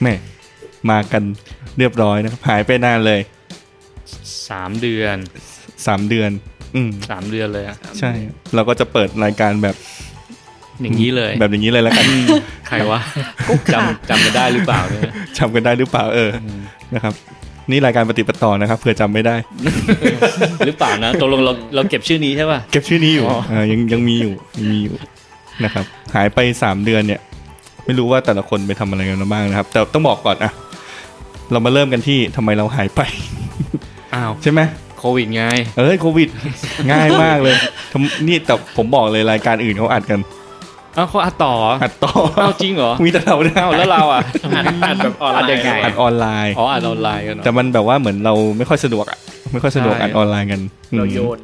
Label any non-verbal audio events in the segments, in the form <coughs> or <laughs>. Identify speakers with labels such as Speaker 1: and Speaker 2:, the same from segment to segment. Speaker 1: แหม่มากันเรียบร้อยนะครับหายไปนานเลย
Speaker 2: สามเดือน
Speaker 1: สามเดือน อืม
Speaker 2: สามเดือนเลยอะ
Speaker 1: ใช่ เราก็จะเปิดรายการแบบ
Speaker 2: อย่างนี้เลย
Speaker 1: แบบอย่างนี้เลยแล้วกัน
Speaker 2: ใครวะ
Speaker 3: กุ๊ก
Speaker 2: จ
Speaker 3: ค่ะ
Speaker 2: ำจำกันได้หรือเปล่าเนี่ย
Speaker 1: จำกันได้หรือเปล่าเอออนะครับ นี่รายการปฏิปต่อนะครับเผื่อจำไม่ได้
Speaker 2: หรือเปล่านะตกลงเราเราเก็บชื่อนี้ใช่ป่ะ
Speaker 1: เก็บชื่อนี้อยู่
Speaker 2: อ๋อ
Speaker 1: เออยังยังมีอยู่ยังมีอยู่นะครับ หายไปสามเดือนเนี่ย ไม่รู้ว่าแต่ละคนไปทำอะไรกันมาบ้างนะครับ แต่ต้องบอกก่อนอะเรามาเริ่มกันที่ทำไมเราหายไป
Speaker 2: อ้าว
Speaker 1: ใช่ไหม
Speaker 2: โควิดไง
Speaker 1: เอ้ยโควิด ง่ายมากเลยทำนี่แต่ผมบอกเลยรายการอื่นเขาอัดกัน
Speaker 2: อ้าวเขาอัดต่ออ
Speaker 1: อัดต่อ
Speaker 2: อ้าวจริงเหรอ
Speaker 1: มีแต่เราเนี่ย
Speaker 2: อ้าวแล้วเราอ่ะ
Speaker 3: อ่านแบบออนไล
Speaker 2: อ่านยังไง
Speaker 1: อัดออนไลน์
Speaker 2: อ๋ออัดออนไลน์กันเหรอ
Speaker 1: แต่มันแบบว่าเหมือนเราไม่ค่อยสะดวกอะไม่ค่อยสะดวก
Speaker 2: ใช่
Speaker 1: อัดออนไลน์กัน
Speaker 3: เราโย
Speaker 1: อืม
Speaker 3: น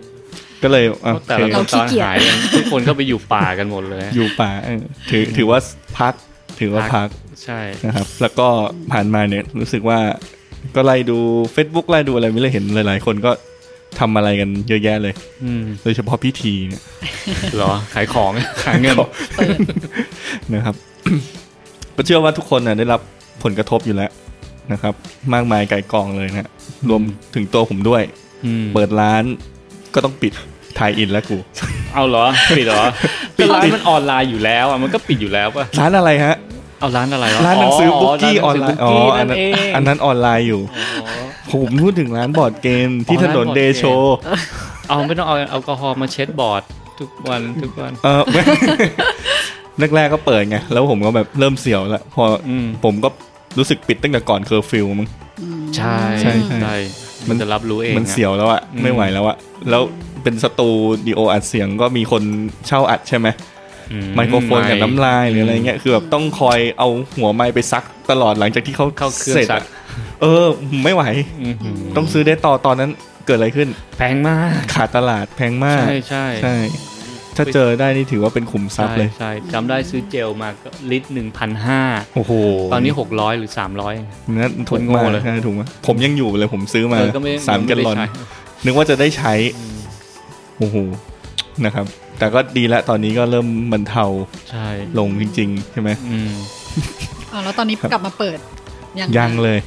Speaker 1: ก็เลยอ่ะโอ
Speaker 2: แต่
Speaker 1: เค
Speaker 2: ละค
Speaker 3: เรา
Speaker 2: น
Speaker 3: ขี้
Speaker 2: ตอน
Speaker 3: เกียจ
Speaker 2: หายเนี่ยทุกคนก็ไปอยู่ป่ากันหมดเลย
Speaker 1: อยู่ป่าเออถือถือว่าพักถือว่าพัก
Speaker 2: ใช่
Speaker 1: นะครับแล้วก็ผ่านมาเนี่ยรู้สึกว่าก็ไล่ดู Facebook ไล่ดูอะไรไม่เลยเห็นหลาย ๆ คนก็ทำอะไรกันเยอะแยะเลย
Speaker 2: อืม
Speaker 1: โดยเฉพาะพิธีเนี่ย
Speaker 2: เหรอขายของ ขายเงิน
Speaker 1: นะครับ <coughs> ก็เชื่อว่าทุกคนน่ะได้รับผลกระทบอยู่แล้วนะครับ มากมายไก่กองเลยนะรวมถึงตัวผมด้วย
Speaker 2: อืม
Speaker 1: เปิดร้านก็ต้องปิดทายอินแล้วกู
Speaker 2: เอาเหรอปิดเหรอ
Speaker 1: ปิด
Speaker 2: ก็ร้านมันออนไลน์อยู่แล้วอ่ะมันก็ปิดอยู่แล้วป่ะ
Speaker 1: ร้านอะไรฮะ
Speaker 2: เอาร้านอะไรวะ
Speaker 1: ร้านหนังสือบุ๊กกี้ออนไล
Speaker 2: ร้าน
Speaker 1: น์
Speaker 2: หนั
Speaker 1: อ๋อ
Speaker 2: งสือบุ๊กกี้
Speaker 1: อัน
Speaker 2: นั่น
Speaker 1: นั้น
Speaker 2: เอง
Speaker 1: อันนั้นออนไลน์อยู่
Speaker 2: อ๋อ
Speaker 1: ผมพูดถึงร้านบอร์ดเกมที่
Speaker 2: อ๋อ
Speaker 1: ถ
Speaker 2: ร้าน
Speaker 1: นน
Speaker 2: บอร์ด
Speaker 1: เด
Speaker 2: เกม
Speaker 1: โช
Speaker 2: เอาไม่ต้องเอาแอลกอฮอล์มาเช็ดบอร์ดทุกวันทุกวัน
Speaker 1: เอ <laughs> อ แรกๆก็เปิดไง แล้วผมก็แบบเริ่มเสียวแล้วพออ
Speaker 2: อืม
Speaker 1: ผมก็รู้สึกปิดตั้งแต่ก่อนเคอร์ฟิวมั้ง
Speaker 2: ใช่
Speaker 1: ใช่ใช่
Speaker 2: มัน จะรับรู้เอง
Speaker 1: มัน
Speaker 2: อะ
Speaker 1: เสียวแล้วอะ
Speaker 2: อืม
Speaker 1: ไม่ไหวแล้วอะแล้วเป็นสตูดิโออัดเสียงก็มีคนเช่าอัดใช่ไหม
Speaker 2: อื
Speaker 1: ไมโครโฟนกับน้ำลายหรืออะไรเงี้ยคือแบบต้องคอยเอาหัวไม้ไปซักตลอดหลังจากที่เขา
Speaker 2: เข้าเครื่อง
Speaker 1: สจ
Speaker 2: ซัก
Speaker 1: อะเออ ไม่ไหว
Speaker 2: อืม
Speaker 1: ต้องซื้อได้ต่อตอนนั้นเกิดอะไรขึ้น
Speaker 2: แพงมาก
Speaker 1: ขาดตลาดแพงมาก
Speaker 2: ใช่ใช่
Speaker 1: ใช่ ถ้าเจอได้นี่ถือว่าเป็นขุมทรัพย์เลย
Speaker 2: ใช่จำได้ซื้อเจลมาก็ลิตรหนึ่งพันห้า
Speaker 1: โอ้โห
Speaker 2: ตอนนี้หกร้อยหรือสามร้อย
Speaker 1: นั่นถูก
Speaker 2: คนโง่
Speaker 1: มาก
Speaker 2: เลย
Speaker 1: ใช่ถูกมากผมยังอยู่เลยผมซื้อมา
Speaker 2: ก็ไม่
Speaker 1: สามแกลลอน
Speaker 2: ไได้ใช้
Speaker 1: นึกว่าจะได้ใช้โอ้โหนะครับ แต่ก็ดีแล้วตอนนี้ก็เริ่มบรรเทา
Speaker 2: ใช่
Speaker 1: ลงจริง ๆ ใช่ไหม
Speaker 2: อืม
Speaker 3: อ่าแล้วตอนนี้กลับมาเปิด ยัง
Speaker 1: ยังเลย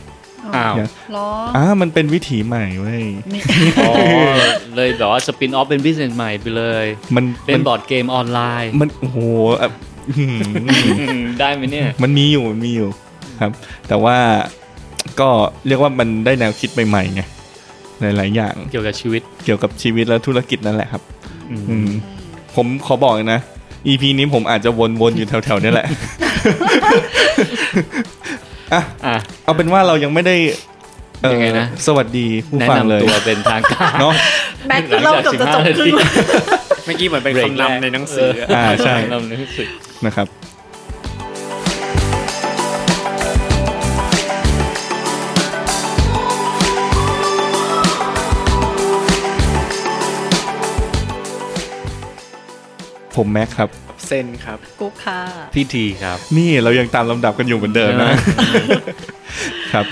Speaker 2: อ้าว
Speaker 1: ยัง
Speaker 3: ล้อ
Speaker 1: อ่ามันเป็นวิถีใหม่เว้ย
Speaker 2: <laughs>
Speaker 3: นี่
Speaker 2: อ๋อเลยแบบว่าสปินออฟเป็นบิสเนสใหม่ไปเลย
Speaker 1: มัน
Speaker 2: เป็
Speaker 1: มัน
Speaker 2: บอร์ดเกมออนไลน์
Speaker 1: มันโอ้โหอ่ะอื้อหือ
Speaker 2: อืมได้ไหมเนี่ย
Speaker 1: มันมีอยู่มันมีอยู่ครับ แต่ว่าก็เรียกว่ามันได้แนวคิดใหม่ๆไงหลายๆอย่าง
Speaker 2: เกี่ยวกับชีวิต
Speaker 1: เกี่ยวกับชีวิตและธุรกิจนั่นแหละครับ
Speaker 2: อืม
Speaker 1: อืมผมขอบอกเลยนะ EP นี้ผมอาจจะวนๆอยู่แถวๆเนี้แหละ
Speaker 2: อ่ะ
Speaker 1: เอาเป็นว่าเรายังไม่ได้เอ่อ
Speaker 2: ยังไงนะ
Speaker 1: สวัสดีผู้
Speaker 2: แนะ
Speaker 1: ฟังเลย
Speaker 2: นำตัวเป็นทาง
Speaker 4: <laughs>
Speaker 2: การ
Speaker 1: เนาะ
Speaker 3: แม็กซ์เราเกือบจะจบครึ่งแล้ว
Speaker 4: เมื่อกี้เหมือนเป็นคำนำในหนังสืออะ
Speaker 1: อ่าใช่
Speaker 2: คำนำในหนังสือ
Speaker 1: นะครับ ผมแม็กครับ
Speaker 4: เซนครับ
Speaker 3: กุ๊กค่ะ
Speaker 2: พี่ทีครับ
Speaker 1: นี่เรายังตามลำดับกันอยู่เหมือนเดิมนะ ครับ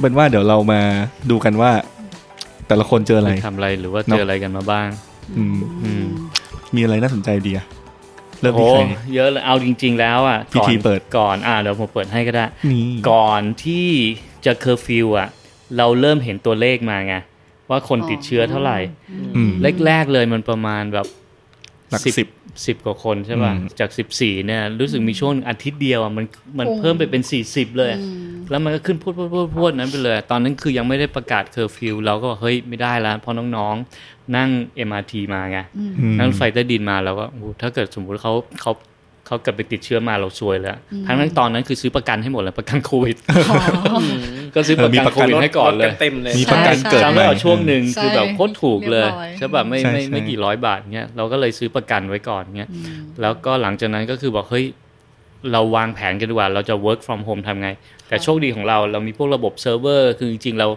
Speaker 1: เป็นว่าเดี๋ยวเรามาดูกันว่า แต่ละคนเจออะไร
Speaker 2: ไปทำอะไรหรือว่า
Speaker 1: เน
Speaker 2: เจ
Speaker 1: อะ
Speaker 2: ออะไรกันมาบ้าง
Speaker 1: อืม
Speaker 2: อืม
Speaker 1: มีอะไรน่าสนใจดีอะเริ่มที่
Speaker 2: โอ้
Speaker 1: ใครดี
Speaker 2: เยอะเลยเอาจริง ๆ แล้วอ่ะ
Speaker 1: พี่ทีเปิด
Speaker 2: ก่อนอ่าเดี๋ยวผมเปิดให้ก็ได้
Speaker 1: นี่
Speaker 2: ก่อนที่จะเคอร์ฟิวอ่ะ เราเริ่มเห็นตัวเลขมาไง ว่าคนติดเชื้อเท่าไหร่
Speaker 1: อืม
Speaker 2: แรกๆเลยมันประมาณแบบ
Speaker 1: หลัก
Speaker 2: สิบสิบกว่าคนใช่ป่ะ
Speaker 1: อืม
Speaker 2: จากสิบสี่เนี่ยรู้สึกมีช่วงอาทิตย์เดียวอะมันมัน
Speaker 3: โอ้
Speaker 2: เพิ่มไปเป็นสี่สิบเลย
Speaker 3: อืม
Speaker 2: แล้วมันก็ขึ้นพวดพวดพวดพวดนั้นไปเลย ตอนนั้นคือยังไม่ได้ประกาศเคอร์ฟิวเราก็บอกเฮ้ยไม่ได้แล้วเพราะน้องๆ นั่ง MRT มาไง
Speaker 1: อืม
Speaker 2: นั่งรถไฟใต้ดินมาแล้วก็โอ้โหถ้าเกิดสมมุติเขาเขาเขาเกิดไปติดเชื้อมาเราซวยแล้ว ทั้งนั้นตอนนั้นคือซื้อประกันให้หมดเลยประกันโควิด
Speaker 3: อ๋อ
Speaker 2: ก็ซื้อประกันโควิดให้ก่อนเลย
Speaker 4: เต็มเลย
Speaker 1: มีประกัน
Speaker 3: ใช่
Speaker 1: เกิด
Speaker 2: จำ
Speaker 1: ให
Speaker 2: ได้
Speaker 1: ม่
Speaker 2: ว่าช่วงหนึ่ง
Speaker 3: ใช่
Speaker 2: คือแบบโคตรถูกเลย
Speaker 3: เรียบร้อย
Speaker 2: ใช่ป่ะไม่
Speaker 1: ใช่
Speaker 2: ไม่
Speaker 1: ใช่
Speaker 2: ไม่กี่ร้อยบาทเงี้ยเราก็เลยซื้อประกันไว้ก่อนเงี้ยแล้วก็หลังจากนั้นก็คือบอกเฮ้ยเราวางแผนกันดีกว่า เราจะ work from home ทำไง แต่โชคดีของเราเรามีพวกระบบเซิร์ฟเวอร์ คือจริงๆเรา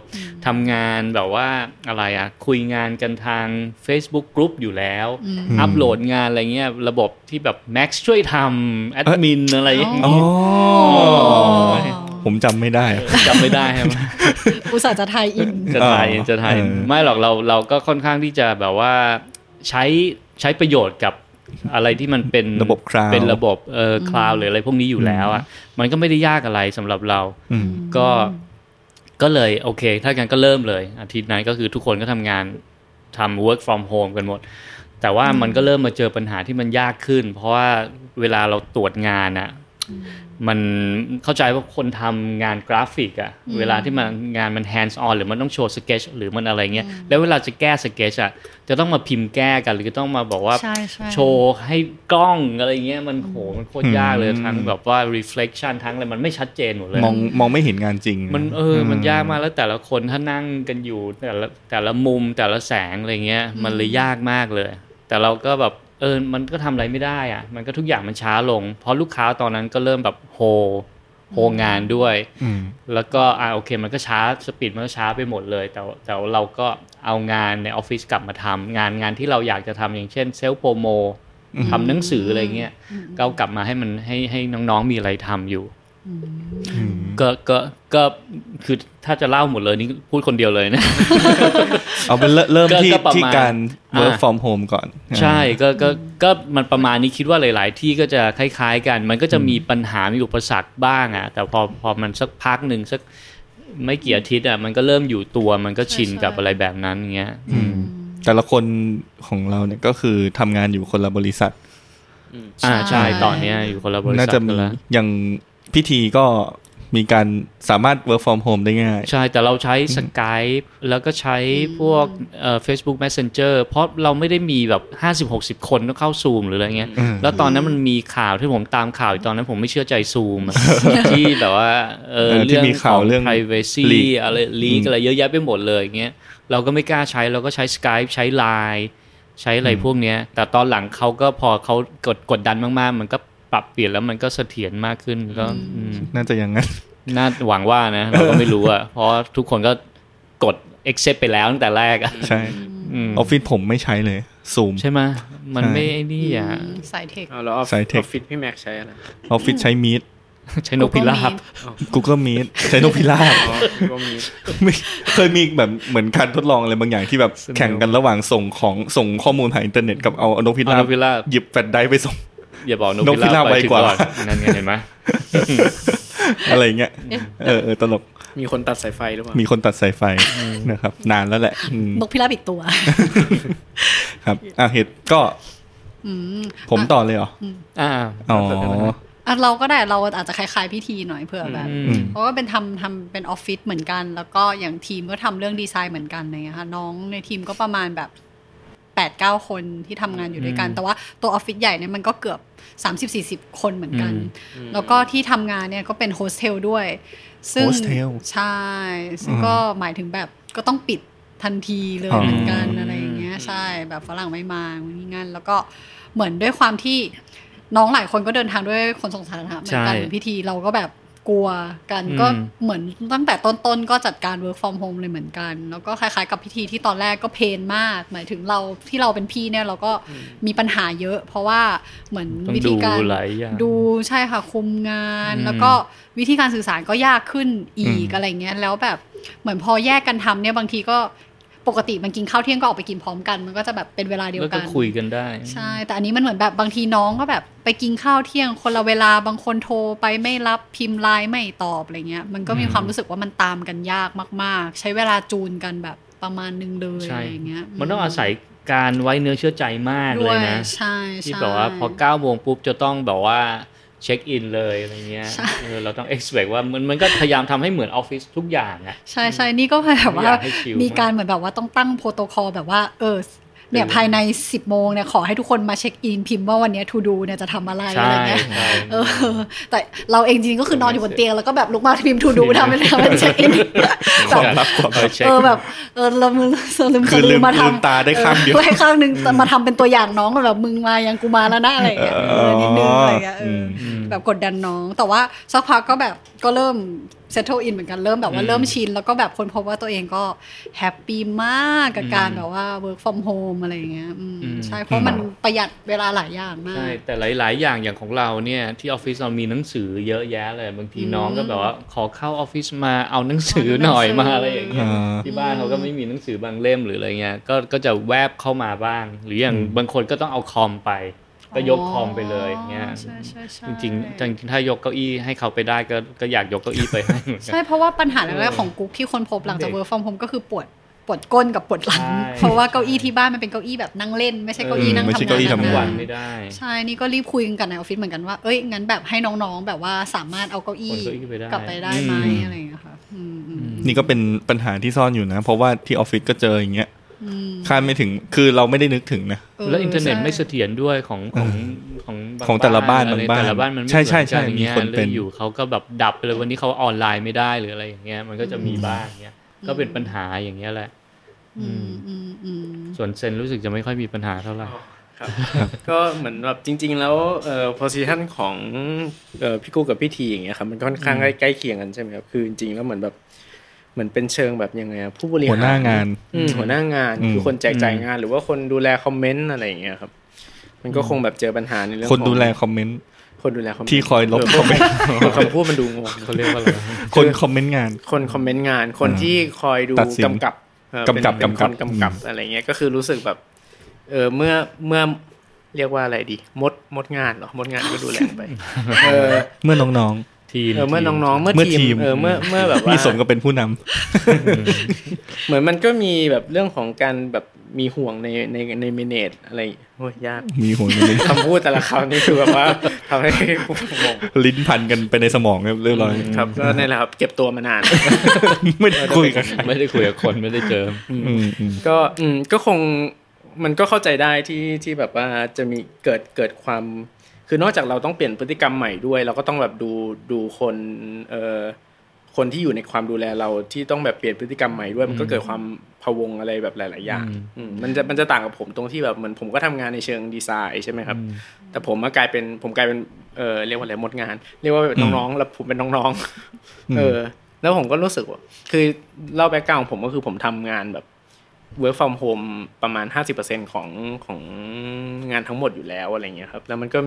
Speaker 2: ทำงานแบบว่าอะไรอะคุยงานกันทาง Facebook Group อยู่แล้ว
Speaker 3: อืม
Speaker 1: อืม
Speaker 2: อัปโหลดงานอะไรเงี้ยระบบที่แบบ Max ช่วยทำแอดมินอะไรอย่าง
Speaker 1: อ๋อ
Speaker 2: งี้
Speaker 1: <laughs> ผมจำไม่ได้อะ
Speaker 2: จำไม่ได้ใช่ไหม
Speaker 3: อุตส่าห์จะไทยอิน
Speaker 2: จะถ่ายจะถ่าย
Speaker 1: เออ
Speaker 2: ไม่หรอกเราเราก็ค่อนข้างที่จะแบบว่าใช้ใช้ประโยชน์กับ อะไรที่มันเป็น
Speaker 1: ระบบ cloud
Speaker 2: เป็นระบบเอ่อคลาวหรืออะไรพวกนี้อยู่แล้วอ่ะมันก็ไม่ได้ยากอะไรสำหรับเรา
Speaker 1: อืม
Speaker 2: ก็ก็เลยโอเค ถ้ากันก็เริ่มเลย อาทิตย์นั้นก็คือทุกคนก็ทำงานทำ work from home กันหมด แต่ว่ามันก็เริ่มมาเจอปัญหาที่มันยากขึ้น เพราะว่าเวลาเราตรวจงานอะมันเข้าใจว่าคนทำงานกราฟิกอะ
Speaker 3: อืม
Speaker 2: เวลาที่มันงานมัน hands on หรือมันต้องโชว์สเกจหรือมันอะไรเงี้ย
Speaker 3: อืม
Speaker 2: แล้วเวลาจะแก้สเกจอะจะต้องมาพิมพ์แก้กัน หรือต้องมาบอกว่า
Speaker 3: ใช่ใช่
Speaker 2: โชว์ให้กล้องอะไรเงี้ยมันโหมันโคตรยากเลย
Speaker 1: อืม
Speaker 2: ทั้งแบบว่า reflection ทั้งอะไรมันไม่ชัดเจนหมดเลย
Speaker 1: มองมองไม่เห็นงานจริง
Speaker 2: มันเออ มันยากมากแล้วแต่ละคนถ้านั่งกันอยู่แต่ละแต่ละมุมแต่ละแสงอะไรเงี้ย มันเลยยากมากเลย แต่เราก็แบบเออ มันก็ทำอะไรไม่ได้อะมันก็ทุกอย่างมันช้าลง เพราะลูกค้าตอนนั้นก็เริ่มแบบโฮโฮงานด้วย
Speaker 1: อืม
Speaker 2: แล้วก็อ่าโอเค มันก็ช้าสปีดมันก็ช้าไปหมดเลย แต่ว่าแต่ว่าเราก็เอางานในออฟฟิศกลับมาทำงานงานที่เราอยากจะทำอย่างเช่นเซลล์โปรโม
Speaker 1: อืม
Speaker 2: ทำหนังสืออะไรเงี้ยก็เอากลับมาให้มันให้ให้น้องๆมีอะไรทำอยู่
Speaker 1: อืม
Speaker 2: ก็ก็ก็คือถ้าจะเล่าหมดเลยนี่พูดคนเดียว
Speaker 1: <laughs>
Speaker 2: เลยนะ
Speaker 1: เอาเป็นเริ่มเริ่ม
Speaker 2: ก็
Speaker 1: ที่
Speaker 2: ก็ประมาณ
Speaker 1: ที่การ
Speaker 2: อ่า
Speaker 1: work from home ก่อน
Speaker 2: ใช่ก็ก็ก็มันประมาณนี้คิดว่าหลาย ๆ ที่ก็จะคล้าย ๆ กัน มันก็จะมีปัญหามีอุปสรรคบ้างอ่ะแต่พอพอมันสักพักหนึ่งสักไม่กี่อาทิตย์อ่ะมันก็เริ่มอยู่ตัวมันก็ชิน
Speaker 3: ใช่
Speaker 2: กับอะไรแบบนั้นอย่างเงี้ย
Speaker 1: อืม แต่ละคนของเราเนี่ยก็คือทำงานอยู่คนละบริษัท
Speaker 2: อ่า
Speaker 3: ใช่
Speaker 2: ใช่ตอนเนี้ยอยู่คนละบริ
Speaker 1: น่า
Speaker 2: ษั
Speaker 1: จะ
Speaker 2: ทกั
Speaker 1: มี
Speaker 2: นแล้ว
Speaker 1: อย่างพิธีก็มีการสามารถ work from home ได้ง่าย
Speaker 2: ใช่แต่เราใช้ Skype แล้วก็ใช้พวกเอ่อ Facebook Messenger เพราะเราไม่ได้มีแบบ 50-60 คนต้องเข้าซูมหรืออะไรเงี้ย
Speaker 1: อืม
Speaker 2: แล้วตอนนั้นมันมีข่าวที่ผมตามข่าวอยู่ตอนนั้นผมไม่เชื่อใจซูมอะ <laughs> ที่แบบว่าเออ
Speaker 1: เออที่
Speaker 2: เรื่อง
Speaker 1: มี
Speaker 2: ข
Speaker 1: ข่า
Speaker 2: อ
Speaker 1: ว
Speaker 2: ง
Speaker 1: เรื่อง
Speaker 2: privacy
Speaker 1: leak
Speaker 2: อะไรลีก
Speaker 1: อืม
Speaker 2: อะไรเยอะแยะไปหมดเลยอย่างเงี้ยเราก็ไม่กล้าใช้เราก็ใช้ Skype ใช้ Line ใช้อะไรพวกเนี้ย แต่ตอนหลังเขาก็พอเขากดกดดันมากๆ มันก็ปรับเปลี่ยนแล้วมันก็เสถียรมากขึ้นก็อืม
Speaker 1: น่าจะอย่างนั้น
Speaker 2: <laughs> น่าหวังว่านะ เราก็ไม่รู้อะเพราะทุกคนก็กด accept ไปแล้วตั้งแต่แรกอะ
Speaker 1: ใช่
Speaker 2: อืม
Speaker 1: ออฟฟิศผมไม่ใช้เลย ซูม
Speaker 2: ใช่ไหมมัน
Speaker 1: ใช่
Speaker 2: ไม่ไอ้นี่อะ
Speaker 3: สายเทค
Speaker 4: เอาแล้วออฟ
Speaker 1: สา
Speaker 4: อย
Speaker 1: เทค
Speaker 4: อฟฟิศพี่แม็กใช้อะไร
Speaker 1: ออฟฟิศใช้ Meet
Speaker 2: ใช้นกพิราบ
Speaker 1: Google Meet ใช้นกพิราบ
Speaker 4: อ๋อก็มี
Speaker 1: ไม่ <laughs> เคยมีแบบเหมือนการทดลองอะไรบางอย่างที่แบบแข่งกันระหว่างส่งของส่งข้อมูลผ่านอินเทอร์เน็ตกับเอานกพิรา
Speaker 2: เอาน
Speaker 1: บ
Speaker 2: กพิราบ
Speaker 1: หยิบแฟลชไดรฟ์ไปส่ง
Speaker 2: อย่าบอกนก
Speaker 1: นกพิ
Speaker 2: พิรา
Speaker 1: รา
Speaker 2: บบ ไป
Speaker 1: ไว
Speaker 2: ถึง
Speaker 1: กว่า
Speaker 2: ก่อนนั่นไงเห็นไหม
Speaker 1: อะไรเงี้ยเออเออตลก
Speaker 4: มีคนตัดสายไฟหรือเปล่า
Speaker 1: มีคนตัดสายไฟนะครับ นานแล้วแหละอืม
Speaker 3: นกพิราบอีกตัว
Speaker 1: ครับอ่ะเหตุก็
Speaker 3: อืม
Speaker 1: ผมต่อเลยเหรอ
Speaker 2: อ่า
Speaker 1: อ๋อ
Speaker 3: อ่ะเราก็ได้เราอาจจะคล้ายๆพิธีหน่อยเผื่อแบบ
Speaker 2: อืม
Speaker 3: เพราะว่าเป็นทำทำเป็นออฟฟิศเหมือนกัน แล้วก็อย่างทีมก็ทำเรื่องดีไซน์เหมือนกันอะไรเลยค่ะน้องในทีมก็ประมาณแบบ8ปดเก้าคนที่ทำงานอยู่ด้วยกัน แต่ว่าตัวออฟฟิศใหญ่เนี่ยมันก็เกือบ 30-40 คนเหมือนกัน แล้วก็ที่ทำงานเนี่ยก็เป็นโฮสเทลด้วย ซึ่ง
Speaker 1: โฮสเทล
Speaker 3: ใช่ ซึ่งก็หมายถึงแบบก็ต้องปิดทันทีเลย
Speaker 1: อ๋อ
Speaker 3: เหมือนกันอะไรอย่างเงี้ยใช่แบบฝรั่งไม่มาวันนี้งานแล้วก็เหมือนด้วยความที่น้องหลายคนก็เดินทางด้วยคนสงสาธารณะเหมือนกัน
Speaker 2: ใช่
Speaker 3: พิธีเราก็แบบกลัวกัน
Speaker 2: อืม
Speaker 3: ก็เหมือนตั้งแต่ต้นๆ ก็จัดการ work from home เลยเหมือนกัน แล้วก็คล้ายๆกับพิธีที่ตอนแรกก็เพนมาก หมายถึงเราที่เราเป็นพี่เนี่ยเราก็มีปัญหาเยอะ เพราะว่าเหมือน
Speaker 2: ต้อง
Speaker 3: วิธีการ
Speaker 2: ดูหลายอย่าง
Speaker 3: ดูใช่ค่ะคุมงาน
Speaker 2: อืม
Speaker 3: แล้วก็วิธีการสื่อสารก็ยากขึ้นอีก
Speaker 1: อืม
Speaker 3: อะไรเงี้ยแล้วแบบเหมือนพอแยกกันทำเนี่ยบางทีก็ปกติมันกินข้าวเที่ยงก็ออกไปกินพร้อมกันมันก็จะแบบเป็นเวลาเดียว
Speaker 2: แล้ว
Speaker 3: กั
Speaker 2: ก็
Speaker 3: น
Speaker 2: คุยกันได้
Speaker 3: ใช่ แต่อันนี้มันเหมือนแบบบางทีน้องก็แบบไปกินข้าวเที่ยงคนละเวลาบางคนโทรไปไม่รับพิมพ์ไลน์ไม่ตอบอะไรเงี้ย มันก็มี
Speaker 2: อืม
Speaker 3: ความรู้สึกว่ามันตามกันยากมาก ๆ ใช้เวลาจูนกันแบบประมาณนึงเลย
Speaker 2: ใช่
Speaker 3: อะไรเงี้ย
Speaker 2: มันต้องอาศัยการไว้เนื้อเชื่อใจมาก
Speaker 3: ด้
Speaker 2: เล
Speaker 3: วย ย
Speaker 2: นะ
Speaker 3: ใช่
Speaker 2: ที่
Speaker 3: ใช่
Speaker 2: แบบว่าพอ9ก้าโมงปุ๊บจะต้องแบบว่าเช็คอินเลยอะไรเงี้ย
Speaker 3: ใช่
Speaker 2: เออเราต้อง expect ว่ามันมันก็พยายามทำให้เหมือนออฟฟิศทุกอย่างอ่ะ
Speaker 3: ใช่ใช่นี่ก็แบบ
Speaker 2: อ
Speaker 3: ว่า
Speaker 2: ยากให้ชิลมาก
Speaker 3: มีการเหมือนแบบว่าต้องตั้งโปรโตคอลแบบว่าเออเนี่ยภายใน 10 โมงเนี่ยขอให้ทุกคนมาเช็คอินพิมพ์ว่าวันเนี้ทูดูเนี่ยจะทำอะไรอะไร
Speaker 2: ใช่
Speaker 3: เงี้ย
Speaker 2: ใช่
Speaker 3: เออแต่เราเองจริงๆก็คือนอนอยู่บนเตียง แล้วก็แบบลุกมาพิมพ์ทูดู
Speaker 2: พิมพ์
Speaker 3: ทำเป็นทำเป็นเช็ค
Speaker 1: <laughs>
Speaker 3: อิน
Speaker 1: ค
Speaker 3: แบ
Speaker 1: วาม
Speaker 3: บ
Speaker 1: ลับความ
Speaker 2: เอ
Speaker 1: ลั
Speaker 2: อบ เช็ค
Speaker 3: เออแบบเออเราลืมลืม
Speaker 1: คือลืม
Speaker 3: มาทำ
Speaker 1: ลืมตาได้ข้างเดียว
Speaker 3: ออไข้างหนึ่งแต่มาทำเป็นตัวอย่างน้องแบบมึงมายังกูมาแล้วนะอะไรอย่างเงี้ยเออนิดนึงอะไรอย่างเงี้ยเอออ
Speaker 2: อืม
Speaker 3: แบบกดดันน้อง แต่ว่าสักพักก็แบบก็เริ่ม settle in เหมือนกันเริ่มแบบว่า
Speaker 2: อืม
Speaker 3: เริ่มชิน แล้วก็แบบคนพบว่าตัวเองก็แฮปปี้มากกับการ
Speaker 2: อืม
Speaker 3: แบบว่า work from home อะไรอย่างเงี้ยอืม
Speaker 2: อืม
Speaker 3: ใช่เพราะมันประหยัดเวลาหลายอย่างมาก
Speaker 2: ใช่แต่หลาย ๆ อย่างอย่างของเราเนี่ยที่ออฟฟิศเรามีหนังสือเยอะแยะเลยบางที
Speaker 3: อืม
Speaker 2: น้องก็แบบว่าขอเข้าออฟฟิศมาเอาหนังสือหน่อย
Speaker 3: เอาหนัง
Speaker 2: มา
Speaker 3: สืออ
Speaker 2: อะไรอย่างเงี้ย
Speaker 1: อ่า
Speaker 2: ที่บ้านเขาก็ไม่มีหนังสือบางเล่มหรืออะไรเงี้ยก็ก็จะแวบเข้ามาบ้าง หรืออย่างบางคนก็ต้องเอาคอมไป ก็ยกคอมไปเลยอย่างเงี้ย
Speaker 3: ใช่ใช่ใช่
Speaker 2: จริงๆจริงๆถ้ายกเก้าอี้ให้เขาไปได้ก็ก็อยากยกเก้าอี้ไปให้เหมือนกัน
Speaker 3: ใช่เพราะว่าปัญหาแรกๆของกุ๊กที่คนพบหลังจาก work from home ก็คือปวดปวดก้นกับปวดหลัง
Speaker 2: ใช่
Speaker 3: เพราะว่าเก้าอี้ที่บ้านมันเป็นเก้าอี้แบบนั่งเล่น ไม่ใช่เก้าอี้นั่ง
Speaker 1: ไม่
Speaker 3: ทำ
Speaker 1: ใช่เก้าอี้
Speaker 3: งาน
Speaker 1: ทำงา
Speaker 2: วัน
Speaker 3: แบบ
Speaker 2: ไม่ได้
Speaker 3: ใช่นี่ก็รีบคุยกันกับในออฟฟิศเหมือนกันว่าเอ้ยงั้นแบบให้น้องๆแบบว่าสามารถเอาเก้า
Speaker 2: คน
Speaker 3: อี้
Speaker 2: เก้าอี้ไปได้
Speaker 3: กลับไปได้ไหมอะไรอย่างเงี้ยค่ะอืมอืมอืม
Speaker 1: นี่ก็เป็นปัญหาที่ซ่อนอยู่นะ เพราะว่าที่ออฟฟิศก็เจออย่างเงี้ย
Speaker 3: อืม
Speaker 1: คาดไม่ถึงคือเราไม่ได้นึกถึงนะ
Speaker 3: ออ
Speaker 2: แล้วอินเทอร์เน็ต
Speaker 3: ใช่
Speaker 2: ไม่เสถียรด้วยของของของ
Speaker 1: ของแต่ละบ้าน
Speaker 2: อะไร
Speaker 1: บางบ้าน
Speaker 2: แต่ละบ้านมันไม่
Speaker 1: ใช่ใช่ใช่
Speaker 2: เหมือกัอย่างเงี้ย
Speaker 1: มีคนเป็น
Speaker 2: แล้วอยู่เขาก็แบบดับไปเลยวันนี้เขาออนไลน์ไม่ได้หรืออะไรอย่างเงี้ยมันก็จะมีบ้างเงี้ยก็เป็นปัญหาอย่างเงี้ยแหละ
Speaker 3: อืมอืมอืม
Speaker 2: ส่วนเซนรู้สึกจะไม่ค่อยมีปัญหาเท่าไหร่
Speaker 4: ครับ ก็เหมือนแบบจริง ๆ แล้วเอ่อ position ของเอ่อพี่กูกับพี่ทีอย่างเงี้ยครับมันค่อนข้างใกล้ใกล้เคียงกันใช่ไหมครับคือจริงๆแล้วเหมือนแบบเหมือนเป็นเชิงแบบยังไงอะผู้บริ
Speaker 1: หั
Speaker 4: หาร
Speaker 1: วหน้างาน
Speaker 4: อืมหัวหน้างาน
Speaker 1: อืม
Speaker 4: คือคนแจกจ่ายงาน หรือว่าคนดูแลคอมเมนต์อะไรอย่างเงี้ยครับ มันก็คงแบบเจอปัญหาในเรื่อง
Speaker 1: ค
Speaker 4: ข
Speaker 1: น
Speaker 4: อง
Speaker 1: ดูแลคอมเมนต์
Speaker 4: คนดูแลคอมเมนต์
Speaker 1: ที่คอยลบ
Speaker 4: เคำพูดมันดูงง
Speaker 2: เขาเรียกว่าอะไร <laughs>
Speaker 1: คนคอมเมนต์งาน
Speaker 4: คนคอมเมนต์งานคนที่คอยดู
Speaker 1: ตัดสิน
Speaker 4: กำกับเอ่อก
Speaker 1: ำกับ
Speaker 4: เป็นเป็นคน
Speaker 1: กำกับ
Speaker 4: กำกับ
Speaker 1: อืม
Speaker 4: อะไรเงี้ยก็คือรู้สึกแบบเออเมื่อเมื่อเรียกว่าอะไรดี มดมดงานเหรอมดงานก็ดูแลไปเออ
Speaker 1: เมื่อน้อง
Speaker 2: ทีม
Speaker 4: เอ
Speaker 1: <laughs>
Speaker 4: อเมื่อ
Speaker 2: ที
Speaker 4: น้องๆเมื่อ
Speaker 1: เมื่อที
Speaker 4: ที
Speaker 1: ม
Speaker 4: มเออเมื่อเมื่อแบบ
Speaker 1: ๆ
Speaker 4: ว่า
Speaker 1: นี่สมกับเป็นผู้นำ
Speaker 4: เหมือนมันก็มีแบบเรื่องของการแบบมีห่วงในในในเมเนจอะไรโอ้ยยาก
Speaker 1: มีหัวมีลิ้น <laughs>
Speaker 4: คำพูดแต่ละคำนี่คือแบบว่าทำให้ <laughs> ผมงง
Speaker 1: ลิ้นพันกันไปในสมองเรียบร้อย
Speaker 4: ครับก็นั่นแหละครับเก็บตัวมานาน
Speaker 1: ไม่ได้คุยกัน
Speaker 2: ไม่ได้คุยกับคนไม่ได้เจอ
Speaker 1: อืมอืม
Speaker 4: ก็อืมก็คงมันก็เข้าใจได้ที่ที่แบบว่าจะมีเกิดเกิดความ คือนอกจากเราต้องเปลี่ยนพฤติกรรมใหม่ด้วย เราก็ต้องแบบดูดูคนเอ่อคนที่อยู่ในความดูแลเราที่ต้องแบบเปลี่ยนพฤติกรรมใหม่ด้วย มันก็เกิดความพะวงอะไรแบบหลาย ๆ อย่าง
Speaker 2: อืม
Speaker 4: อืมมันจะมันจะต่างกับผมตรงที่แบบเหมือนผมก็ทำงานในเชิงดีไซน์ใช่ไหมครับ แต่ผมมากลายเป็นผมกลายเป็นเออเรียกว่าอะไรหมดงาน เรียกว่าเป็นน้องๆแล้วผมเป็นน้อง
Speaker 1: อืม
Speaker 4: ๆเออ แล้วผมก็รู้สึกว่า คือเล่าแบ็กกราวของผมก็คือผมทำงานแบบ work from home ประมาณ 50%ของของงานทั้งหมดอยู่แล้วอะไรเงี้ยครับ แล้วมันก็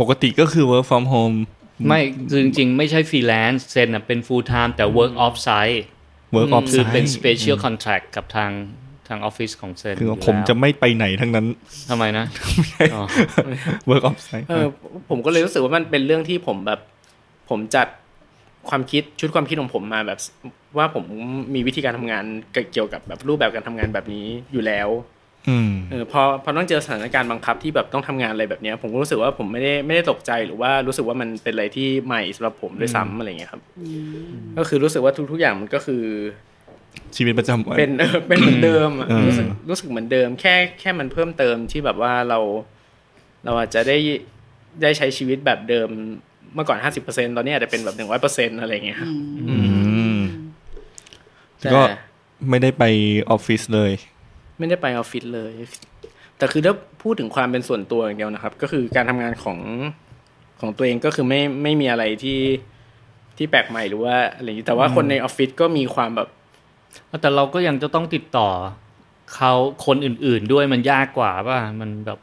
Speaker 1: ปกติก็คือ work from home
Speaker 2: ไม่คือจริงๆ ไม่ใช่ฟรีแลนซ์เซนน่ะเป็น full time แต่ work off site
Speaker 1: work off
Speaker 2: คือ
Speaker 1: site
Speaker 2: เป็น special contract กับทางทางออฟฟิศของเซน
Speaker 1: คือ
Speaker 2: อยู่
Speaker 1: ผมจะ
Speaker 2: แล้ว
Speaker 1: ไม่ไปไหนทั้งนั้น <laughs>
Speaker 2: ทำไมนะอ๋อ
Speaker 1: work off site
Speaker 4: เออผมก็เลยรู้สึกว่ามันเป็นเรื่องที่ผมแบบ ผมจัดความคิดชุดความคิดของผมมาแบบ ว่าผมมีวิธีการทำงานเกี่ยวกับแบบรูปแบบการทำงานแบบนี้อยู่แล้ว
Speaker 1: อืม
Speaker 4: เออพอพอต้องเจอสถานการณ์บังคับที่แบบต้องทำงานอะไรแบบเนี้ยผมก็รู้สึกว่าผมไม่ได้ไม่ได้ตกใจหรือว่ารู้สึกว่ามันเป็นอะไรที่ใหม่สำหรับผมด้วยซ้ำอะไรเงี้ยครับก็คือรู้สึกว่าทุกๆอย่างมันก็คือ
Speaker 1: ชีวิตประจำวัน
Speaker 4: เป็นเอ <laughs> อเป็นเหมือนเดิมอะ
Speaker 1: เออ
Speaker 4: รู้สึกรู้สึกเหมือนเดิม แค่แค่มันเพิ่มเติมที่แบบว่าเรา เราอาจจะได้ได้ใช้ชีวิตแบบเดิมเมื่อก่อน 50%ตอนนี้อาจจะเป็นแบบ 100%อะไรเงี้ยครับ
Speaker 1: อืม
Speaker 4: แต่
Speaker 1: ก็ ไม่ได้ไปออฟฟิศเลย
Speaker 4: ไม่ได้ไปออฟฟิศเลย แต่คือถ้าพูดถึงความเป็นส่วนตัวอย่างเดียวนะครับ ก็คือการทำงานของของตัวเองก็คือไม่ไม่มีอะไรที่ที่แปลกใหม่หรือว่าอะไรอย่างนี้แต่ว่าคนในออฟฟิศก็มีความแบบ
Speaker 2: แต่เราก็ยังจะต้องติดต่อเขาคนอื่นๆด้วยมันยากกว่าป่ะ มันแบบ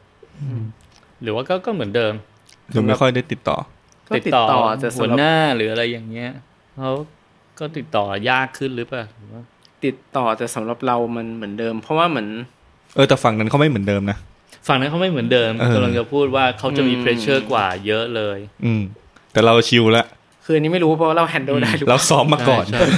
Speaker 2: หรือว่าก็ก็เหมือนเดิม
Speaker 1: หรือไม่ค่อยได้ติดต่อ
Speaker 4: ก็ติดต่อแต่
Speaker 2: หั
Speaker 4: สำ
Speaker 2: ว
Speaker 4: หรับ
Speaker 2: หน้าหรืออะไรอย่างเงี้ยเขาก็ติดต่อยากขึ้นหรือเปล่าหรือว่า
Speaker 4: ติดต่อแต่สำหรับเรามันเหมือนเดิม เพราะว่าเหมือน
Speaker 1: เออแต่ฝั่งนั้นเขาไม่เหมือนเดิมนะ
Speaker 2: ฝั่งนั้นเขาไม่เหมือนเดิม
Speaker 1: เออ
Speaker 2: กำลังจะพูดว่าเขาจะมี
Speaker 4: อืม
Speaker 2: เพรสเชอร์กว่าเยอะเลย
Speaker 1: อืม แต่เราชิลละ
Speaker 4: คืออันนี้ไม่รู้เพราะเราแฮนด์ลได้หรือเป
Speaker 1: เรา
Speaker 4: ล่า
Speaker 1: ซ้อมมาก่อน
Speaker 2: ใช่ใช่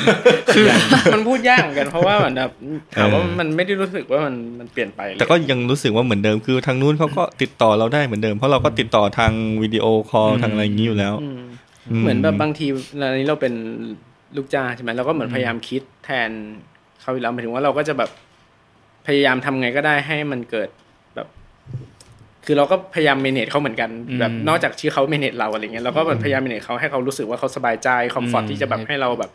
Speaker 4: คือ <laughs> มันพูดยากเหมือนกันเพราะว่าเหมือนแบบถามว่า
Speaker 1: เออ
Speaker 4: มันไม่ได้รู้สึกว่ามันมันเปลี่ยนไปเลย
Speaker 1: แต่ก็ยังรู้สึกว่าเหมือนเดิมคือทางนู้นเขาก็ติดต่อเราได้เหมือนเดิม เพราะเราก็ติดต่อทางวิดีโอคอล
Speaker 2: อืม
Speaker 1: ทางอะไรอย่างนี้อยู่แล้ว
Speaker 4: อืมเหมือนแบบบางทีเราอันนี้เราเป็นลูกจ้างใช่ไหมเราก็เหมือนพยายามคิดแทนเขาอยู่แล้วหมายถึงว่าเราก็จะแบบพยายามทำไงก็ได้ให้มันเกิดแบบ คือเราก็พยายามเมเนจเขาเหมือนกัน
Speaker 2: อืม
Speaker 4: แบบนอกจากที่เขาเมเนจเราอะไรเงี้ยเราก็แบบพยายามเมเนจเขาให้เขารู้สึกว่าเขาสบายใจคอมฟอร์
Speaker 2: อืม
Speaker 4: ที่จะแบบให้เราแบบ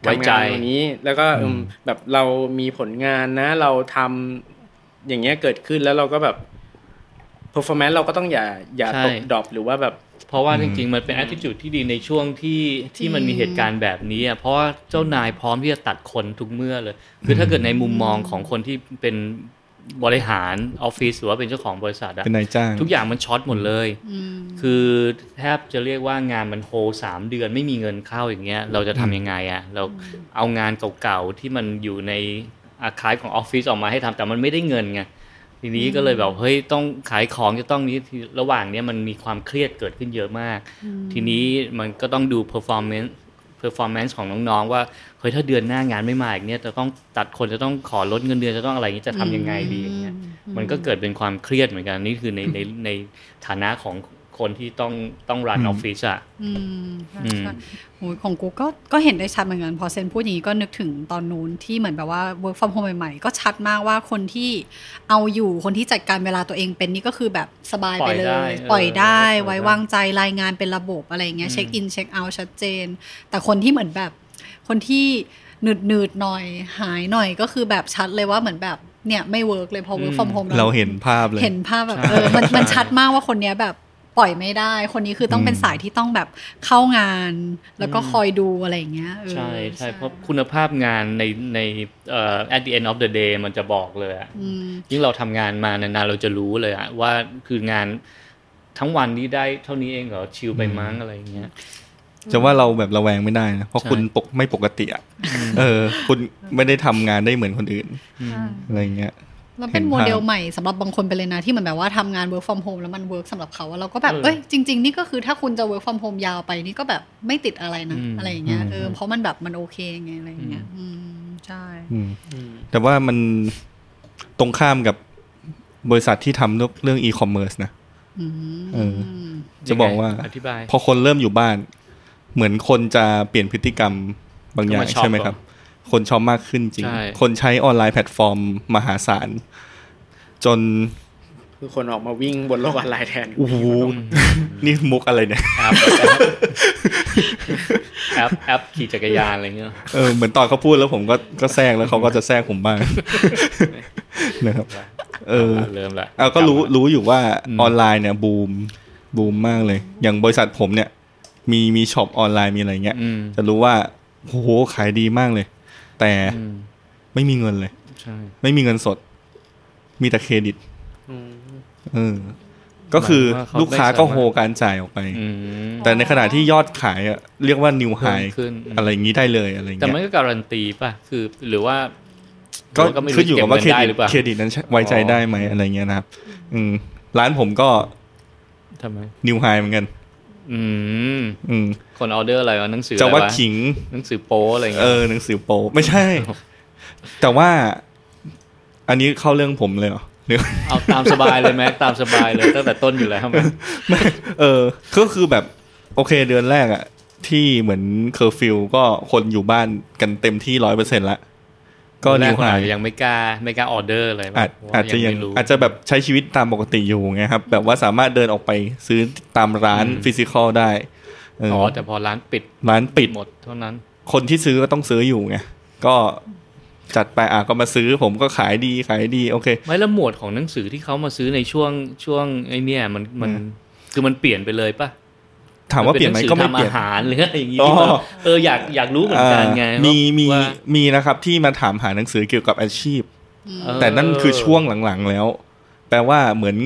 Speaker 2: ไว้
Speaker 4: ทำ
Speaker 2: ใจ
Speaker 4: งานตรงนี้ แล้วก็อืมแบบเรามีผลงานนะ เราทำ อย่างเงี้ยเกิดขึ้นแล้วเราก็แบบ performance เราก็ต้องอย่าอย่า
Speaker 2: ใช่
Speaker 4: ตกดรอปหรือว่าแบบ
Speaker 2: เพราะว่าจริงๆ มันเป็น a t t i t u d e ที่ดีในช่วงที่ที่มันมีเหตุการณ์แบบนี้อ่ะเพราะว่าเจ้านายพร้อมที่จะตัดคนทุกเมื่อเลย คือถ้าเกิดในมุมมองของคนที่เป็นบริหารออฟฟิศหรือว่าเป็นเจ้าของบริษัทอะ
Speaker 1: เป็นนายจ้าง
Speaker 2: ทุกอย่างมันช็อตหมดเลย
Speaker 3: อืม
Speaker 2: คือแทบจะเรียกว่างานมันโฮสามเดือนไม่มีเงินเข้าอย่างเงี้ย เราจะทำยังไงอะ่ะเราเอางานเก่าๆที่มันอยู่ในอาคายของออฟฟิศออกมาให้ทำแต่มันไม่ได้เงินไง ทีนี้ก็เลยแบบเฮ้ยต้องขายของจะต้องนี้ทีระหว่างเนี้ยมันมีความเครียดเกิดขึ้นเยอะมาก ทีนี้มันก็ต้องดู performance performance ของน้องๆ ว่าเฮ้ยถ้าเดือนหน้างานไม่มาอีกเนี่ยจะต้องตัดคนจะต้องขอลดเงินเดือนจะต้องอะไรอย่างนี้จะทำยังไงดีอย่างเงี้ยมันก็เกิดเป็นความเครียดเหมือนกันนี่ <laughs> คือในในในฐานะของคนที่ต้องต้องรัน
Speaker 1: อืม
Speaker 2: ออฟฟิศอะ
Speaker 3: อืมใช่
Speaker 2: อืม
Speaker 3: ใช่โหยของกูก็ก็เห็นได้ชัดเหมือนกัน พอเซนพูดอย่างนี้ก็นึกถึงตอนนู้นที่เหมือนแบบว่า work from home ใหม่ๆ ก็ชัดมากว่าคนที่เอาอยู่คนที่จัดการเวลาตัวเองเป็นนี่ก็คือแบบสบายไปเลย
Speaker 2: ป
Speaker 3: ป
Speaker 2: ล่
Speaker 3: ล่
Speaker 2: อ
Speaker 3: อย ย
Speaker 2: ได้
Speaker 3: ได้
Speaker 2: เออ
Speaker 3: ไว้วางใจรายงานเป็นระบบอะไรอย่างเงี้ย
Speaker 2: อืม
Speaker 3: เช็คอินเช็คเอาท์ชัดเจน แต่คนที่เหมือนแบบ คนที่หนืดหนืดๆหน่อยหายหน่อยก็คือแบบชัดเลยว่าเหมือนแบบเนี่ยไม่เวิร์กเลยพอ work from home
Speaker 1: เราเห็นภาพเลย
Speaker 3: เห็นภาพแบบ
Speaker 2: ใช่
Speaker 3: เออมัน
Speaker 2: ใช่
Speaker 3: มันชัดมากว่าคนเนี้ยแบบปล่อยไม่ได้ คนนี้คือต้องเป็น
Speaker 1: อืม
Speaker 3: สายที่ต้องแบบเข้างาน แล้วก็คอยดูอะไรอย่างเงี้ยเออ
Speaker 2: ใช่ใช่เพราะคุณภาพงานในในเอ่อ at the end of the day มันจะบอกเลยอะ
Speaker 3: อืม
Speaker 2: ยิ่งเราทำงานมานานๆเราจะรู้เลยอะว่าคืองานทั้งวันนี้ได้เท่านี้เองเหรอชิลไปมั้งอะไรอย่างเงี้ย
Speaker 1: จะว่าเราแบบระแวงไม่ได้นะเพราะ
Speaker 2: ใช่
Speaker 1: คุณปกไม่ปกติอ่ะเออ คุณไม่ได้ทำงานได้เหมือนคนอื่น
Speaker 2: อืม
Speaker 1: อะไรเงี้ย
Speaker 3: แล้วเป็น
Speaker 1: เห็นภาพ
Speaker 3: โมเดลใหม่สำหรับบางคนไปเลยนะ ที่เหมือนแบบว่าทำงาน work from home แล้วมัน work สำหรับเขาอะเราก็แบบ
Speaker 2: เออ
Speaker 3: เอ้ยจริง ๆ นี่ก็คือถ้าคุณจะ work from home ยาวไปนี่ก็แบบไม่ติดอะไรนะ
Speaker 2: อืม
Speaker 3: อะไรอย่างเงี้ยเออเพราะมันแบบมันโอเคไงอะไรอย่างเงี้ยอืมใช่
Speaker 1: อืม แต่ว่ามันตรงข้ามกับบริษัทที่ทำเรื่องอีคอมเมิร์ซนะ
Speaker 3: อืม
Speaker 1: เออ จะบอกว่า
Speaker 2: อธิบาย
Speaker 1: พอคนเริ่มอยู่บ้าน เหมือนคนจะเปลี่ยนพฤติกรรมบางอย่าง
Speaker 2: ก็มาช็อป
Speaker 1: ใช่ไหมครับ คนช็อปมากขึ้นจริง
Speaker 2: ใช่
Speaker 1: คนใช้ออนไลน์แพลตฟอร์มมหาศาล จน
Speaker 4: คือคนออกมาวิ่งบนโลกออนไลน์แทน
Speaker 1: โอ้โห นี่มุกอะไรเนี่ย
Speaker 2: แอปแอปแอปขี่จักรยานอะไรเงี้ย
Speaker 1: เออเหมือนตอนเขาพูดแล้วผมก็ก็แทรกแล้วเขาก็จะแทรกผม
Speaker 2: <laughs>
Speaker 1: บ้าง นะครับ เออ
Speaker 2: เริ่มละ
Speaker 1: เอาก็รู้รู้อยู่ว่า
Speaker 2: อืม
Speaker 1: ออนไลน์เนี่ยบูมบูมมากเลย อย่างบริษัทผมเนี่ย มีมีช็อปออนไลน์มีอะไรเงี้ย
Speaker 2: อืม
Speaker 1: จะรู้ว่าโอ้โหขายดีมากเลย แต่
Speaker 2: อืม
Speaker 1: ไม่มีเงินเลย
Speaker 2: ใช่
Speaker 1: ไม่มีเงินสด มีแต่เครดิตเออก็คือลูกค้าก็โฮการจ่ายออกไป
Speaker 2: อืม
Speaker 1: แต่ในขณะที่ยอดขายอะเรียกว่านิวไฮ
Speaker 2: เพิ่มขึ้น
Speaker 1: อะไรอย่างนี้ได้เลยอะไร
Speaker 2: แต่
Speaker 1: เงี้
Speaker 2: มัน
Speaker 1: ย
Speaker 2: ก็การันตีป่ะคือหรือว่า
Speaker 1: ก็
Speaker 2: ไม่รู้
Speaker 1: ขึ้นอยู่กับว่าเคร
Speaker 2: เก็บเงิ
Speaker 1: ดิต
Speaker 2: นได้หรือเปล่า
Speaker 1: เครดิตนั้นไว้ใจได้ไหมอะไรเงี้ยนะครับ อืมร้านผมก็
Speaker 2: ทำไม
Speaker 1: นิวไฮเหมือนกัน
Speaker 2: อืม
Speaker 1: อืม
Speaker 2: คนออเดอร์อะไรวะหนังสือ
Speaker 1: จะ
Speaker 2: อะ
Speaker 1: ว่าว
Speaker 2: ไระ
Speaker 1: ขิง
Speaker 2: หนังสือโป๊อะไรเงี้
Speaker 1: เอย อหนังสือโปไม่
Speaker 2: <laughs>
Speaker 1: ใช่ แต่ว่า อันนี้เข้าเรื่องผมเลยเหรอหรือ
Speaker 2: เอาตามสบายเลยแม็กตามสบายเลยตั้งแต่ต้นอยู่แล้วแม็ก
Speaker 1: ไม่เออ ก็คือแบบ โอเคเดือนแรกอะที่เหมือนเคอร์ฟิวก็คนอยู่บ้านกันเต็มที่ร้อยเปอร์เซ็นต์ละ ก็
Speaker 2: แร
Speaker 1: นิว
Speaker 2: กคน
Speaker 1: หา
Speaker 2: อาจ
Speaker 1: ย
Speaker 2: จะยังไม่กล้าไม่กล้าออเดอร์อะไร
Speaker 1: อาจอาจจะยังอาจจะแบบใช้ชีวิตตามปกติอยู่ไงครับ แบบว่าสามารถเดินออกไปซื้อตามร้านฟิสิกอลได้เออ
Speaker 2: อ๋
Speaker 1: อ
Speaker 2: อแต่พอร้านปิด
Speaker 1: ร้านปิด
Speaker 2: หมดเท่านั้น
Speaker 1: คนที่ซื้อก็ต้องซื้ออยู่ไง ก็จัดไปอ่ะก็มาซื้อผมก็ขายดีขายดีโอเค
Speaker 2: ไม่และหมวดของหนังสือที่เขามาซื้อในช่วงช่วงไอ้เนี่ยมันมัน
Speaker 1: อืม
Speaker 2: คือมันเปลี่ยนไปเลยปะ
Speaker 1: ถามว่าเปลี่ยนไหมก็ไม่เปลี่ยน
Speaker 2: หงสือทำอาหารหรืออะไรอย่างงี้
Speaker 1: อ๋อ
Speaker 2: ที่แบบเอออยากอยากรู้เหมือนกันไง
Speaker 1: อ่ามีมี
Speaker 2: ว่า
Speaker 1: มีนะครับที่มาถามหาหนังสือเกี่ยวกับอาชีพ
Speaker 3: อืม
Speaker 2: เออ
Speaker 1: แต่นั่นคือช่วงหลังๆแล้ว แปลว่าเหมือน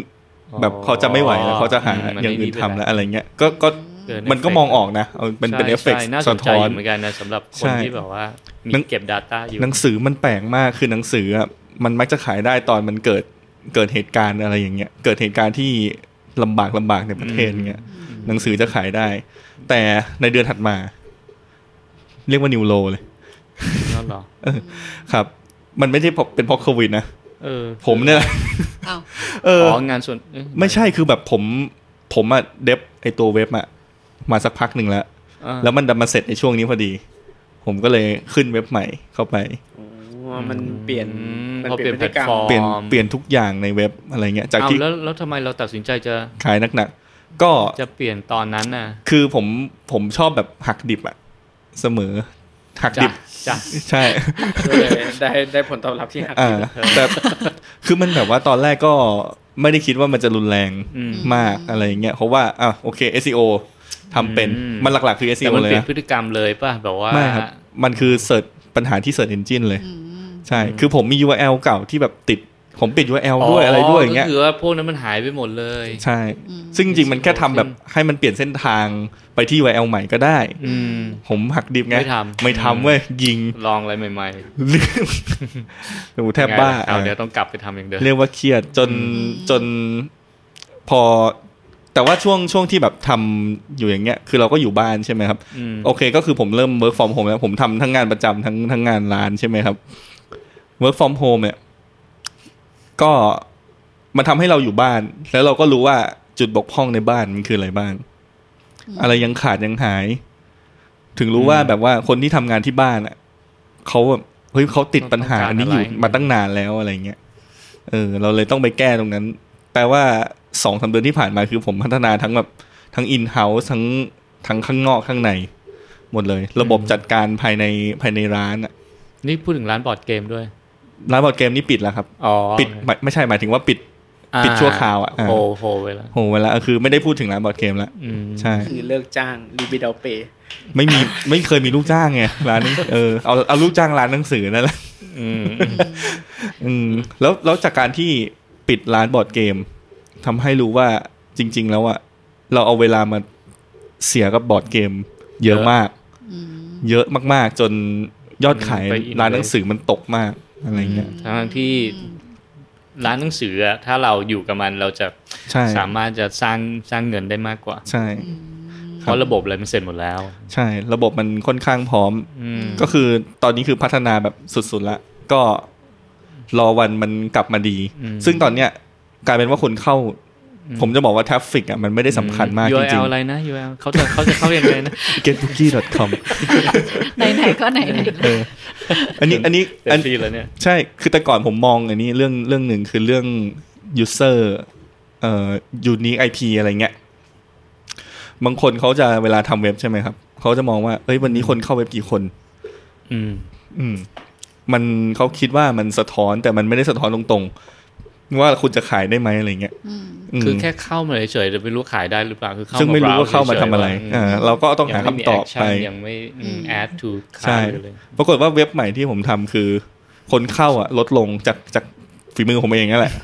Speaker 1: แบบเขาจะไม่ไหวแล้วเขาจะหา
Speaker 2: มั
Speaker 1: อย่างอื่น
Speaker 2: ไป
Speaker 1: ทำแล้วอะไรเงี้ยก็ก็
Speaker 2: เกิ
Speaker 1: มันก็มองออกนะเอามันเป็น
Speaker 2: ใช่
Speaker 1: เอฟเฟกต์
Speaker 2: ใช่น่าส
Speaker 1: สะ
Speaker 2: นใจ
Speaker 1: ท้อ
Speaker 2: อน ยู่เหมือนกันนะสำหรับค
Speaker 1: ใช่
Speaker 2: นที่แบบว่ามี
Speaker 1: หนัง
Speaker 2: เก็บ Data อยู่
Speaker 1: หนังสือมันแปลกมากคือหนังสืออะมันมักจะขายได้ตอนมันเกิดเกิดเหตุการณ์อะไรอย่างเงี้ยเกิดเหตุการณ์ที่ลำบากลำบากในประเทศเงี้ยหนังสือจะขายได้ แต่ในเดือนถัดมา เรียกว่านิวโลเลย
Speaker 2: นั่นหรอ
Speaker 1: ครับ มันไม่ใช่เพราะเป็นเพราะโควิดนะ
Speaker 2: เออ
Speaker 1: ผมเนี่ยแหละ
Speaker 3: อ้าว
Speaker 1: เออ
Speaker 2: อ๋องานส่วนเอ้ย
Speaker 1: ไม่ใช่คือแบบผมผมอะเดบไอตัวเว็บอะมาสักพักหนึ่งแล้ว
Speaker 2: อ่า
Speaker 1: แล้วมันดันมาเสร็จในช่วงนี้พอดี ผมก็เลยขึ้นเว็บใหม่เข้าไป
Speaker 4: มันเปลี่ยน
Speaker 2: อืม
Speaker 4: มัน
Speaker 2: พอเปลี่ยน
Speaker 4: พฤติกรรม
Speaker 2: แพลตฟอร์ม
Speaker 1: เปลี่ยนเปลี่ยนทุกอย่างในเว็บอะไรเงี้ยจาก
Speaker 2: เอา
Speaker 1: ที่
Speaker 2: แล้วแล้วทำไมเราตัดสินใจจะ
Speaker 1: ขายหนักๆก็
Speaker 2: จะเปลี่ยนตอนนั้นน่ะ
Speaker 1: คือผมผมชอบแบบหักดิบอะเสมอ หัก
Speaker 2: จ้ะ
Speaker 1: ดิบ
Speaker 2: จ้ะ
Speaker 1: ใช่
Speaker 4: ก็เลยได้ได้ผลตอบรับที่หัก
Speaker 1: อ่า
Speaker 4: ดิบ
Speaker 1: แต่คือมันแบบว่าตอนแรกก็ไม่ได้คิดว่ามันจะรุนแรง
Speaker 2: อืม
Speaker 1: มากอะไรเงี้ยเพราะว่าอ่ะโอเค SEO ทำเป็น
Speaker 2: อืม
Speaker 1: มันหลักๆคือ
Speaker 2: แต่
Speaker 1: SEO
Speaker 2: มัน
Speaker 1: เลย
Speaker 2: เปลี่ย
Speaker 1: นะ
Speaker 2: นพฤติกรรมเลยป่ะแบบว่า
Speaker 1: ไม่ครับ มันคือเสิร์ชปัญหาที่เสิร์ชเอนจินเลย
Speaker 3: อืม
Speaker 1: ใช่ คือผมมี URL เก่าที่แบบติด ผมปิด URL ด้วยอะไรด้วยอย่างเงี้ย
Speaker 2: ก็คือว่าพวกนั้นมันหายไปหมดเลย
Speaker 1: ใช่
Speaker 3: อืม
Speaker 1: ซึ่งจริงๆมันแค่ทำแบบให้มันเปลี่ยนเส้นทางไปที่ URL ใหม่ก็ได้
Speaker 2: อืม
Speaker 1: ผมหักดิบไง
Speaker 2: ไม่ทำ
Speaker 1: ไม่ทำเว้ย ยิง <laughs>
Speaker 2: ลองอะไรใหม่
Speaker 1: ลืมโอ้โห
Speaker 2: ๆ
Speaker 1: แทบบ้า
Speaker 2: เอาเดี๋ยวต้องกลับไปทำอย่างเดิม
Speaker 1: เรียกว่าเครียดจนจนพอ แต่ว่าช่วงช่วงที่แบบทำอยู่อย่างเงี้ย คือเราก็อยู่บ้านใช่ไหมครับ
Speaker 2: อืม
Speaker 1: โอเค ก็คือผมเริ่ม work from home แล้วผมทำทั้งงานประจำทั้งทั้งงานร้านใช่ไหมครับ work from home เนี่ย ก็มันทำให้เราอยู่บ้าน แล้วเราก็รู้ว่าจุดบกพร่องในบ้านมันคืออะไรบ้าง
Speaker 3: อืม
Speaker 1: อะไรยังขาดยังหาย ถึงรู้ว่าแบบว่าคนที่ทำงานที่บ้านอ่ะเขาแบบเฮ้ยเขาติดปัญหาอันนี้อยู่มาตั้งนานแล้วอะไรเงี้ย เออ เราเลยต้องไปแก้ตรงนั้น แปลว่าสองสามเดือนที่ผ่านมาคือผมพัฒนาทั้งแบบทั้งอินเฮ้าส์ทั้งทั้งข้างนอกข้างใน หมดเลย ระบบจัดการภายในภายในร้านอะ
Speaker 2: นี่พูดถึงร้านบอร์ดเกมด้วย
Speaker 1: ร้านบอร์ดเกมนี่ปิดแล้วครับ
Speaker 2: อ๋อ
Speaker 1: ปิดไม่ไม่ใช่หมายถึงว่าปิด
Speaker 2: อ่า
Speaker 1: ปิดชั่วคราวอะอ่า
Speaker 2: โฮโฮไว้แล้ว
Speaker 1: โหเวลาคือไม่ได้พูดถึงร้านบอร์ดเกมแล้ว
Speaker 2: อืม
Speaker 1: ใช่
Speaker 4: คือเลิกจ้างรีบิดเอาเปย์
Speaker 1: ไม่มีไม่เคยมีลูกจ้างไงร้านนี้เออเอาเอาลูกจ้างร้านหนังสือนั่นแหละ
Speaker 2: อืม
Speaker 1: อืมแล้วแล้วจากการที่ปิดร้านบอร์ดเกมทำให้รู้ว่าจริง ๆ แล้วอะเราเอาเวลามาเสียกับบอร์ดเกม เยอะมาก
Speaker 3: อืม
Speaker 1: เยอะมากๆ จนยอดขายร้านหนังสือมันตกมากอะไรเงี้ย
Speaker 2: ทั้งๆที่ร้านหนังสืออะถ้าเราอยู่กับมันเราจะ
Speaker 1: ใช่
Speaker 2: สามารถจะสร้างสร้างเงินได้มากกว่า
Speaker 1: ใช่
Speaker 2: เพราะระบบอะไรมันเสร็จหมดแล้ว
Speaker 1: ใช่ ระบบมันค่อนข้างพร้อม
Speaker 2: อืม
Speaker 1: ก็คือตอนนี้คือพัฒนาแบบสุดๆละก็รอวันมันกลับมาดี ซึ่งตอนเนี้ยกลายเป็นว่าคนเข้า ผมจะบอกว่าทราฟฟิกอะมันไม่ได้สำคัญมากจ
Speaker 2: อื
Speaker 1: ริง
Speaker 2: URL อะไรนะ URL เขาจะ <laughs> เขาจะเข้ายังไงนะ
Speaker 1: ๆ getbookie.com
Speaker 3: ไหนๆก็ไหน
Speaker 1: เอออันนี้อันนี้
Speaker 2: เต็
Speaker 1: อั
Speaker 2: ม
Speaker 1: น
Speaker 2: ที่แล้วเนี่ย
Speaker 1: ใช่คือแต่ก่อนผมมองอันนี้เรื่องเรื่องหนึ่งคือเรื่อง user เอ่อ unique IP อะไรเงี้ยบางคนเขาจะเวลาทำเว็บใช่ไหมครับเขาจะมองว่าเอ้ยวันนี้คนเข้าเว็บกี่คน
Speaker 2: อืม
Speaker 1: อืมมันเขาคิดว่ามันสะท้อนแต่มันไม่ได้สะท้อนตรงๆ ว่าคุณจะขายได้ไหมอะไรเงี้ย
Speaker 3: ๆอืม
Speaker 1: ม
Speaker 2: คือแค่เข้ามาเฉยๆแต่ไม่รู้ขายได้หรือเปล่าคือเข้า
Speaker 1: ซึ่งไม่รู้ว่าเข้ามาทำอะไร
Speaker 2: เฉยๆ
Speaker 1: อ่าเราก็ต้องหา
Speaker 2: ยั
Speaker 1: คำ
Speaker 2: ไม่มี
Speaker 1: ตอบ
Speaker 2: action
Speaker 1: ไป
Speaker 2: ยังไม่อืม add to
Speaker 1: ใช่
Speaker 2: cart เลย
Speaker 1: ปรากฏว่าเว็บใหม่ที่ผมทำคือ คนเข้าอ่ะ ลดลงจากจากฝีมือผมเองนั่นแหละ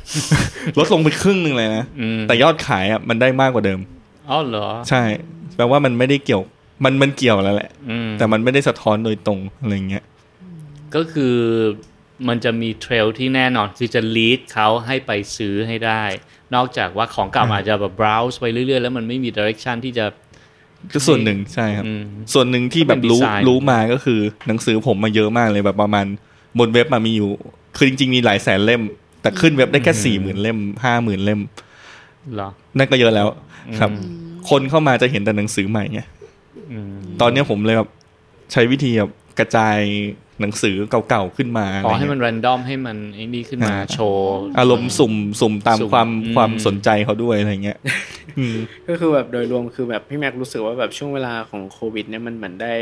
Speaker 1: <laughs> ลดลงไปครึ่งหนึ่งเลยนะ
Speaker 2: อืม
Speaker 1: แต่ยอดขายอ่ะมันได้มากกว่าเดิม
Speaker 2: อ๋อเหรอ
Speaker 1: ใช่ แปลว่ามันไม่ได้เกี่ยว มันมันเกี่ยวแล้วแหละ
Speaker 2: อืม
Speaker 1: แต่มันไม่ได้สะท้อนโดยตรงอะไรเงี้ย
Speaker 2: ก็คือมันจะมีเทรลที่แน่นอนคือจะ lead เขาให้ไปซื้อให้ได้ นอกจากว่าของเก่าอาจจะแบบ browse ไปเรื่อยๆ แล้วมันไม่มี direction ที่จะ
Speaker 1: ก็ส่วนหนึ่งใช่ครับ
Speaker 2: อืม
Speaker 1: ส่วนหนึ่งที่แบบรู้
Speaker 2: ก็เป็นดีไซน์
Speaker 1: รู้มาก็คือหนังสือผมมาเยอะมากเลยแบบประมาณบนเว็บมามีอยู่ คือจริงๆมีหลายแสนเล่ม แต่ขึ้นเว็บได้แค่สี่หมื่นเล่มห้าหมื่นเล่ม
Speaker 2: เหรอ
Speaker 1: นั่นก็เยอะแล้วครับ
Speaker 2: อื
Speaker 1: คนเข้ามาจะเห็นแต่หนังสือใหม่ไง
Speaker 2: อืม
Speaker 1: ตอนเนี้ยผมเลยแบบใช้วิธีแบบกระจายหนังสือเก่าๆขึ้นมา
Speaker 2: อ๋อ
Speaker 1: ะ
Speaker 2: ให้
Speaker 1: ไร
Speaker 2: มัน
Speaker 1: เงี้ย
Speaker 2: random ให้มันไอ้นี่ขึ้นมา
Speaker 1: อ่า
Speaker 2: โชว์
Speaker 1: อารมณ์สุ่มสุ่มตาม
Speaker 2: สุ่ม
Speaker 1: ความ
Speaker 2: อืม
Speaker 1: ความสนใจเขาด้วยอะไรเงี้ยอืม
Speaker 4: ก็คือแบบโดยรวมคือแบบพี่แม็กรู้สึกว่าแบบช่วงเวลาของโควิดเนี่ยมันเหมือนได้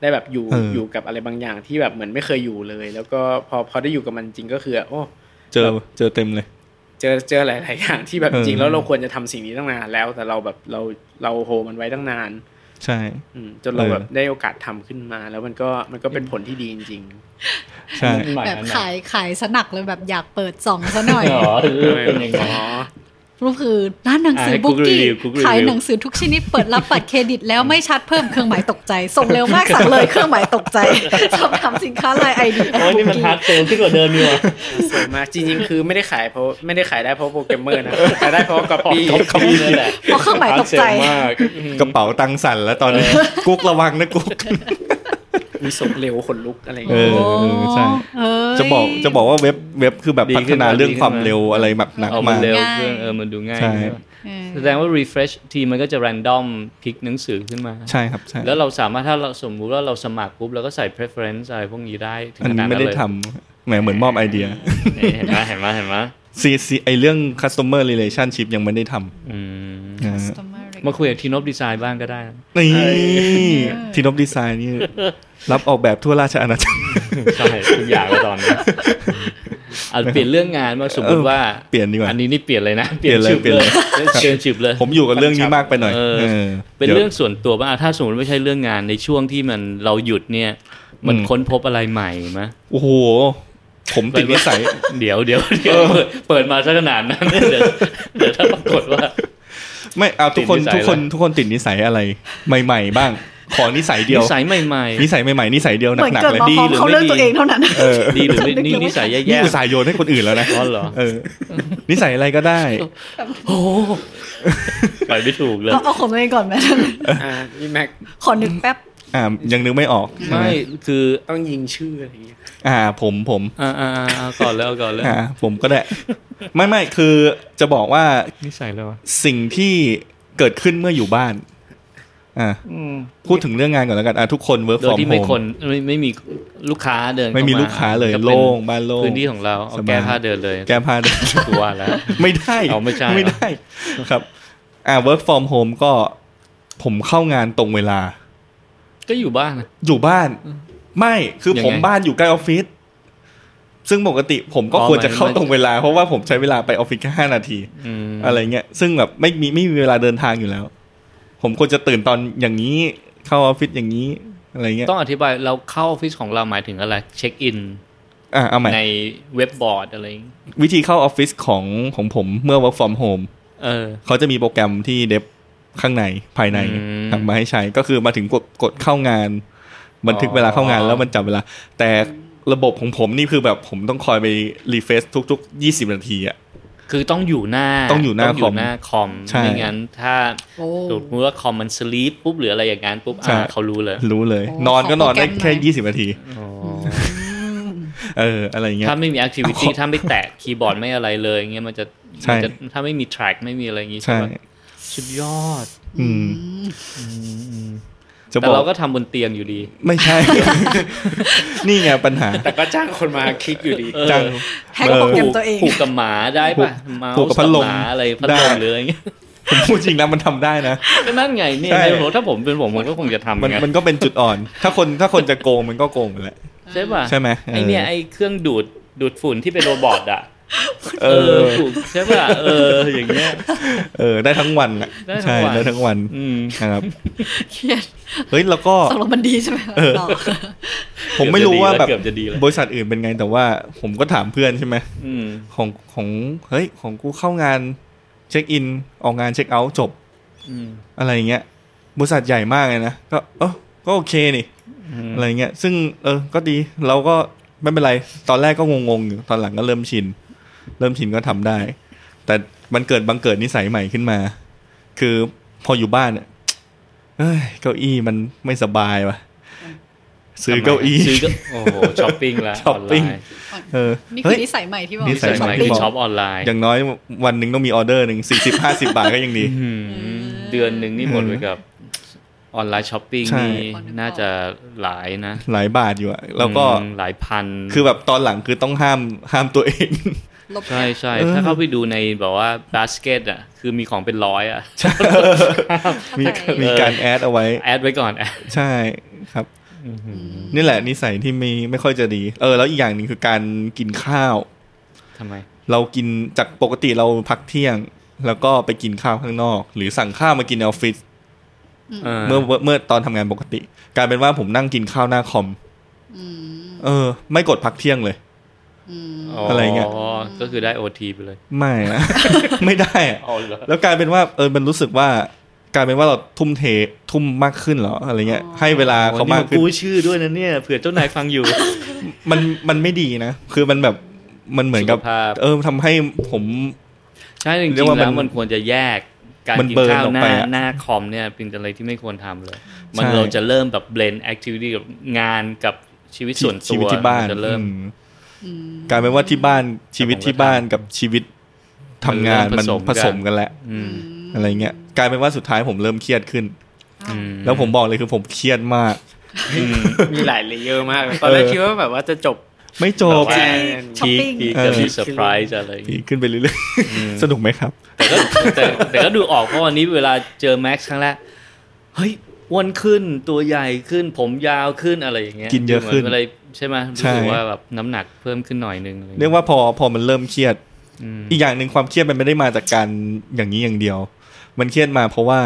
Speaker 4: ได้แบบอยู่
Speaker 1: เอออ
Speaker 4: อยู่กับอะไรบางอย่างที่แบบเหมือนไม่เคยอยู่เลย แล้วก็พอพอได้อยู่กับมันจริงก็คือโอ้
Speaker 1: เจอเจอเต็มเลย
Speaker 4: เจอเจอหลาย ๆ อย่างที่แบบ
Speaker 1: เออ
Speaker 4: จริงๆแล้วเราควรจะทำสิ่งนี้ตั้งนานแล้ว แต่เราแบบเราเราโฮมันไว้ตั้งนาน
Speaker 1: ใช่
Speaker 4: อืมจนเรา
Speaker 1: เออ
Speaker 4: แบบได้โอกาสทำขึ้นมา แล้วมันก็มันก็เป็นผลที่ดีจริง
Speaker 1: ใช่
Speaker 2: มันหมาย
Speaker 3: แบบ
Speaker 2: อันไหน
Speaker 3: ขายขายสนักเลยแบบอยากเปิดสองซะหน่อย
Speaker 2: เหรอหรือเป็นยัง
Speaker 4: ๆ
Speaker 2: ไง
Speaker 4: อ๋อ
Speaker 3: รูปคือร้านหนังสือ
Speaker 2: อ่ะให้
Speaker 3: บุ๊ก
Speaker 2: Google
Speaker 3: กี้
Speaker 2: review Google
Speaker 3: ขาย
Speaker 2: review
Speaker 3: หนังสือทุกชนิดเปิดรับบัตรเครดิต แล้วไม่ชัดเพิ่มเครื่องหมายตกใจ ส่งเร็วมากสั่งเลยเครื่องหมายตกใจสอบถามสินค้าลายไอดี
Speaker 2: โอ้ยนี่มันฮาร์ดเซลขึ้นกว่าเดิมดีกว่า
Speaker 4: สวยมากจริง ๆ คือไม่ได้ขายเพราะไม่ได้ขายได้เพราะโปรแกรมเมอร์นะขายได้เพราะก๊อปปี้
Speaker 2: เขามีเลยแหละ
Speaker 3: เพราะเครื่องหมายตกใจ
Speaker 1: กระเป๋าตังค์สั่นแล้วตอนนี้กุ๊กระวังนะกุ๊ก
Speaker 4: มีส่งเร็วขนลุกอะไรอย่าง
Speaker 1: เอ
Speaker 4: เงี้ย
Speaker 1: อเออใช่จะ
Speaker 3: โอ้ย
Speaker 1: บอกจะบอกว่าเว็บเว็บคือแบบ
Speaker 2: ดี
Speaker 1: พั
Speaker 2: ขึ้
Speaker 1: ฒ
Speaker 2: น
Speaker 1: นาเรื่อง
Speaker 2: ดีขึ้
Speaker 1: ค
Speaker 2: น
Speaker 1: วามเร็วอะไรแบบหนักมาม
Speaker 2: เอาาก เร็ว
Speaker 3: ง่าย
Speaker 2: เครื่องเออมันดูง่าย
Speaker 1: ใช่
Speaker 3: เออ
Speaker 2: แสดงว่า refresh ทีมันก็จะ random พลิกหนังสือขึ้นมา
Speaker 1: ใช่ครับใช่
Speaker 2: แล้วเราสามารถถ้าเราสมมุติว่าเราสมัครปุ๊บเราก็ใส่ preference อะไรพวกนี้ได้ถึง
Speaker 1: อัน
Speaker 2: ข
Speaker 1: นี้
Speaker 2: นาด
Speaker 1: ไม่
Speaker 2: นั้น
Speaker 1: ได้
Speaker 2: เลย
Speaker 1: ทำแหมเหมือนมอบไอเดีย
Speaker 2: นี่เห็นไหมเห็นไหมเห็นไหม
Speaker 1: ซีซีไอเรื่อง customer relationship ยังไม่ได้ท
Speaker 2: อืม
Speaker 1: ำนะฮะ
Speaker 3: customer
Speaker 2: มาคุยกับทีนบดีไซน์บ้างก็ได้นะ
Speaker 1: นี่ทีนบดีไซน์นี่ รับออกแบบทั่วราชอาณาจักร
Speaker 2: ใช่ทุกอย่างแล้วตอนนี้อาจเปลี่ยนเรื่องงานมางสมมติว่า
Speaker 1: เปลี่ยนดีกว่า
Speaker 2: อันนี้นี่เปลี่ยนเลยนะ
Speaker 1: เปลี่ยนเลย
Speaker 2: ชื่อ
Speaker 1: เปลี่ยนเลย
Speaker 2: เปลี่ยนชื่อเลย
Speaker 1: ผมอยู่กับเรื่องนี้มากไปหน่อย
Speaker 2: เออ
Speaker 1: เออ
Speaker 2: เป็น
Speaker 1: ดี๋ยว
Speaker 2: เรื่องส่วนตัวบ้างอ่ะถ้าสมมติไม่ใช่เรื่องงานในช่วงที่มันเราหยุดเนี่ย มัน
Speaker 1: อืม
Speaker 2: ค้นพบอะไรใหม่ไหม
Speaker 1: โอ้โห ผมติดนิสัย
Speaker 2: เดี๋ยวเดี๋ยวเดี๋ยวเปิดเปิดมาซะขนาดนั้นเดี๋ยวเดี๋ยวถ้าปรากฏว่า
Speaker 1: ไม่เอาทุกคน
Speaker 2: ติดนิสัย
Speaker 1: ทุกคน
Speaker 2: อะไร
Speaker 1: ทุกคนติดนิสัยอะไร ใหม่ ๆ บ้าง ขอนิสัยเดีย
Speaker 2: นิ
Speaker 1: ว
Speaker 2: สัยใหม่
Speaker 1: นิสัยใหม่ๆนิสัยเดียว
Speaker 3: เหมือน
Speaker 1: หนักๆเล
Speaker 3: เกิด
Speaker 1: ย
Speaker 3: มา
Speaker 1: ดี
Speaker 3: พร้อ
Speaker 2: ห
Speaker 3: ม
Speaker 2: รือ
Speaker 3: เขา
Speaker 2: ไม่
Speaker 3: เลือ
Speaker 2: ดี
Speaker 3: กตัวเองเท่านั้น
Speaker 1: เออ
Speaker 2: ๆ ดีหรือไม่
Speaker 3: <laughs> จำนึก
Speaker 2: นี่
Speaker 3: ยังไม่
Speaker 2: นิสัย
Speaker 1: นี่
Speaker 2: แย่
Speaker 1: อุตส่าห์โยนให้คนอื่นแล้วนะ
Speaker 2: ๆอ๋อเหรอ
Speaker 1: เออ นิสัยอะไรก็
Speaker 2: <laughs>
Speaker 1: ได้
Speaker 2: โอ้โหไปไม่ถูกเลย
Speaker 3: เอาเอาของตัวเองก่อนไหม
Speaker 4: อ่านี่แม็ก
Speaker 3: ขอนึกแป๊บ
Speaker 1: อ่ายังนึกไม่ออกใช่ไหม
Speaker 2: ไม่คือ
Speaker 4: ต้องยิงชื่ออะไรอย่างเงี้ย
Speaker 1: อ่า ผมผม
Speaker 2: อ่าอ่าอ่าเอาก่อนแล้วเอาก่อนแล้ว
Speaker 1: อ่า ผมก็ได้ <laughs> ไม่ไม่คือจะบอกว่า
Speaker 2: นิสัยแล้วะ
Speaker 1: สิ่งที่เกิดขึ้นเมื่ออยู่บ้าน อ่าพูดถึงเรื่องงานก่อนแล้วกันอ่าทุกคน work
Speaker 2: โดย
Speaker 1: from
Speaker 2: ที่ไม่
Speaker 1: home
Speaker 2: คนไม่ไม่มีลูกค้าเดินเข้
Speaker 1: ไม่มีลูกค้าเลย
Speaker 2: ก็ป็น
Speaker 1: โล่งบ้านโล่ง
Speaker 2: พื้นที่ของเราเอา
Speaker 1: สบาย
Speaker 2: แก้ผ้าเดินเลย
Speaker 1: แก้ผ้า <laughs> เดิน
Speaker 2: กูว่าแล้ว
Speaker 1: ไม่ได้
Speaker 2: เอาไม่ใช่เหรอ
Speaker 1: ไม่ได้ครับ อ่า work from home ก็ผมเข้างานตรงเวลา
Speaker 2: ก็อยู่บ้านนะ
Speaker 1: อยู่บ้าน ไม่คือ
Speaker 2: ยังไง
Speaker 1: ผมบ้านอยู่ใกล้ออฟฟิศซึ่งปกติผมก็
Speaker 2: อ๋อ
Speaker 1: ควรจะเข้า
Speaker 2: หมาย
Speaker 1: ตรงเวลา เพราะว่าผมใช้เวลาไปออฟฟิศแค่ห้านาที
Speaker 2: อืม
Speaker 1: อะไรเงี้ยซึ่งแบบไม่มีไม่มีเวลาเดินทางอยู่แล้ว ผมควรจะตื่นตอนอย่างนี้เข้าออฟฟิศอย่างนี้อะไรเงี้ย
Speaker 2: ต้องอธิบายเราเข้าออฟฟิศของเราหมายถึงอะไร เช็คอิน
Speaker 1: อ่ะเอาใหม่
Speaker 2: ในเว็บบอร์ดอะไรอย่างงี้
Speaker 1: วิธีเข้าออฟฟิศของของผมเมื่อ work from home
Speaker 2: เออ
Speaker 1: เขาจะมีโปรแกรมที่เดฟข้างในภายใน
Speaker 2: อืม
Speaker 1: ทำมาให้ใช้ก็คือมาถึงกดกดเข้างาน บันทึกเวลาเข้างาน
Speaker 2: อ๋อ
Speaker 1: แล้วมันจับเวลา แต่ระบบของผมนี่คือแบบผมต้องคอยไปรีเฟซทุกๆ 20 นาทีอะ
Speaker 2: คือต้องอยู่หน้า
Speaker 1: ต้องอยู่หน้าคอม
Speaker 2: คอม
Speaker 1: ใช่
Speaker 2: ไม่งั้นถ้า
Speaker 3: โอ้
Speaker 2: สมมติว่าคอมมันสลีปปุ๊บหรืออะไรอย่างนั้นปุ๊บ
Speaker 1: ใช่
Speaker 2: อ่าเขารู้เลย
Speaker 1: รู้เลย
Speaker 3: โอ้
Speaker 1: นอนก็นอนได้
Speaker 3: ขอโปรแกรม
Speaker 1: แค่
Speaker 3: หน่อย
Speaker 1: ยี่สิบนาที เออ อะไรเงี้ย
Speaker 2: ถ้าไม่มีแอคทิวิตี้
Speaker 1: เอา
Speaker 2: ถ้าไม่แตะคีย์บอร์ดไม่อะไรเลยอย่างเงี้ยมันจะ
Speaker 1: ใช่
Speaker 2: มันจะถ้าไม่มีแทร็กไม่มีอะไรอย่างงี้
Speaker 1: ใช่
Speaker 2: ใช่ปะสุดยอด
Speaker 1: อืม จะบ
Speaker 2: แต่
Speaker 1: อก
Speaker 2: เราก็ทำบนเตียงอยู่ดี
Speaker 1: ไม่ใช่ <laughs> นี่ไงปัญหา
Speaker 4: แต่ก็จ้างคนมาคลิกอยู่ดี
Speaker 2: เออ
Speaker 1: จัง
Speaker 3: แฮกโปรแกรมตัวเอง
Speaker 2: ผูกกับหมาได้ปะ
Speaker 1: ผูก
Speaker 2: เมา
Speaker 1: ผูกกับ
Speaker 2: ส์
Speaker 1: พัดลม
Speaker 2: หมาอะไรพัด
Speaker 1: ได้
Speaker 2: ลมหรืออะไรอย่างเงี้ย
Speaker 1: ผมพูดจริงนะมันทำได้นะ
Speaker 2: ก็นั่นไงเนี่ย
Speaker 1: ใช่
Speaker 2: ไม่รู้ถ้าผมเป็นผมผมก็คงจะทำเหมื
Speaker 1: มั
Speaker 2: อน นกัน
Speaker 1: มันก็เป็นจุดอ่อน ถ้าคนถ้าคนจะโกงมันก็โกงไปแหละ
Speaker 2: ใช่ปะ
Speaker 1: ใช่ไหม
Speaker 2: ไอเนี่ยไอเครื่องดูดดูดฝุ่นที่เป็นโรบอทอ่ะ
Speaker 1: เอ
Speaker 2: เออ
Speaker 1: อ
Speaker 2: ถูกใช่ป่ะ เอออย่างเงี้ย
Speaker 1: เออได้ทั้งวันอะ
Speaker 2: ได้ทั้ง
Speaker 1: ใช่
Speaker 2: วัน
Speaker 1: ได้ทั้งวัน
Speaker 2: อืม
Speaker 1: นะครับ
Speaker 3: เครียด
Speaker 1: เฮ้ยแล้วก็
Speaker 3: ตกลงมันดีใช่ไหมหรอ
Speaker 1: ผมไม่รู้ว่าแบบ
Speaker 2: เกือบจะดีแล้ว
Speaker 1: บริษัทอื่นเป็นไงแต่ว่า ผมก็ถามเพื่อนใช่ไหม
Speaker 2: อืม
Speaker 1: ของของเฮ้ยของกูเข้างานเช็คอินออกงานเช็คเอาท์จบ
Speaker 2: อืม
Speaker 1: อะไรอย่างเงี้ยบริษัทใหญ่มากเลยนะก็เออก็โอเคนี่ อะไรเงี้ย ซึ่งเออ ก็ดีเราก็ไม่เป็นไร ตอนแรกก็งงๆอยู่ ตอนหลังก็เริ่มชิน เริ่มชินก็ทำได้ แต่มันเกิดบังเกิดนิสัยใหม่ขึ้นมา คือพออยู่บ้านเนี่ยเอ้ยเก้าอี้มันไม่สบายว่ะ ซื้อเก้าอี้
Speaker 2: ซื้อเก้าโอ้โหช้อปปิ้ง
Speaker 1: <laughs>
Speaker 2: ละ
Speaker 1: ช้อปปิ้ง
Speaker 2: นไลน์
Speaker 1: เออ
Speaker 3: นี่คื
Speaker 1: เฮ้
Speaker 3: อย นิสัยใหม่ที่บอก
Speaker 1: นิ
Speaker 2: นิ
Speaker 1: สั
Speaker 2: สั
Speaker 1: ย
Speaker 2: ย
Speaker 1: ให
Speaker 2: ให
Speaker 1: ม่
Speaker 2: ม่
Speaker 1: ที่
Speaker 2: คือบ
Speaker 1: ก
Speaker 2: ช้อปออนไลน์
Speaker 1: อย่างน้อยวันหนึ่งต้องมีออเดอร์หนึ่งสี่สิบห้าสิบาทก็ยังดี
Speaker 2: อืมเดือนหนึ่งนี่หมดไปกับออนไลน์ช้อปปิ้ง
Speaker 1: ใช่
Speaker 2: นี่น่าจะหลายนะ
Speaker 1: หลายบาทอยู่อะแล้วก็
Speaker 2: อืมหลายพัน
Speaker 1: คือแบบตอนหลังคือต้องห้ามห้ามตัวเอง
Speaker 3: ลบแอ
Speaker 2: ใช่
Speaker 3: ป
Speaker 2: ใช่
Speaker 1: เออ
Speaker 2: ถ้าเข้าไปดูในแบบว่าบาสเกตอ่ะ คือมีของเป็นร้อยอ่ะ
Speaker 1: มี
Speaker 3: ใช่
Speaker 1: มีการแอดเอาไว้
Speaker 2: แอดไว้ก่อนแอด
Speaker 1: ใช่ครับ นี่แหละนิสัยที่ไม่ไม่ค่อยจะดี เออ แล้วอีกอย่างหนึ่งคือการกินข้าว
Speaker 2: ทำไม
Speaker 1: เรากินจากปกติเราพักเที่ยง แล้วก็ไปกินข้าวข้างนอก หรือสั่งข้าวมากินในออฟฟิศเมื่อเมื่อเมื่อตอนทำงานปกติกลายเป็นว่าผมนั่งกินข้าวหน้าคอม
Speaker 3: อืม
Speaker 1: เออ ไม่กดพักเที่ยงเลย
Speaker 3: อืม
Speaker 1: อะไรเงี้ย
Speaker 2: ก็คือได้โอทีไปเลย
Speaker 1: ไม่นะ <laughs> ไม่ได้อะ
Speaker 2: เอาเหรอ
Speaker 1: แล้วกลายเป็นว่าเออมันรู้สึกว่ากลายเป็นว่าเราทุ่มเททุ่มมากขึ้นเหรออะไรเงี้ยให้เวลาเขามากขึ้น
Speaker 2: กูชื่อด้วยนะเนี่ยเผื่อเจ้านายฟังอยู่
Speaker 1: มันมันไม่ดีนะ คือมันแบบมันเหมือนกับ
Speaker 2: สุขภาพ
Speaker 1: เออทำให้ผม
Speaker 2: ใช่จริง
Speaker 1: เรียกว่ามั
Speaker 2: ๆแล้
Speaker 1: น
Speaker 2: วมันควรจะแยกการ
Speaker 1: มัน
Speaker 2: กิน
Speaker 1: เบิร์น
Speaker 2: ข้าว
Speaker 1: ออก
Speaker 2: หน้า
Speaker 1: ไปอะ
Speaker 2: หน้าคอมเนี่ยเป็นอะไรที่ไม่ควรทำเลย มัน
Speaker 1: ใช่
Speaker 2: เราจะเริ่มแบบเบลนแอคทิวิตี้กับงานกับชีวิตส่วนตัว
Speaker 1: ชีวิตที่บ้าน
Speaker 2: มัจะเริ่ม
Speaker 1: อืม
Speaker 3: อืม
Speaker 1: กลายเป็นว่าที่บ้านชีวิต
Speaker 2: ผมก็
Speaker 1: ที่บ้านกับชีวิตทำงาน
Speaker 2: มั
Speaker 1: มัน
Speaker 2: นเริ่ม
Speaker 1: ผ
Speaker 2: ผ
Speaker 1: ส
Speaker 2: ส
Speaker 1: ม
Speaker 2: มกัน
Speaker 1: กันแล้ว
Speaker 2: อืม
Speaker 1: อะไรเงี้ยกลายเป็นว่าสุดท้ายผมเริ่มเครียดขึ้น
Speaker 2: อืม
Speaker 1: แล้วผมบอกเลยคือผมเครียดมาก
Speaker 2: อืม
Speaker 4: มีหลายเลเยอร์มากเลยตอนแรก
Speaker 1: เออ
Speaker 4: คิดว่าแบบว่าจะจบ
Speaker 1: ไม่จบ
Speaker 2: แบบว่า
Speaker 3: ช้อปปิ้ง
Speaker 2: พีคจะมีเซอร์ไพรส์อะไรอย่าง
Speaker 1: ผี
Speaker 2: งี้
Speaker 1: ขึ้นไปเรื่อยๆ สนุกไหมครับ
Speaker 2: แต่ก็แต่แต่ก็ดูออกเพราะวันนี้เวลาเจอแม็กซ์ครั้งแรกเฮ้ยอ้วนขึ้นตัวใหญ่ขึ้น ผมยาวขึ้นอะไรอย่างเงี้ย
Speaker 1: กินเยอะขึ้น
Speaker 2: หมือะไรใช่ไหมรู้
Speaker 1: ใช่
Speaker 2: สึกว่าแบบน้ำหนักเพิ่มขึ้นหน่อยนึงอะไรองงี้
Speaker 1: เรียกว่าพอพอมันเริ่มเครียด
Speaker 2: อืม
Speaker 1: อีกอย่างหนึ่งความเครียดมันไม่ได้มาจากการอย่างนี้อย่างเดียว มันเครียดมาเพราะว่า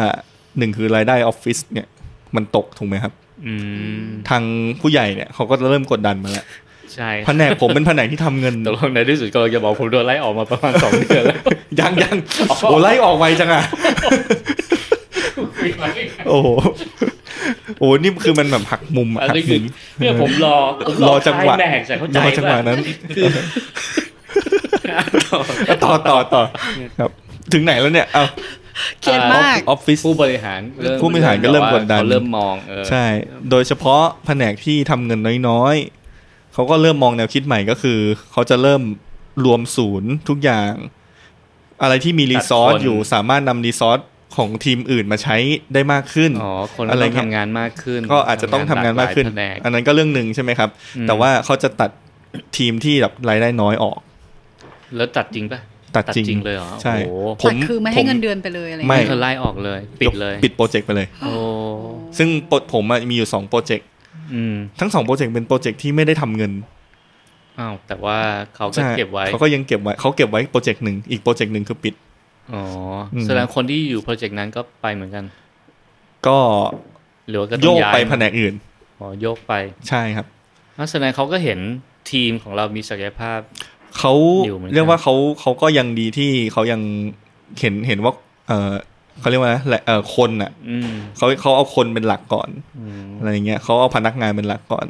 Speaker 1: หนึ่งคือรายได้ออฟฟิศเนี่ยมันตกถูกไหมครับ
Speaker 2: อืม
Speaker 1: ทางผู้ใหญ่เนี่ยเขาก็เริ่มกดดันมาแล้ว
Speaker 2: ใช่
Speaker 1: แผนกผมเป็นแผนกที่ทำเงิน
Speaker 2: <laughs> ตกลงในที่สุดก็จะบอกผมโดนไล่ออกมาประมาณสองเดือนแล้ว
Speaker 1: ยังยังโอ้ไล่ออกไวจังอ่ะ โอ้โหโอ้โหนี่คือมันแบบหักมุมอะ
Speaker 2: อัน
Speaker 1: หัก
Speaker 2: นี้คื
Speaker 1: มุม
Speaker 2: อเนี่ยผมรอผม
Speaker 1: รอจังหวะ
Speaker 2: คลายแม็กซ์อะเข้าใจ
Speaker 1: รอจังหวะ
Speaker 2: ป่ะ
Speaker 1: นั้นต่อต่อต่อครับ ถึงไหนแล้วเนี่ยเอา
Speaker 3: เครียดมาก
Speaker 1: ออฟฟิศ
Speaker 2: ผู้บริหารเริ่ม
Speaker 1: ผู้บริหารก็เริ่มกดดัน
Speaker 2: เขาเริ่มมองเออ
Speaker 1: ใช่ โดยเฉพาะแผนกที่ทำเงินน้อยๆ เขาก็เริ่มมองแนวคิดใหม่ก็คือ เขาจะเริ่มรวมศูนย์ทุกอย่าง อะไรที่มีรีซอส
Speaker 2: ตัดคน
Speaker 1: อยู่สามารถนำรีซอสของทีมอื่นมาใช้ได้มากขึ้น
Speaker 2: อ๋อคนก็
Speaker 1: อะไร
Speaker 2: ต้อ
Speaker 1: เงี้ย
Speaker 2: งทำงานมากขึ้น
Speaker 1: ก็อาจจะต้องทำงานมากขึ้น
Speaker 2: หลยแผก
Speaker 1: อันนั้นก็เรื่องหนึ่งใช่ไหมครับ
Speaker 2: อืม
Speaker 1: แต่ว่าเขาจะตัดทีมที่แบบรายได้น้อยออก
Speaker 2: แล้วตัดจริงป่ะ
Speaker 1: ตัดจริง
Speaker 2: ตัดจริงเลยเหรอ
Speaker 1: ใช่
Speaker 2: โอ้โห
Speaker 3: แต่คือไม่ให้เงินเดือนไปเลยอะไร
Speaker 1: ไม่
Speaker 3: เงี้ย
Speaker 2: เธอไล่ออกเลย ปิดเลย
Speaker 1: ปิดโปรเจกต์ไปเลย
Speaker 2: โอ้
Speaker 1: ซึ่งโปรผมอะมีอยู่สองโปรเจกต์
Speaker 2: อืม
Speaker 1: ทั้งสองโปรเจกต์เป็นโปรเจกต์ที่ไม่ได้ทำเงิน
Speaker 2: อ้าวแต่ว่าเขาก็
Speaker 1: ใช่
Speaker 2: เก็บไว้
Speaker 1: เขาก็ยังเก็บไว้เขาเก็บไว้โปรเจกต์หนึ่งอีกโปรเจกต์หนึ่งคือปิด
Speaker 2: อ๋ออ
Speaker 1: ม
Speaker 2: แสดงคนที่อยู่โปรเจกต์นั้นก็ไปเหมือนกัน
Speaker 1: ก็
Speaker 2: หรือว่าก็ต้
Speaker 1: โย
Speaker 2: อง
Speaker 1: ก
Speaker 2: ย้าย
Speaker 1: ไปแผนกอื่น
Speaker 2: อ๋อโยกไป
Speaker 1: ใช่ครับ
Speaker 2: นั่นแสดงเขาก็เห็นทีมของเรามีศักยภาพ
Speaker 1: เขา
Speaker 2: อยู่เหมือนกัน
Speaker 1: เรียกว่าเขาเขาก็ยังดีที่เขายังเห็นเห็นว่าเออเขาเรียกว่าอะไรแหละเออคนอ่ะ
Speaker 2: อืม
Speaker 1: เขาเขาเอาคนเป็นหลักก่อน
Speaker 2: อืม
Speaker 1: อะไรอย่างเงี้ยเขาเอาพนักงานเป็นหลักก่อน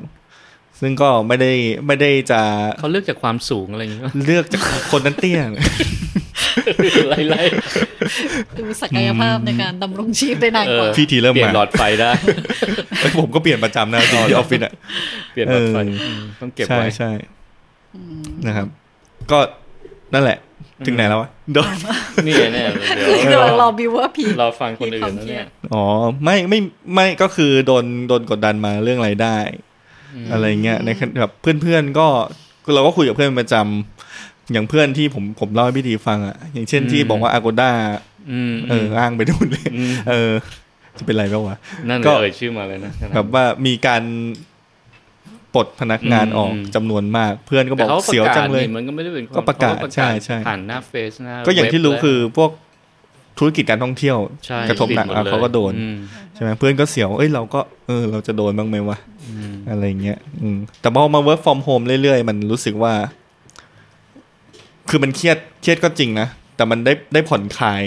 Speaker 1: ซึ่งก็ไม่ได้ไม่ได้จะ
Speaker 2: เขาเลือกจากความสูงอะไรอย่างเงี้ย
Speaker 1: เลือกจากคนนั้นเตี้ย
Speaker 2: <laughs>
Speaker 1: <laughs>
Speaker 2: ไล่ไล่
Speaker 3: ดูศักยภาพในการดำรงชีพได้นานกว่า
Speaker 1: พี่ทีเริ่มมา
Speaker 2: เปลี่ยนหลอดไฟได้
Speaker 1: เอ้ยผมก็เปลี่ยนประ
Speaker 2: <laughs>
Speaker 1: จำนะจริงที่ออฟฟิศอ่ะ
Speaker 2: เปลี่ยนหลอดไฟ
Speaker 1: <laughs> เอออื
Speaker 2: มต้องเก็บ
Speaker 1: ใช่
Speaker 2: ไว้
Speaker 1: ใช่นะครับ ก็นั่นแหละ ถึงไหนแล้ววะโดน
Speaker 2: นี่ไงเนี่ยเดี๋ยว
Speaker 3: นี่กำลังรอบิวว่าผี
Speaker 2: เราฟังคนอื่นนะเนี่ย
Speaker 1: อ๋อไม่ไม่ไม่ก็คือโดนโดนกดดันมาเรื่องรายได้
Speaker 2: อืม
Speaker 1: อะไรเงี้ยในขณะแบบเพื่อนๆก็เราก็คุยกับเพื่อนเป็นประจำอย่างเพื่อนที่ผมผมเล่าให้พี่ดีฟังอ่ะอย่างเช่นที่บอกว่าอากูด้า
Speaker 2: อืม
Speaker 1: เอออ้างไปนู่นเลย
Speaker 2: อืม
Speaker 1: เออ จะเป็นไรบ้างวะ
Speaker 2: นั่นเล
Speaker 1: ก็
Speaker 2: ยเอ่ยชื่อมาเลยนะ
Speaker 1: แบบว่ามีการปลดพนักงานออก
Speaker 2: อืม
Speaker 1: จำนวนมาก เพื่อนก็บ
Speaker 2: แต่
Speaker 1: อก
Speaker 2: ขา
Speaker 1: เสียวจังเลย
Speaker 2: ประกาศนี่มันก็ไม่ได้เป็นควม
Speaker 1: ก็ประกาศ
Speaker 2: เข
Speaker 1: ใช่ใช่
Speaker 2: ผ่านหน้าเฟซหน้า
Speaker 1: ก็อย่างที่รู้คือพวกธุรกิจการท่องเที่ยว
Speaker 2: ใช่
Speaker 1: กระทบหนัก
Speaker 2: ติม
Speaker 1: อ่ะ
Speaker 2: ลย
Speaker 1: เขาก็โดน
Speaker 2: อืม
Speaker 1: ใช่ไหมเพื่อนก็เสียว เอ้ยเราก็เออ เราจะโดนบ้างไหมวะ
Speaker 2: อืม
Speaker 1: อะไรเงี้ย อืม แต่พอมา work from home เรื่อยๆ มันรู้สึกว่า คือมันเครียด เครียดก็จริงนะ แต่มันได้ได้ผ่อนคลาย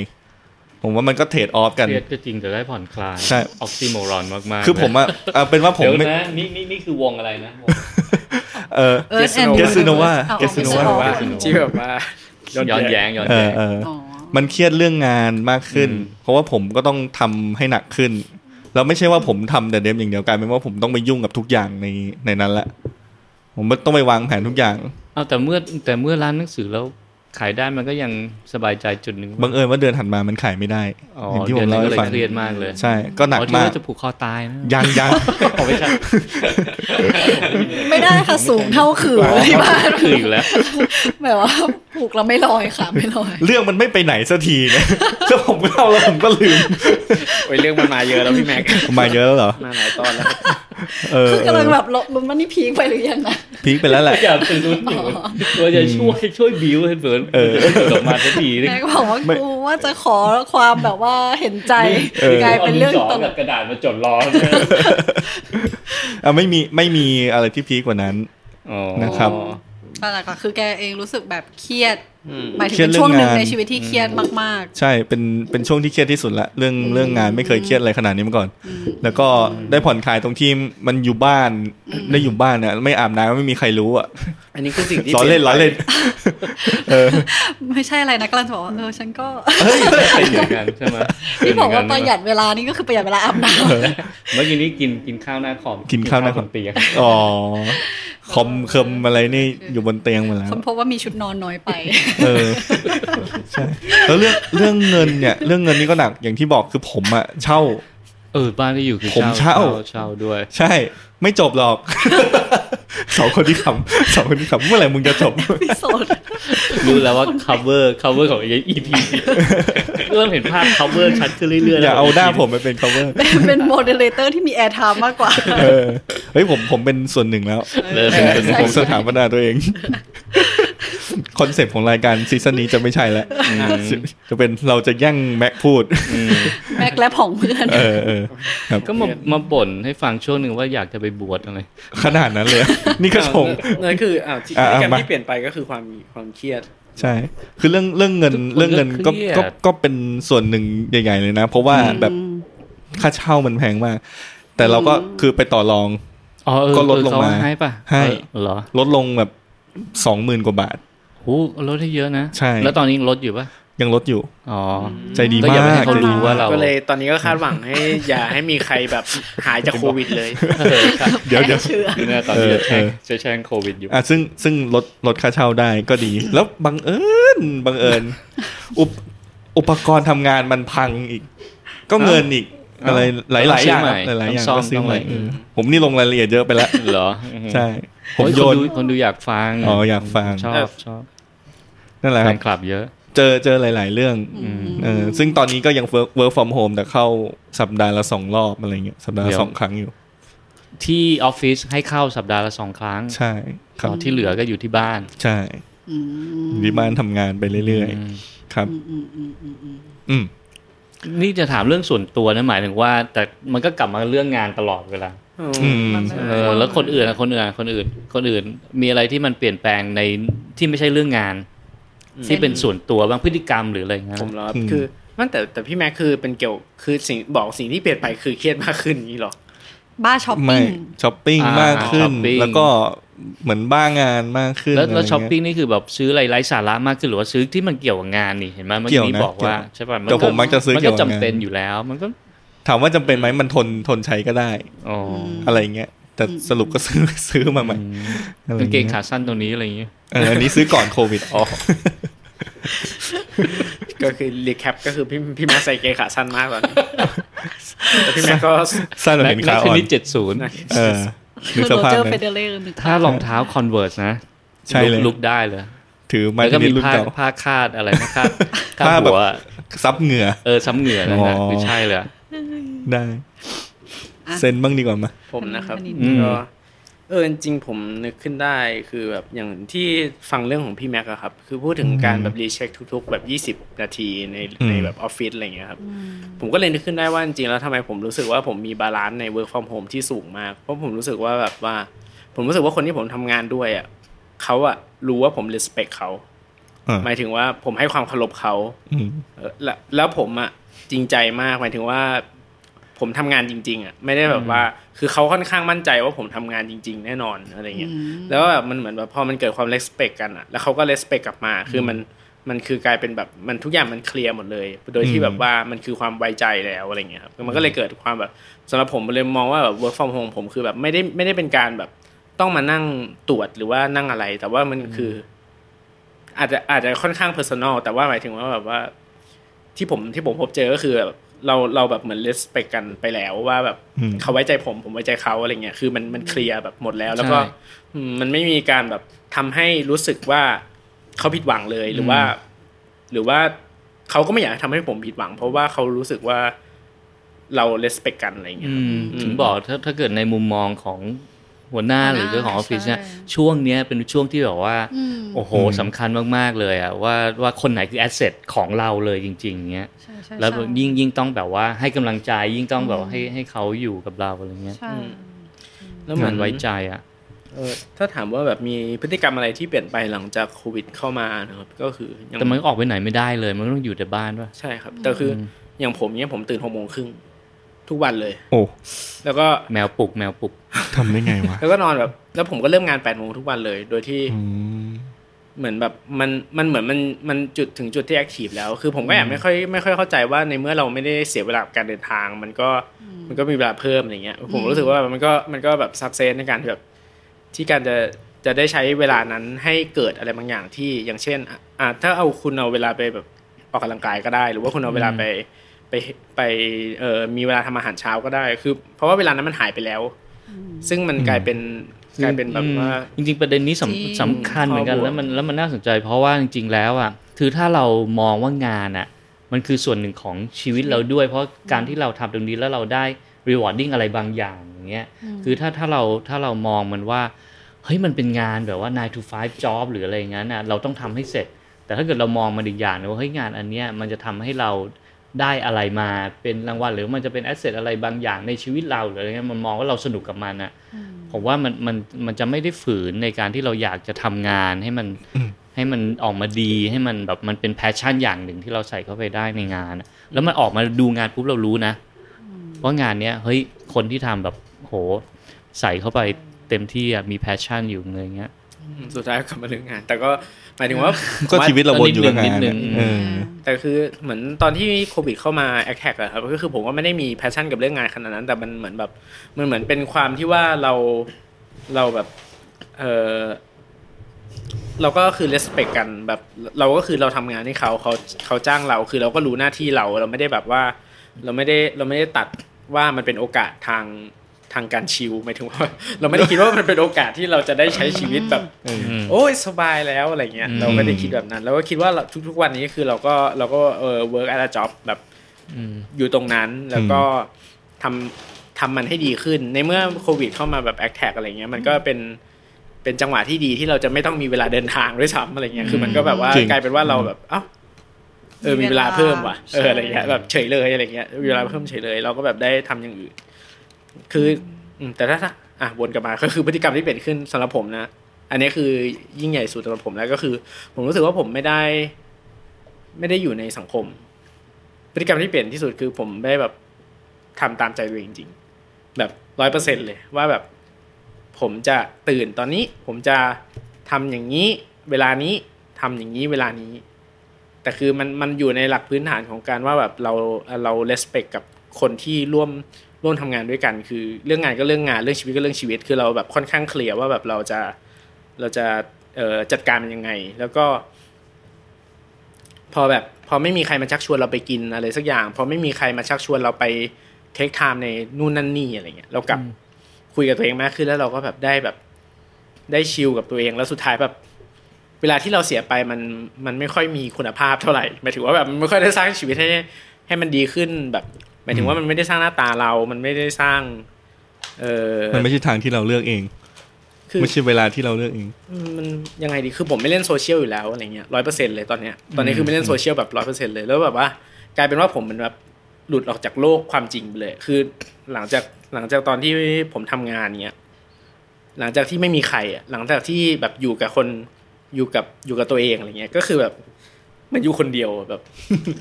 Speaker 1: ผมว่ามันก็เทรดออฟกัน
Speaker 2: เครียดก็จริงแต่ได้ผ่อนคลาย
Speaker 1: ใช่
Speaker 2: ออกซิโมรอนมากๆ
Speaker 1: คือผม
Speaker 2: นะ
Speaker 1: อะเอาเป็นว่าผม
Speaker 2: เดี๋ยว
Speaker 1: ไม่
Speaker 2: นะนี่นี่นี่คือวงอะไรนะวง
Speaker 1: เออ
Speaker 3: เอิร์ธแอนด์
Speaker 1: Casanova
Speaker 3: เอา
Speaker 1: Casanova
Speaker 3: เอา
Speaker 2: ว่า
Speaker 4: ที่แบบว่า
Speaker 2: ย้อนแย้งย้อน
Speaker 1: เอ
Speaker 2: แย้
Speaker 1: อง เออ
Speaker 3: อ๋อ
Speaker 1: มันเครียดเรื่องงานมากขึ้น
Speaker 2: อืม
Speaker 1: เพราะว่าผมก็ต้องทำให้หนักขึ้น แล้วไม่ใช่ว่าผมทำแต่เดมอย่างเดียวกลายเป็นว่าผมต้องไปยุ่งกับทุกอย่างในในนั้นละ ผมต้องไปวางแผนทุกอย่าง
Speaker 2: เอาแต่เมื่อแต่เมื่อร้านหนังสือแล้วขายได้มันก็ยังสบายใจจุดหนึ่ง
Speaker 1: บังเอิญว่าเดือนถัดมามันขายไม่ได้
Speaker 2: อ๋อ
Speaker 1: อย่างที่ผ
Speaker 2: เดือ
Speaker 1: ม
Speaker 2: นนั้
Speaker 1: เล่าน
Speaker 2: ก็
Speaker 1: ให้
Speaker 2: เลย
Speaker 1: ฟัง
Speaker 2: เครียดมากเลย
Speaker 1: ใช่ ก็หนัก
Speaker 2: อ๋อที่
Speaker 1: มาก
Speaker 2: ว่จะผูกคอตายนะ
Speaker 1: ยัง
Speaker 2: <laughs>
Speaker 1: ยัง
Speaker 2: ผมไม่ใช่
Speaker 3: ไม่ได้ค่ะสูงเท่าขื่อที่บ้าน
Speaker 2: คืออยู่แล้ว
Speaker 3: แบบว่าผูกแล้วไม่ลอยค่ะไม่ลอย
Speaker 1: เรื่องมันไม่ไปไหนสักทีนะ <laughs> แล้วผมก็เล่าแล้วผมก็ลืม
Speaker 4: โอ้ยเรื่องมันมาเยอะแล้วพี่แม็ก
Speaker 1: มาเยอะแล้วเหรอ
Speaker 4: มาหลายตอนแล้วครับ
Speaker 1: เออ
Speaker 3: คื
Speaker 1: เอก
Speaker 3: อำลัง
Speaker 1: อ
Speaker 3: แบบลบมันนี่พีคไปหรือยังนะ
Speaker 1: พีคไปแล้วแหละ
Speaker 2: อย่าเป็นรุ่นหนูตัวจะช่วยช่วยบิวให้เหมือน
Speaker 1: เออ
Speaker 2: จะหลุดออกมาสักทีนึง
Speaker 3: แม็กบอกว่า
Speaker 1: ไม่
Speaker 3: กูว่าจะขอความแบบว่าเห็นใจกลายเป็นเรื่องตล
Speaker 2: กับ
Speaker 3: ก
Speaker 2: กระดาษมาจดล้อ
Speaker 1: อ่ะไม่มีไม่มีอะไรที่พีคกว่านั้น นะครับ
Speaker 3: นั่นแหละค่ะคือแกเองรู้สึกแบบเครียด
Speaker 4: อืม
Speaker 3: หมายถึงเป็นช่วงหนึ่งในชีวิตที่เครียดมาก
Speaker 1: ใช่เป็นเป็นช่วงที่เครียดที่สุดละเรื่องเรื่องงานไม่เคยเครียดอะไรขนาดนี้มาก่อน แล้วก็ได้ผ่อนคลายตรงที่มันอยู่บ้านได้อยู่บ้านเนี่ยไม่อาบน้ำไม่มีใครรู้อ่ะ
Speaker 4: อันนี้คือสิ่งที่
Speaker 1: ล้อเล่นล้อเล่น เออ
Speaker 3: ๆ ไม่ใช่อะไรนะกำลังจะบอกว่าเออฉันก็
Speaker 2: เป็นอย่างนั้นใช่ไหม
Speaker 3: ที่บอกว่าประหยัดเวลานี่ก็คือประหยัดเวลาอาบน้ำ
Speaker 2: เมื่อกี้นี้กินกินข้าวหน้าคอม
Speaker 1: กินข้าวหน้าคอม
Speaker 2: เตียง
Speaker 1: อ๋อคอมเคมอะไรนี่อยู่บนเตียงหมดแล้ว
Speaker 3: คนพบว่ามีชุดนอนน้อยไป <laughs>
Speaker 1: เออใช่แล้วเรื่องเรื่องเงินเนี่ย เรื่องเงินนี่ก็หนักอย่างที่บอกคือผมอะเช่า
Speaker 2: เออบ้านที่อยู่คือ
Speaker 1: ผมเช่า
Speaker 2: เช่าด้วย
Speaker 1: ใช่ ไม่จบหรอก <laughs> สองคนที่ขำสองคนที่ขำเมื่อไหร่มึงจะจบ
Speaker 3: พี่โสด
Speaker 2: รู้แล้วว่า cover cover ของไอ้ EP เริ่มเห็นภาพ cover ชัดขึ้นเรื่อยๆ
Speaker 1: อ
Speaker 2: แล้ว
Speaker 1: ย่าเอาหน้าผมไปเป็น cover
Speaker 3: เป็นโมเดเลเตอร์ที่มีแอร์ไทม์มากกว่า
Speaker 1: เออเฮ้ยผมผมเป็นส่วนหนึ่งแล้ว
Speaker 2: เริ่มเป็น
Speaker 1: ผมสถาปนาตัวเอง ค อนเซปต์ของรายการซีซั่นนี้จะไม่ใช่แล้วจะเป็นเราจะแย่งแม็กพูด
Speaker 3: แม็กและผองเพื่อน
Speaker 1: เออเออครับ
Speaker 2: ก็มามาบ่นให้ฟังช่วงหนึ่งว่าอยากจะไปบวชอะไร
Speaker 1: ขนาดนั้นเลย นี่ก็ชง
Speaker 4: เงินคืออ้าวที่
Speaker 1: อ่ะ
Speaker 4: พฤติกรรม
Speaker 1: อ่ะมา
Speaker 4: ที่เปลี่ยนไปก็คือความความเครียด
Speaker 1: ใช่ คือเรื่องเรื่องเงิน
Speaker 2: ทุกคน
Speaker 1: เรื่องเงินก็
Speaker 2: ก็เครียด
Speaker 1: ก็ก็เป็นส่วนหนึ่งใหญ่ ๆ เลยนะ เพราะว่าแบบค่าเช่ามันแพงมาก แต่เราก็
Speaker 3: อืม
Speaker 1: คือไปต่อรอง
Speaker 2: อ๋อเออ
Speaker 1: ก็ลดลงมา
Speaker 2: เออเขให้ป่ะ
Speaker 1: ให้
Speaker 2: เออเหรอ
Speaker 1: ลดลงแบบสองหมื่นกว่าบาท
Speaker 2: โหลดให้เยอะนะ
Speaker 1: ใช่
Speaker 2: แล้วตอนนี้ยังลดอยู่ป่ะ
Speaker 1: ยังลดอยู่
Speaker 2: อ๋อ
Speaker 1: ใจดี
Speaker 2: ก็อย่าไป
Speaker 1: มา
Speaker 2: ให้
Speaker 1: ก
Speaker 2: เขา
Speaker 1: ใจ
Speaker 2: รู้
Speaker 1: ดี
Speaker 2: ว่า
Speaker 1: มาก
Speaker 2: เรา
Speaker 4: ก็เลยตอนนี้ก็คาดหวังให้ อย่าให้มีใครแบบหายจากโควิดเลย
Speaker 2: เออครับ
Speaker 1: เดี๋ยวเดี๋ยว
Speaker 3: แพร่เชื้อ
Speaker 2: เนี่ยตอนนี้จะแช่ง
Speaker 1: เออ
Speaker 2: จะแช่งโควิดอยู่
Speaker 1: อ่ะซึ่งซึ่งลดลดค่าเช่าได้ก็ดี แล้วบังเอิญบังเอิญอุปอุปกรณ์ทำงานมันพังอีก ก็เงินอีกอะไรหลาย ๆ อย่างห
Speaker 2: ต้ซื้ใม่
Speaker 1: ลายๆอย่าง
Speaker 2: ต้
Speaker 1: ก็
Speaker 2: ซ่
Speaker 1: ซื้อใหม่
Speaker 2: ต้ะไร
Speaker 1: เออผมนี่ลงรายละเอียดเยอะไปแล้ว
Speaker 2: เหรอ
Speaker 1: ใช่ ผ
Speaker 2: โอ้
Speaker 1: ม
Speaker 2: ย
Speaker 1: โยน
Speaker 2: คนดูคนดูอยากฟัง
Speaker 1: อ๋ออยากฟัง
Speaker 2: ชอบชอบ
Speaker 1: นั่นแหละ
Speaker 2: แฟ
Speaker 1: ครับ
Speaker 2: นคลับเยอะ
Speaker 1: เจอเจอหลาย ๆ เรื่องเออซึ่งตอนนี้ก็ยัง work work from home แต่เข้าสัปดาห์ละสองรอบอะไรเงี้ยสัปดาห์
Speaker 2: เดี๋
Speaker 1: ละ
Speaker 2: ยว
Speaker 1: สองครั้งอยู่
Speaker 2: ที่ออฟฟิศให้เข้าสัปดาห์ละสองครั้ง
Speaker 1: ใช่ครับ
Speaker 2: อ๋อที่เหลือก็อยู่ที่บ้าน
Speaker 1: ใช่
Speaker 3: อืม
Speaker 1: อยู่ที่บ้านทำงานไปเรื่อย
Speaker 2: อืม
Speaker 1: ๆ ครับ
Speaker 3: อืมอืมอืมอืมอืม
Speaker 1: อืม
Speaker 2: นี่จะถามเรื่องส่วนตัวนะหมายถึงว่า แต่มันก็กลับมาเรื่องงานตลอดเวลา
Speaker 1: อืม
Speaker 2: เออแล้วคนอื่นอะคนอื่นอะคนอื่น คนอื่นมีอะไรที่มันเปลี่ยนแปลงในที่ไม่ใช่เรื่องงาน
Speaker 4: อืม
Speaker 2: ที่เป็นส่วนตัวบ้างพฤติกรรมหรืออะไรอย่างเงี้ย
Speaker 4: ผมเหรอครับ
Speaker 1: อืม
Speaker 4: คือมันแต่แต่พี่แม็กคือเป็นเกี่ยวคือสิ่งบอกสิ่งที่เปลี่ยนไปคือเครียดมากขึ้นอย่างนี้เหรอ
Speaker 3: บ้าช้อป
Speaker 1: ไม่
Speaker 3: ปิ้ง
Speaker 1: ช้อปปิ้งมากขึ้น แล้วก็เหมือนบ้างานมากขึ้น
Speaker 2: แล้วแล้
Speaker 1: ะ
Speaker 2: ว
Speaker 1: ไรเงี้ย
Speaker 2: ช้อปปิ้งนี่คือแบบซื้ออะไรไร้สาระมากขึ้นหรือว่าซื้อที่มันเกี่ยวกับงานนี่เห็นไหมเมื่อ
Speaker 1: เกี่ยว
Speaker 2: กี้
Speaker 1: นะ
Speaker 2: บอกว่า
Speaker 1: เกี่ยว
Speaker 2: ใช่ป่ะ
Speaker 1: แต่ผมมักจะซื้อ
Speaker 2: มัน
Speaker 1: เกี่
Speaker 2: ก็
Speaker 1: ยวกั
Speaker 2: จำ
Speaker 1: บงา
Speaker 2: เป็น
Speaker 1: น
Speaker 2: อยู่แล้ว มันก็
Speaker 1: ถามว่าจำเป็นไหมมันทนทนใช้ก็ได้
Speaker 2: อ๋อ
Speaker 1: อะไรเงี้ย แต่สรุปก็ซื้อซื้อมาใหม่อะไร
Speaker 2: กางเก
Speaker 1: เงี้
Speaker 2: ง
Speaker 1: ย
Speaker 2: ขาสั้นตัวนี้อะไรอย่างเงี้ย
Speaker 1: เอออันนี้ซื้อก่อนโควิดอ๋อ
Speaker 4: ก็คือรีแคปก็คือพี่พี่แม็กใส่เกงขาสั้นมากตอน
Speaker 1: <laughs>
Speaker 4: นี้แต่พี่แม็กก็
Speaker 1: สั้นแบบ
Speaker 2: แม็ก
Speaker 1: เห็น
Speaker 2: แม็
Speaker 1: ขาก อ่อน
Speaker 2: นิดเจ็ดศูนย์
Speaker 1: เออนึ
Speaker 3: คื
Speaker 1: ก
Speaker 3: อ
Speaker 1: ส
Speaker 3: โร
Speaker 1: ภาพ
Speaker 3: เจอร์
Speaker 1: นะ
Speaker 3: เฟเดเลอร์นึก
Speaker 2: ถ้ารองเท้าคอนเวิร์สนะ
Speaker 1: ใช่เลย
Speaker 2: ลุกได้เลย
Speaker 1: ถือไม้
Speaker 2: แล้
Speaker 1: ช
Speaker 2: วก็
Speaker 1: นิ
Speaker 2: มี
Speaker 1: ดรุ่น
Speaker 2: ผ้า
Speaker 1: เก่า
Speaker 2: ผ้าคาดอะไรนะคาดคาด
Speaker 1: ผ้าแบบ
Speaker 2: หัว
Speaker 1: ซับเหงื่อ
Speaker 2: เออซ้ำเหงื่อนั่นนะคือใช่เลยอะ
Speaker 1: ได้
Speaker 3: อ่ะ
Speaker 1: เซ็นบ้างดีกว่ามา
Speaker 4: ผมนะครับ
Speaker 3: อันนี้
Speaker 2: อืม
Speaker 4: ก็เออจริงๆผมนึกขึ้นได้คือแบบอย่างที่ฟังเรื่องของพี่แม็กอะครับ คือพูดถึงการแบบรีเช็คทุกๆ แบบ 20 นาทีในในแบบออฟฟิศอะไรอย่างเงี้ยครับ ผมก็เลยนึกขึ้นได้ว่าจริงๆแล้วทำไมผมรู้สึกว่าผมมีบาลานซ์ใน work from home ที่สูงมาก เพราะผมรู้สึกว่าแบบว่า ผมรู้สึกว่าคนที่ผมทำงานด้วยอะเขาอะรู้ว่าผม respect เขา
Speaker 1: อ่า
Speaker 4: หมายถึงว่าผมให้ความเคารพเขา
Speaker 1: อืม
Speaker 4: เออแล้วแล้วผมอะจริงใจมากหมายถึงว่า ผมทำงานจริง ๆอะไม่ได้แบบว่า คือเขาค่อนข้างมั่นใจว่าผมทำงานจริง ๆ แน่นอนอะไรเงี้ยแล้วแบบมันเหมือนแบบพอมันเกิดความเลสเปกกันอะแล้วเขาก็เลสเปกกลับมา คือมันมันคือกลายเป็นแบบมันทุกอย่างมันเคลียร์หมดเลย โดยที่
Speaker 1: อืม
Speaker 4: แบบว่ามันคือความไว้ใจแล้วอะไรเงี้ยครับมันก็เลยเกิดความแบบสำหรับผมเลยมองว่าแบบ work from home ผมคือแบบไม่ได้ไม่ได้เป็นการแบบต้องมานั่งตรวจหรือว่านั่งอะไร แต่ว่ามันคือ อาจจะอาจจะค่อนข้างเพอร์ซันอลแต่ว่าหมายถึงว่าแบบว่า ที่ผมที่ผมพบเจอก็คือแบบเราเราแบบเหมือนเลสเปกกันไปแล้วว่าแบบ
Speaker 1: อืม
Speaker 4: เขาไว้ใจผมผมไว้ใจเขาอะไรเงี้ยคือมันมันเคลียร์แบบหมดแล้ว แล้วก็
Speaker 2: ใช่
Speaker 4: อืมมันไม่มีการแบบทำให้รู้สึกว่าเขาผิดหวังเลยหรือว่า หรือว่าเขาก็ไม่อยากทำให้ผมผิดหวัง เพราะว่าเขารู้สึกว่าเราเลสเปกกันอะไรเงี้ย
Speaker 2: อืม
Speaker 4: อืม
Speaker 2: ถึงบอกถ้าถ้าเกิดในมุมมองของหัวหน้า
Speaker 3: หั
Speaker 2: ห
Speaker 3: วหน้า
Speaker 2: รือเจ้าของออฟฟิศเนี่ย
Speaker 3: ใช่
Speaker 2: ช่วงเนี้ยเป็นช่วงที่แบบว่า
Speaker 3: อืม
Speaker 2: โอ้โห
Speaker 1: อืม
Speaker 2: สำคัญมาก ๆ เลยอะว่าว่าคนไหนคือแอสเซทของเราเลยจริง ๆเงี้ย
Speaker 3: ใช่ใช่
Speaker 2: แล้ว
Speaker 3: ใช่
Speaker 2: ยิ่งยิ่งต้องแบบว่าให้กำลังใจยิ่งต้องแบบว่าให้ให้เขาอยู่กับเราอะไรเงี้ย
Speaker 3: ใช่
Speaker 4: แล้วเหมื
Speaker 2: งา
Speaker 4: อน น
Speaker 2: ไว้ใจอะ
Speaker 4: เออถ้าถามว่าแบบมีพฤติกรรมอะไรที่เปลี่ยนไปหลังจากโควิดเข้ามานะครับก็คือยัง
Speaker 2: แต่มันออกไปไหนไม่ได้เลย มันต้องอยู่แต่บ้านว่ะ
Speaker 4: ใช่ครับ แต่คืออ
Speaker 2: ม
Speaker 4: อย่างผมเนี่ยผมตื่นหกโมงครึ่งทุกวันเลย
Speaker 1: โอ้
Speaker 4: แล้วก็
Speaker 2: แมวปลุกแมวปลุก
Speaker 1: ทำได้ไงวะ
Speaker 4: แล้วก็นอนแบบ แล้วผมก็เริ่มงานแปดโมงทุกวันเลย โดยที่
Speaker 1: อืม
Speaker 4: เหมือนแบบมันมันเหมือนมันมันจุดถึงจุดที่แอคทีฟแล้ว คือผมก็แอบไม่ค่อยไม่ค่อยเข้าใจว่าในเมื่อเราไม่ได้เสียเวลากับการเดินทาง มันก็มันก็มีเวลาเพิ่มอะไรเงี้ย ผม
Speaker 3: อืม
Speaker 4: รู้สึกว่ามันก็มันก็แบบสักเซสในการที่แบบที่การจะจะได้ใช้เวลานั้นให้เกิดอะไรบางอย่างที่อย่างเช่นอ่ะอ่ะถ้าเอาคุณเอาเวลาไปแบบออกกำลังกายก็ได้ หรือว่าคุณเอาเวลา
Speaker 2: อืม
Speaker 4: ไปไปไปเอ่อมีเวลาทำอาหารเช้าก็ได้คือ เพราะว่าเวลานั้นมันหายไปแล้ว ซึ่งมันกลายเป็นกลายเป็นแบบว่า
Speaker 2: อืมจริงๆประเด็นนี้
Speaker 3: จริง
Speaker 2: สำสำคัญเหมือนกัน
Speaker 4: ข้อบวก
Speaker 2: แล้วมันแล้วมันน่าสนใจ เพราะว่าจริง ๆ แล้วอ่ะคือถ้าเรามองว่างานอ่ะ มันคือส่วนหนึ่งของชีวิตเราด้วย เพราะการที่เราทำตรงนี้แล้วเราได้ rewarding อะไรบางอย่างอย่างเงี้ยคือถ้าถ้าเราถ้าเรามองมันว่า เฮ้ยมันเป็นงานแบบว่า 9 to 5 job หรืออะไรอย่างนั้นน่ะเราต้องทำให้เสร็จ แต่ถ้าเกิดเรามองมันอีกอย่างนะว่าเฮ้ยงานอันเนี้ยมันจะทำให้เราได้อะไรมาเป็นรางวัลหรือมันจะเป็นแอสเซทอะไรบางอย่างในชีวิตเราหรืออะไรเงี้ยมันมองว่าเราสนุกกับมันอ่ะ ผมว่ามันมันมันจะไม่ได้ฝืนในการที่เราอยากจะทำงานให้มันให้มันออกมาดีให้มันแบบมันเป็นแพชชั่นอย่างหนึ่งที่เราใส่เข้าไปได้ในงานอะแล้วมันออกมาดูงานปุ๊บเรารู้นะว่างานเนี้ยเฮ้ยคนที่ทำแบบโหใส่เข้าไปเต็มที่อะมีแพชชั่นอยู่เลยางเงี้ย
Speaker 4: สุดท้ายก็กลับมาเรื่องงาน แต่ก็หมายถึงว่า
Speaker 1: <laughs> ก็ชีวิตเราวนอยู่กับงาน
Speaker 2: นิดนึ
Speaker 1: เนี่ย
Speaker 2: ง
Speaker 1: เออ
Speaker 4: แต่คือเหมือนตอนที่โควิดเข้ามาแอคแท็กอะครับก็คือผมก็ไม่ได้มีแพชชั่นกับเรื่องงานขนาดนั้น แต่มันเหมือนแบบมันเหมือนเป็นความที่ว่าเราเราแบบเออเราก็คือเลสเปกกันแบบเราก็คือเราทำงานให้เขาเขาเขาจ้างเราคือเราก็รู้หน้าที่เราเราไม่ได้แบบว่า เราไม่ได้เราไม่ได้ตัดว่ามันเป็นโอกาสทางทางการชิลหมายถึงว่า เราไม่ได้คิดว่ามันเป็นโอกาสที่เราจะได้ใช้ชีวิตแบบ
Speaker 1: เออ
Speaker 2: อืม
Speaker 4: โอ้ยสบายแล้วอะไรเงี้ย
Speaker 2: อืม
Speaker 4: เราไม่ได้คิดแบบนั้นเราก็คิดว่าเราทุก ๆ วันนี้คือเราก็เราก็เออ work at a job แบบ
Speaker 2: อืม
Speaker 4: อยู่ตรงนั้นแล้วก็ทำทำมันให้ดีขึ้น ในเมื่อโควิดเข้ามาแบบ act tag อะไรเงี้ยมันก็เป็นเป็นจังหวะที่ดีที่เราจะไม่ต้องมีเวลาเดินทางด้วยซ้ำอะไรเงี้ยคือมันก็แบบว่า
Speaker 1: จริง
Speaker 4: กลายเป็นว่าเราแบบเอ้าเออ
Speaker 3: มี
Speaker 4: มี
Speaker 3: เว
Speaker 4: เว
Speaker 3: ลา
Speaker 4: ลาเพิ่มว่ะเออ
Speaker 3: ใช่
Speaker 4: อะไรเงี้ยแบบเฉยเลยอะไรเงี้ยมีเวลาเพิ่มเฉยเลย เราก็แบบได้ทำอย่างอื่น คืออืมแต่ถ้าอ่ะวนกลับมาก็ <laughs> คือพฤติกรรมที่เปลี่ยนขึ้นสำหรับผมนะ อันนี้คือยิ่งใหญ่สุดสำหรับผมแล้วก็คือ ผมรู้สึกว่าผมไม่ได้ ไม่ได้อยู่ในสังคม พฤติกรรมที่เปลี่ยนที่สุดคือผมได้แบบทำตามใจตัวเองจริงๆแบบร้อยเปอร์เซ็นเลยว่าแบบ ผมจะตื่นตอนนี้ ผมจะทำอย่างนี้ เวลานี้ทำอย่างนี้เวลานี้ แต่คือมันมันอยู่ในหลักพื้นฐานของการว่าแบบเราเราเลสเปกกับคนที่ร่วมร่วมทำงานด้วยกัน คือเรื่องงานก็เรื่องงานเรื่องชีวิตก็เรื่องชีวิต คือเราแบบค่อนข้างเคลียร์ว่าแบบเราจะเราจะเอ่อจัดการมันยังไง แล้วก็ พอแบบพอไม่มีใครมาชักชวนเราไปกินอะไรสักอย่าง พอไม่มีใครมาชักชวนเราไปเทคไทม์ในนู่นนั่นนี่อะไรเงี้ยเรากลับ
Speaker 2: อืม
Speaker 4: คุยกับตัวเองมากขึ้นแล้วเราก็แบบได้แบบ ได้ชิลกับตัวเองแล้วสุดท้ายแบบ เวลาที่เราเสียไปมันมันไม่ค่อยมีคุณภาพเท่าไหร่หมายถึงว่าแบบมันไม่ค่อยได้สร้างชีวิตให้ให้มันดีขึ้นแบบหมายถึงว่ามันไม่ได้สร้างหน้าตาเรา มันไม่ได้สร้าง เออ
Speaker 1: มันไม่ใช่ทางที่เราเลือกเอง
Speaker 4: คือ
Speaker 1: ไม่ใช่เวลาที่เราเลือกเอง
Speaker 4: มันยังไงดีคือผมไม่เล่นโซเชียลอยู่แล้วอะไรเงี้ยร้อยเปอร์เซ็นเลยตอนเนี้ยตอนนี้คือไม่เล่นโซเชียลแบบร้อยเปอร์เซ็นเลยแล้วแบบว่ากลายเป็นว่าผมมันแบบหลุดออกจากโลกความจริงไปเลย คือหลังจากหลังจากตอนที่ผมทำงานเนี้ยหลังจากที่ไม่มีใครอ่ะหลังจากที่แบบอยู่กับคนอยู่กับอยู่กับตัวเองอะไรเงี้ยก็คือแบบมันอยู่คนเดียวอะแบบ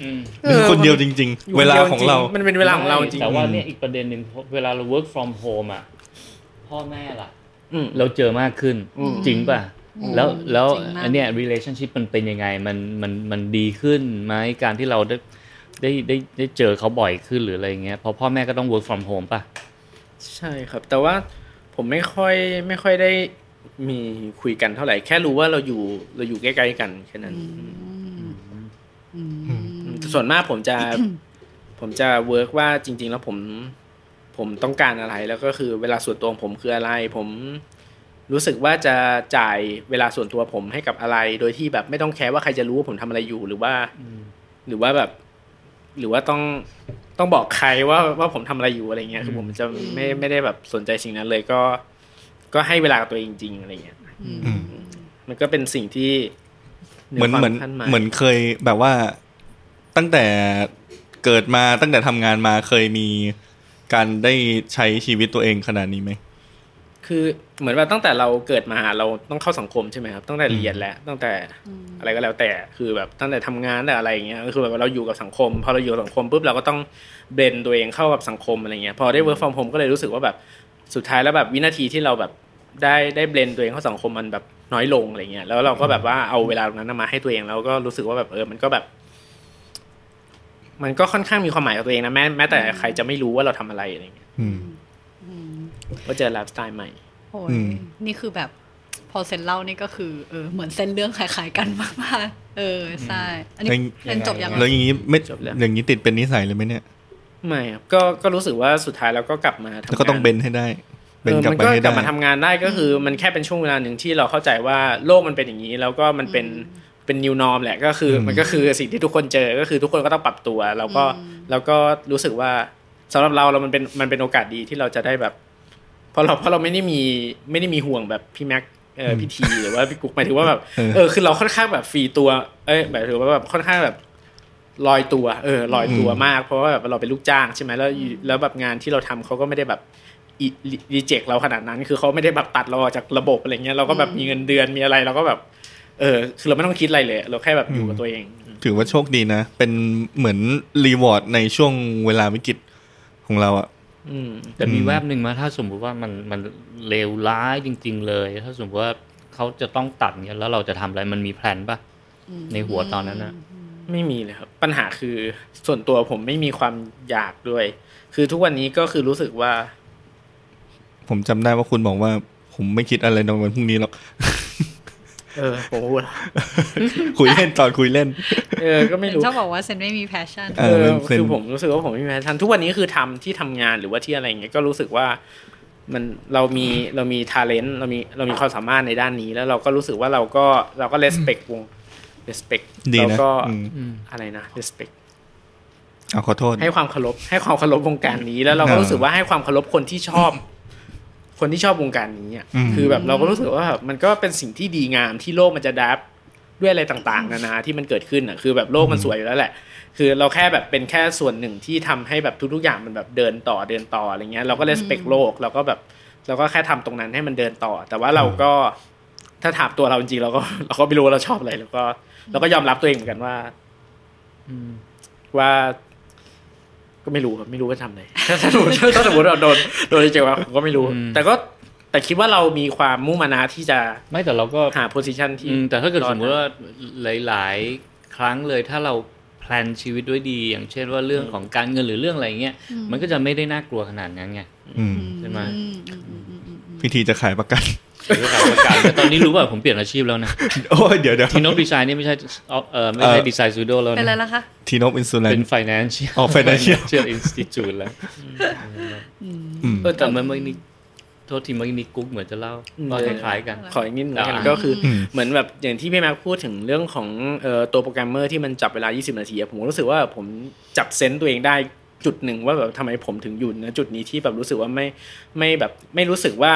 Speaker 2: อืม
Speaker 1: มันคนเดียวจริง
Speaker 4: อยู่
Speaker 1: ๆ เวลาของเรา
Speaker 4: คนดียวจๆมันเป็นเวลาของเราจริง
Speaker 2: แต่ว่าเนี่ยอีกประเด็นหนึ่งเวลาเรา work from home อ่ะพ่อแม่ล่ะ
Speaker 4: อืม
Speaker 2: เราเจอมากขึ้น
Speaker 4: อืม
Speaker 2: จริงป่ะ
Speaker 3: อืม
Speaker 2: แล้วแล้ว
Speaker 3: จริงมาก
Speaker 2: อันเนี้ย relationship มันเป็นยังไงมันมันมันดีขึ้นไหมการที่เราได้ได้ได้ได้เจอเขาบ่อยขึ้นหรืออะไรเงี้ยเพราะพ่อแม่ก็ต้อง work from home ป่ะ
Speaker 4: ใช่ครับ แต่ว่าผมไม่ค่อยไม่ค่อยได้มีคุยกันเท่าไหร่ แค่รู้ว่าเราอยู่เราอยู่ใกล้ๆกันแค่นั้น
Speaker 3: อืม
Speaker 4: อืมส่วนมากผมจะ <coughs> ผมจะเวิร์กว่าจริง ๆ แล้วผมผมต้องการอะไรแล้วก็คือเวลาส่วนตัวของผมคืออะไร ผมรู้สึกว่าจะจ่ายเวลาส่วนตัวผมให้กับอะไร โดยที่แบบไม่ต้องแคร์ว่าใครจะรู้ว่าผมทำอะไรอยู่หรือว่า หรือว่าแบบ หรือว่าต้องต้องบอกใครว่าว่าผมทำอะไรอยู่อะไรเงี้ยคือผมจะไม่ไม่ได้แบบสนใจสิ่งนั้นเลยก็ ก็ให้เวลากับตัวเองจริงๆอะไรเงี้ย
Speaker 1: อืม
Speaker 4: มันก็เป็นสิ่งที่
Speaker 1: เหมือนเหมือน
Speaker 4: คาคาดาย
Speaker 1: เหมือนเคยแบบว่าตั้งแต่เกิดมาตั้งแต่ทำงานมาเคยมีการได้ใช้ชีวิตตัวเองขนาดนี้ไหม
Speaker 4: คือเหมือนว่าตั้งแต่เราเกิดมาเราต้องเข้าสังคมใช่ไหมครับตั้งแต่เรียนแล้วตั้งแต่ อะไรก็แล้วแต่คือแบบตั้งแต่ทำงานตั้งแต่อะไรอย่างเงี้ยก็คือแบบเราอยู่กับสังคม พอเราอยู่กับสังคมปุ๊บเราก็ต้องเบรนตัวเองเข้ากับสังคมอะไรเงี้ยพอได้ work from home ก็เลยรู้สึกว่าแบบสุดท้ายแล้วแบบวินาทีที่เราแบบได้ได้เบรนตัวเองเข้าสังคมมันแบบน้อยลงอะไรเงี้ยแล้วเราก็แบบว่าเอาเวลาตรงนั้นมาให้ตัวเองแล้วก็รู้สึกว่าแบบเออมันก็แบบ มันก็ค่อนข้างมีความหมายกับตัวเองนะแม้แม้แต่ใครจะไม่รู้ว่าเราทำอะไรอะไรเงี้ย
Speaker 1: อืม
Speaker 3: อืม
Speaker 4: ก็เจอไลฟ์สไตล์ใหม่
Speaker 3: โอ้
Speaker 1: อื
Speaker 3: ย
Speaker 1: ม
Speaker 3: นี่คือแบบพอเซนเล่านี่ก็คือเออเหมือนเส้นเรื่องคล้ายๆกันมากๆเออใช่อันนี้เรียนจบยังไง
Speaker 1: แล้วอย่างนี้ไม่
Speaker 4: จบแล้ว
Speaker 1: อย่างนี้ติดเป็นนิสัยเลยไหมเนี่ย
Speaker 4: ไม่ครับก็ก็รู้สึกว่าสุดท้ายแล้วก็กลับมาทำ
Speaker 1: แล้วก็ต้อง
Speaker 4: งาน
Speaker 1: เบนให้ได้ เบนกลับ
Speaker 4: มัน
Speaker 1: ไป
Speaker 4: ก็
Speaker 1: ให้
Speaker 4: กลั
Speaker 1: ได้
Speaker 4: บมาทำงานได้ก็คือ มันแค่เป็นช่วงเวลาหนึ่งที่เราเข้าใจว่าโลกมันเป็นอย่างนี้ แล้วก็มันเป็นเป็น new norm แหละก็คืออ
Speaker 1: ม
Speaker 4: มันก็คือสิ่งที่ทุกคนเจอก็คือทุกคนก็ต้องปรับตัว แล้วก็แล้วก็รู้สึกว่าสำหรับเราเรามันเป็นมันเป็นโอกาสดีที่เราจะได้แบบ เพราะเราเพราะเราไม่ได้มีไม่ได้มีห่วงแบบพี่แม็กเออพี่ทีหรือว่าพี่กุ๊กหมายถึงว่าแบบ
Speaker 1: เออ
Speaker 4: เออคือเราค่อนข้างแบบฟรีตัว เอ้ยหมายถึงว่าแบบค่อนข้างแบบลอยตัว เออลอยตัวมาก เพราะว่าแบบเราเป็นลูกจ้างใช่ไหมแล้วอยู่แล้วแบบงานที่เราทำเขาก็ไม่ได้แบบรีเจคเราขนาดนั้น คือเขาไม่ได้แบบตัดเราออกจากระบบอะไรเงี้ยเราก็แบบมีเงินเดือนมีอะไรเราก็แบบ เออคือเราไม่ต้องคิดอะไรเลย เราแค่แบบอยู่กับตัวเอง
Speaker 1: ถือว่าโชคดีนะ เป็นเหมือนรีวอร์ดในช่วงเวลาวิกฤตของเราอะ
Speaker 4: อืม
Speaker 2: แต่มี
Speaker 1: อืม
Speaker 2: แวบหนึ่งมาถ้าสมมุติว่ามันมันเลวร้ายจริง ๆ เลย ถ้าสมมติว่าเขาจะต้องตัดเนี่ยแล้วเราจะทำอะไรมันมีแผนปะ ในหัวตอนนั้นน่ะ
Speaker 4: ไม่มีเลยครับ ปัญหาคือส่วนตัวผมไม่มีความอยากด้วย คือทุกวันนี้ก็คือรู้สึกว่า
Speaker 1: ผมจำได้ว่าคุณบอกว่า ผมไม่คิดอะไรในวันพรุ่งนี้หรอก <laughs>
Speaker 4: เออผมพูดละ
Speaker 1: คุยเล่นตอนคุยเล่น
Speaker 4: เออก็
Speaker 3: เซ
Speaker 4: ไม่
Speaker 3: น
Speaker 4: รู้
Speaker 3: ชอบบอกว่าเซนไม่มีแพชชั่น
Speaker 1: เอ
Speaker 4: เอ
Speaker 1: อ
Speaker 4: อ
Speaker 1: เป็นเป็น
Speaker 4: คือผมรู้สึกว่าผมไม่มีแพชชั่นทุกวันนี้คือทำที่ทำงานหรือว่าที่อะไรอย่างเงี้ยก็รู้สึกว่ามันเรามีเรามีทาเลนต์เรามีเรามีความสามารถในด้านนี้ แล้วเราก็รู้สึกว่าเราก็เราก็เลสเปควงเลสเปค
Speaker 1: ดี
Speaker 4: เรา
Speaker 1: นะ
Speaker 4: ก็
Speaker 1: อืม
Speaker 2: อืม
Speaker 4: อะไรนะเลสเปค
Speaker 1: เอาขอโทษ
Speaker 4: ให้ความเคารพให้ความเคารพวงการนี้แล้วเราก็
Speaker 1: เออ
Speaker 4: รู้สึกว่าให้ความเคารพคนที่ชอบ คนที่ชอบวงการนี้อ่ะ
Speaker 1: อืม
Speaker 4: คือแบบเราก็รู้สึกว่าแบบมันก็เป็นสิ่งที่ดีงามที่โลกมันจะดับด้วยอะไรต่างๆ นานาที่มันเกิดขึ้นอ่ะคือแบบโลกมันสวยอยู่แล้วแหละ คือเราแค่แบบเป็นแค่ส่วนหนึ่งที่ทำให้แบบทุกๆอย่างมันแบบเดินต่อเดินต่ออะไรเงี้ยเราก็เลสเปกโลกเราก็แบบเราก็แค่ทำตรงนั้นให้มันเดินต่อ แต่ว่าเราก็ถ้าถามตัวเราจริงๆเราก็ <laughs> เราก็ไม่รู้ว่าเราชอบอะไรเราก็เราก็ยอมรับตัวเองเหมือนกันว่า
Speaker 2: อืม
Speaker 4: ว่าก็ไม่รู้ครับไม่รู้ว่าทำอะไร <laughs> ถ้าสมมติถ้าสมมติเราโดนโดนเจอว่าผมก็ไม่รู้
Speaker 2: อืม
Speaker 4: แต่ก็แต่คิดว่าเรามีความมุ่งมานะที่จะ
Speaker 2: ไม่แต่เราก็
Speaker 4: หาโพสิชันที่
Speaker 2: อืมแต่ถ้าเกิดสมมติว่าหลาย ๆ ครั้งเลยถ้าเราแพลนชีวิตด้วยดี อย่างเช่นว่าเรื่องของการเงินหรือเรื่องอะไรเงี้ย
Speaker 3: อืม
Speaker 2: มันก็จะไม่ได้น่ากลัวขนาดนั้นไง <laughs>
Speaker 1: อืม
Speaker 2: ใช่ไหม
Speaker 3: อือืมอืมอืมอืมอืม
Speaker 1: พิธีจะขายประกัน <laughs>
Speaker 2: หรือว่าประกันแต่ตอนนี้รู้ว่าผมเปลี่ยนอาชีพแล้วนะ
Speaker 1: โอ้ยเดี๋ยวเดี๋ยว
Speaker 2: ทีนกดีไซน์นี่ไม่ใช่เออไม่ใช่
Speaker 1: เออ
Speaker 2: ดีไซน์ซูโดแล้ว
Speaker 3: เป็นอะไร
Speaker 2: นะ
Speaker 3: ล่ะคะ
Speaker 1: ทีนอฟอินซูแลน
Speaker 2: เป็น financial
Speaker 1: อ๋อ financial
Speaker 2: <laughs> financial institute แล้วเออแต่เมื่อกี้นี้โทษทีเมื่อกี้นี้กุ๊กเหมือนจะเล่าก็คล้ายๆกัน
Speaker 4: ขออีกนิดนึงแล้วกัน
Speaker 2: อ่า
Speaker 4: ก็คืออ
Speaker 1: ม
Speaker 4: เหมือนแบบอย่างที่พี่แม็กพูดถึงเรื่องของเอ่อตัวโปรแกรมเมอร์ที่มันจับเวลา 20 นาทีอะผมรู้สึกว่าผมจับเซนต์ตัวเองได้จุดหนึ่งว่าแบบทำไมผมถึงอยู่นะจุดนี้ที่แบบรู้สึกว่าไม่ไม่แบบไม่รู้สึกว่า